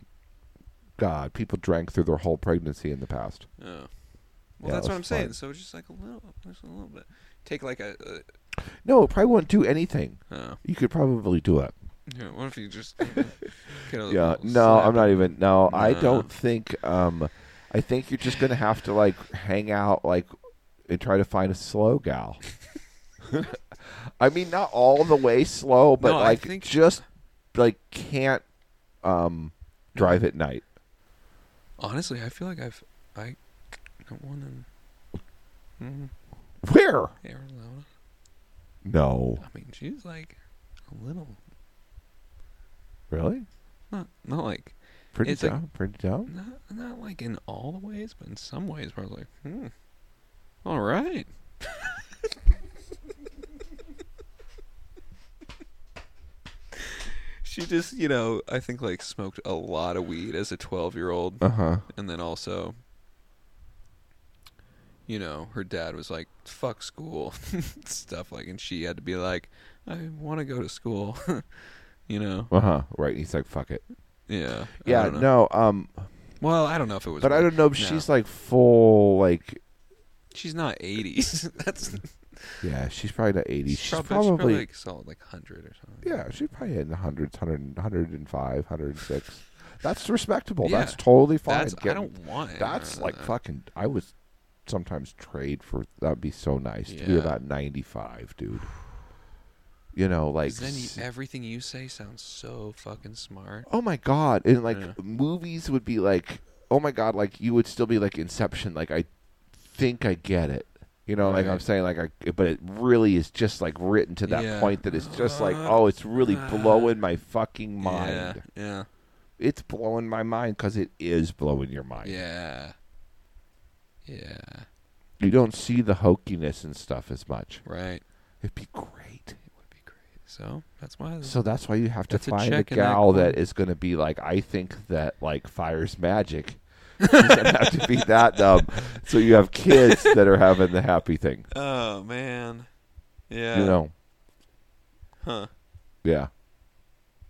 Speaker 3: God, people drank through their whole pregnancy in the past.
Speaker 2: Oh, well,
Speaker 3: Yeah,
Speaker 2: that's what
Speaker 3: that's
Speaker 2: I'm saying.
Speaker 3: fine.
Speaker 2: So just like a little, just a little bit. Take like a. a
Speaker 3: No, it probably wouldn't do anything.
Speaker 2: oh,
Speaker 3: You could probably do it.
Speaker 2: yeah, what if you just? get a
Speaker 3: Yeah.
Speaker 2: little
Speaker 3: No,
Speaker 2: slap.
Speaker 3: I'm not even. No, I
Speaker 2: Nah.
Speaker 3: don't think. Um, I think you're just gonna have to like hang out like and try to find a slow gal. I mean, not all the way slow, but
Speaker 2: No, I
Speaker 3: like
Speaker 2: think-
Speaker 3: just like can't um, drive at night.
Speaker 2: Honestly, I feel like I've I don't want to
Speaker 3: Where?
Speaker 2: Arizona.
Speaker 3: No,
Speaker 2: I mean, she's like a little
Speaker 3: really,
Speaker 2: not not like
Speaker 3: pretty
Speaker 2: It's like-
Speaker 3: dumb, pretty dumb.
Speaker 2: not not like in all the ways, but in some ways where I was like, hmm, all right. she just, you know, I think like smoked a lot of weed as a twelve-year-old,
Speaker 3: Uh huh.
Speaker 2: and then also, you know, her dad was like, "Fuck school," stuff like, and she had to be like, "I want to go to school," you know.
Speaker 3: Uh huh. Right. He's like, fuck it.
Speaker 2: Yeah. I
Speaker 3: Yeah.
Speaker 2: don't know.
Speaker 3: No. Um.
Speaker 2: Well, I don't know if it was.
Speaker 3: But I
Speaker 2: like-
Speaker 3: don't know if
Speaker 2: no.
Speaker 3: she's like full like
Speaker 2: She's not 80s. That's
Speaker 3: Yeah, she's probably not 80. She's,
Speaker 2: she's
Speaker 3: probably,
Speaker 2: probably, she's probably like solid like 100 or something.
Speaker 3: yeah, she's probably in the hundreds, 100, 105, 106. That's respectable.
Speaker 2: Yeah.
Speaker 3: That's totally fine.
Speaker 2: That's I
Speaker 3: Get-
Speaker 2: don't want.
Speaker 3: That's
Speaker 2: uh,
Speaker 3: like fucking. I was sometimes trade for. That'd be so nice to be
Speaker 2: Yeah.
Speaker 3: about 95, dude. You know, like
Speaker 2: 'cause Then you,
Speaker 3: s-
Speaker 2: everything you say sounds so fucking smart.
Speaker 3: oh my god, and like
Speaker 2: Yeah.
Speaker 3: movies would be like oh my god, like you would still be like Inception. Like I think I get it. You know, like I'm
Speaker 2: Right.
Speaker 3: saying, like I, but it really is just like written to that
Speaker 2: Yeah. Uh,
Speaker 3: point that it's just like, oh, it's really blowing Oh my fucking mind.
Speaker 2: Yeah.
Speaker 3: It's blowing my mind because it is blowing your mind.
Speaker 2: Yeah. Yeah. Yeah.
Speaker 3: You don't see the hokiness and stuff as much.
Speaker 2: Right.
Speaker 3: It'd be great.
Speaker 2: It would be great. So that's why.
Speaker 3: So that's why you have to
Speaker 2: That's a
Speaker 3: find a,
Speaker 2: check in that
Speaker 3: gal that
Speaker 2: corner.
Speaker 3: is going to be like, I think that like fires magic. She's going to have to be that dumb. So you have kids that are having the happy thing.
Speaker 2: oh man. Yeah.
Speaker 3: you know,
Speaker 2: Huh.
Speaker 3: yeah.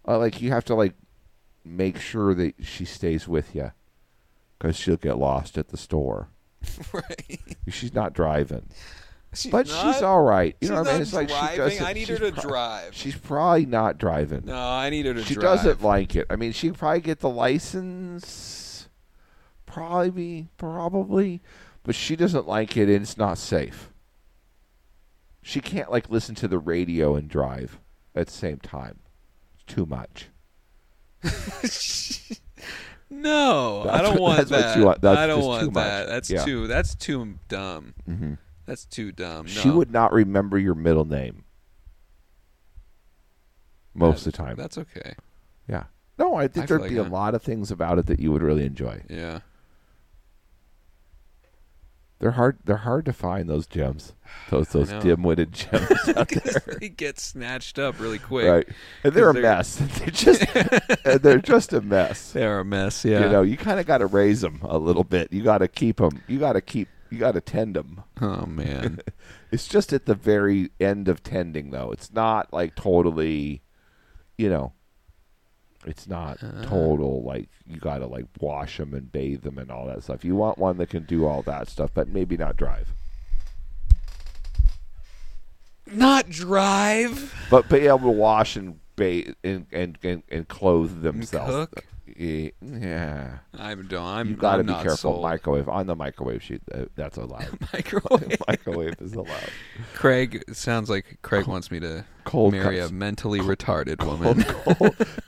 Speaker 3: Uh, like you have to like make sure that she stays with you because she'll get lost at the store.
Speaker 2: right.
Speaker 3: She's not driving,
Speaker 2: She's
Speaker 3: but
Speaker 2: not,
Speaker 3: she's all right. You know
Speaker 2: she's
Speaker 3: what I mean?
Speaker 2: not
Speaker 3: It's like she
Speaker 2: driving.
Speaker 3: doesn't.
Speaker 2: I need her
Speaker 3: she's
Speaker 2: to
Speaker 3: pro-
Speaker 2: drive.
Speaker 3: She's probably not driving.
Speaker 2: no, I need her to
Speaker 3: she
Speaker 2: drive.
Speaker 3: doesn't like it. I mean, she probably get the license, probably, be- probably, but she doesn't like it, and it's not safe. She can't like listen to the radio and drive at the same time. It's too much.
Speaker 2: No, I
Speaker 3: That's
Speaker 2: don't
Speaker 3: what-
Speaker 2: want
Speaker 3: that's what
Speaker 2: that.
Speaker 3: you want. That's
Speaker 2: I don't
Speaker 3: just
Speaker 2: want
Speaker 3: too much.
Speaker 2: that. That's
Speaker 3: Yeah.
Speaker 2: too. That's too dumb.
Speaker 3: Mhm.
Speaker 2: That's too dumb. No.
Speaker 3: She would not remember your middle name most of the time.
Speaker 2: That's okay.
Speaker 3: Yeah. No, I think
Speaker 2: I feel
Speaker 3: there'd
Speaker 2: like
Speaker 3: be a
Speaker 2: that.
Speaker 3: lot of things about it that you would really enjoy.
Speaker 2: Yeah.
Speaker 3: They're hard. They're hard to find those gems, those those
Speaker 2: know.
Speaker 3: dim-witted gems.
Speaker 2: they get snatched up really quick.
Speaker 3: right and they're a
Speaker 2: 'Cause they're-
Speaker 3: mess they're just and they're just a mess
Speaker 2: They're a mess. Yeah.
Speaker 3: you know you kind of got to raise them a little bit you got to keep them you got to keep you got to tend them
Speaker 2: oh man.
Speaker 3: it's just at the very end of tending though it's not like totally you know it's not
Speaker 2: Uh.
Speaker 3: total like you got to like wash them and bathe them and all that stuff you want one that can do all that stuff but maybe not drive
Speaker 2: Not drive.
Speaker 3: but be able to wash and bathe and and and, and clothe themselves
Speaker 2: cook?
Speaker 3: Eh, yeah
Speaker 2: I'm don't. I'm.
Speaker 3: You got to
Speaker 2: I'm
Speaker 3: be
Speaker 2: not
Speaker 3: careful.
Speaker 2: sold.
Speaker 3: Microwave on the microwave sheet. Uh, that's allowed.
Speaker 2: Microwave.
Speaker 3: microwave is allowed.
Speaker 2: Craig it sounds like Craig wants me to
Speaker 3: Cold
Speaker 2: marry
Speaker 3: cuts.
Speaker 2: a mentally retarded woman.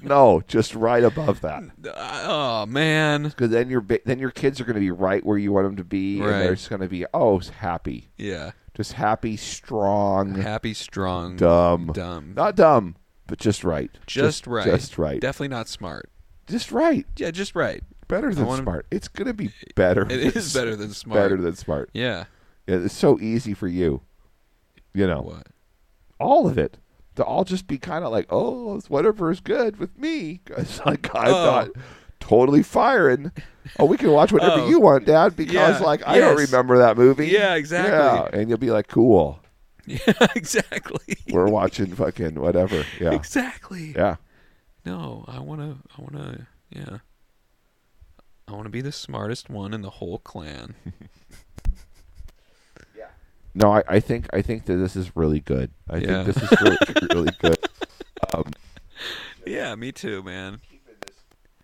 Speaker 3: no, just right above that.
Speaker 2: oh man.
Speaker 3: Because then your ba- then your kids are going to be right where you want them to be, and they're
Speaker 2: Right.
Speaker 3: just going to be oh s- happy,
Speaker 2: Yeah.
Speaker 3: just happy, strong,
Speaker 2: Happy, strong,
Speaker 3: dumb,
Speaker 2: dumb.
Speaker 3: not dumb, but just right,
Speaker 2: just, right.
Speaker 3: just right,
Speaker 2: Definitely not smart.
Speaker 3: just right.
Speaker 2: Yeah, just right.
Speaker 3: Better than
Speaker 2: wanna-
Speaker 3: smart. It's going to be better.
Speaker 2: It
Speaker 3: than
Speaker 2: is better than smart.
Speaker 3: better than smart.
Speaker 2: yeah.
Speaker 3: Yeah, It's so easy for you. You know
Speaker 2: What?
Speaker 3: all of it to all just be kind of like, oh, it's whatever is good with me. It's like I'm
Speaker 2: Oh.
Speaker 3: not totally firing. Oh, we can watch whatever
Speaker 2: Oh.
Speaker 3: you want, Dad, because
Speaker 2: Yeah,
Speaker 3: like I don't
Speaker 2: yes.
Speaker 3: remember that movie.
Speaker 2: Yeah, exactly.
Speaker 3: Yeah, and you'll be like, cool,
Speaker 2: Yeah, exactly.
Speaker 3: we're watching fucking whatever. Yeah,
Speaker 2: Exactly.
Speaker 3: yeah,
Speaker 2: No, I want to I want to yeah. I want to be the smartest one in the whole clan.
Speaker 3: No, I, I think I think that this is really good. I
Speaker 2: Yeah.
Speaker 3: think this is really, really good.
Speaker 2: yeah, me too, man.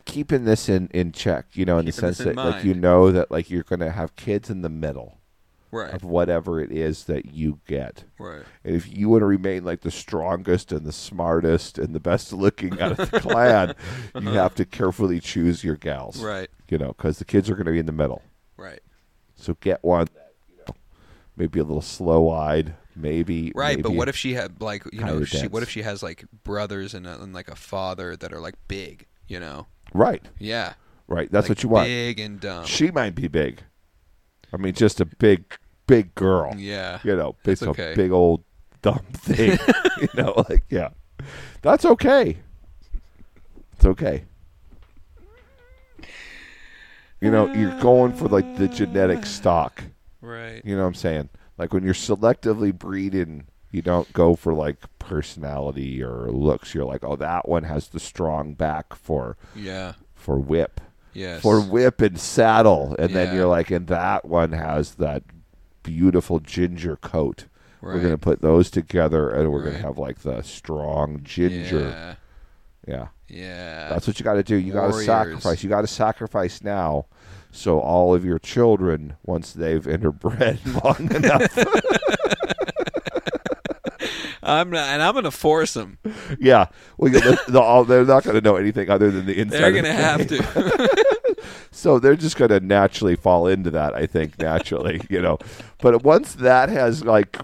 Speaker 3: Keeping this in in check, you know, in
Speaker 2: Keeping
Speaker 3: the sense
Speaker 2: this in
Speaker 3: that like
Speaker 2: mind.
Speaker 3: you know that like you're gonna have kids in the middle.
Speaker 2: Right.
Speaker 3: of whatever it is that you get.
Speaker 2: Right.
Speaker 3: And if you want to remain like the strongest and the smartest and the best looking out of the clan, you have to carefully choose your gals.
Speaker 2: Right.
Speaker 3: You know, because the kids are going to be in the middle.
Speaker 2: Right.
Speaker 3: So get one that, you know, maybe a little slow eyed, maybe.
Speaker 2: Right, but
Speaker 3: maybe-
Speaker 2: what if she had like you know
Speaker 3: Higher
Speaker 2: she, what
Speaker 3: depth.
Speaker 2: if she has like brothers and, a, and like a father that are like big, you know?
Speaker 3: Right,
Speaker 2: Yeah,
Speaker 3: right. That's
Speaker 2: like,
Speaker 3: what you want.
Speaker 2: Big and dumb.
Speaker 3: She might be big. I mean, just a big, big girl.
Speaker 2: Yeah.
Speaker 3: You know, big, some
Speaker 2: okay.
Speaker 3: big old dumb thing. you know, like, yeah. That's okay. It's okay. You know, you're going for like the genetic stock.
Speaker 2: Right.
Speaker 3: You know what I'm saying? Like when you're selectively breeding, you don't go for like personality or looks. You're like, oh, that one has the strong back for
Speaker 2: Yeah.
Speaker 3: for whip,
Speaker 2: Yes.
Speaker 3: for whip and saddle, and
Speaker 2: Yeah.
Speaker 3: then you're like, and that one has that beautiful ginger coat. We're
Speaker 2: Right.
Speaker 3: gonna put those together, and we're
Speaker 2: Right.
Speaker 3: gonna have like the strong ginger.
Speaker 2: Yeah.
Speaker 3: yeah.
Speaker 2: Yeah.
Speaker 3: That's what you got to do. You got to
Speaker 2: Warriors.
Speaker 3: sacrifice. You got to sacrifice now, so all of your children, once they've interbred long enough,
Speaker 2: I'm not, and I'm gonna force them.
Speaker 3: yeah, well, you- they'll all- they're not going to know anything other than the inside.
Speaker 2: They're
Speaker 3: of the
Speaker 2: gonna have
Speaker 3: cave.
Speaker 2: to.
Speaker 3: So they're just going to naturally fall into that. I think naturally, you know. But once that has like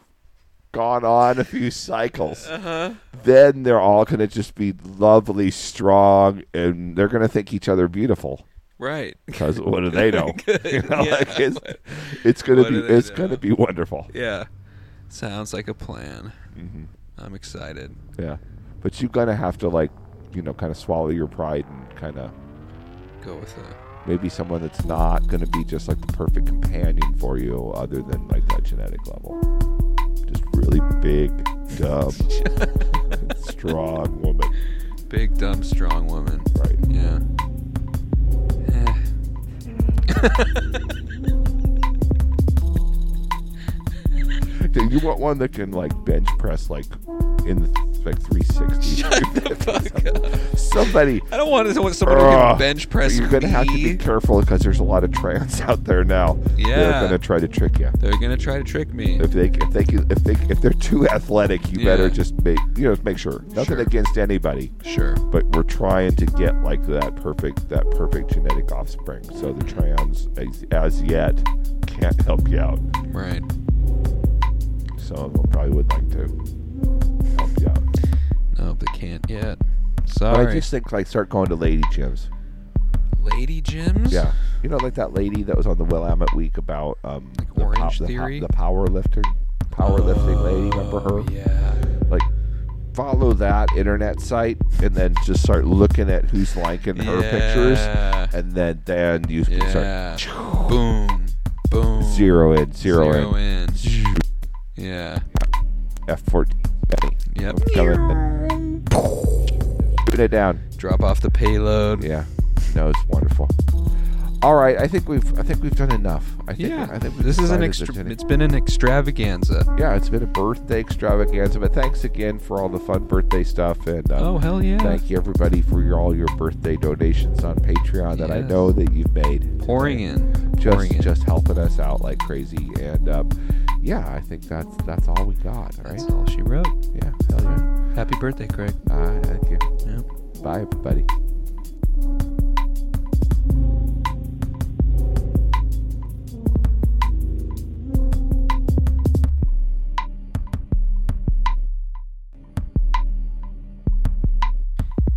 Speaker 3: gone on a few cycles,
Speaker 2: Uh-huh.
Speaker 3: then they're all going to just be lovely, strong, and they're going to think each other beautiful.
Speaker 2: right.
Speaker 3: because what do they know? You know,
Speaker 2: Yeah.
Speaker 3: like, it's, it's gonna
Speaker 2: What
Speaker 3: be
Speaker 2: do they
Speaker 3: it's
Speaker 2: know?
Speaker 3: gonna be wonderful.
Speaker 2: Yeah. Sounds like a plan.
Speaker 3: Mm-hmm.
Speaker 2: I'm excited.
Speaker 3: Yeah, but you're gonna have to like you know kind of swallow your pride and kind of
Speaker 2: Go with it.
Speaker 3: maybe someone that's not gonna be just like the perfect companion for you, other than like that genetic level. Just really big, dumb, strong woman,
Speaker 2: Big, dumb, strong woman.
Speaker 3: right?
Speaker 2: Yeah. Eh.
Speaker 3: Dude, you want one that can like bench press like in the, like 360. Somebody.
Speaker 2: I don't want someone someone who can
Speaker 3: Ugh.
Speaker 2: bench press
Speaker 3: You're gonna have to be
Speaker 2: me.
Speaker 3: careful because there's a lot of trans out there now.
Speaker 2: Yeah.
Speaker 3: they're gonna try to trick you.
Speaker 2: They're gonna try to trick me.
Speaker 3: If they if they can- if they if they're too athletic, you
Speaker 2: Yeah.
Speaker 3: better just make you know make sure. Nothing
Speaker 2: Sure.
Speaker 3: against anybody,
Speaker 2: Sure.
Speaker 3: but we're trying to get like that perfect that perfect genetic offspring. So the trans as, as yet can't help you out.
Speaker 2: Right.
Speaker 3: Some of them probably would like to help you out.
Speaker 2: No, they can't yet.
Speaker 3: But
Speaker 2: Sorry.
Speaker 3: I just think like start going to lady gyms.
Speaker 2: Lady gyms.
Speaker 3: Yeah, you know, like that lady that was on the Willamette Week about um,
Speaker 2: Like
Speaker 3: the
Speaker 2: Orange
Speaker 3: the
Speaker 2: Theory? Oh,
Speaker 3: the power lifter, powerlifting lady. Remember her?
Speaker 2: Yeah.
Speaker 3: Like, follow that internet site and then just start looking at who's liking her pictures,
Speaker 2: Yeah.
Speaker 3: and then then you can
Speaker 2: Yeah. Boom. Boom.
Speaker 3: start zero in, zero,
Speaker 2: Zero
Speaker 3: in,
Speaker 2: in. Yeah.
Speaker 3: F fourteen.
Speaker 2: Yep.
Speaker 3: Put it down.
Speaker 2: Drop off the payload.
Speaker 3: Yeah, no, it's wonderful. All right, I think we've I think we've done enough. I think
Speaker 2: Yeah.
Speaker 3: I think we've
Speaker 2: this is an
Speaker 3: decided
Speaker 2: extra.
Speaker 3: there's any-
Speaker 2: It's been an extravaganza.
Speaker 3: yeah, it's been a birthday extravaganza, but thanks again for all the fun birthday stuff. And um,
Speaker 2: Oh hell yeah!
Speaker 3: thank you everybody for your, all your birthday donations on Patreon that I
Speaker 2: Yes.
Speaker 3: know that you've made.
Speaker 2: Pouring in.
Speaker 3: just
Speaker 2: Pouring in.
Speaker 3: just helping us out like crazy. And um, yeah, I think that's that's all we got. All right,
Speaker 2: That's all she wrote.
Speaker 3: yeah, hell yeah.
Speaker 2: Happy birthday, Craig.
Speaker 3: Uh, thank you.
Speaker 2: Yep.
Speaker 3: Bye, everybody.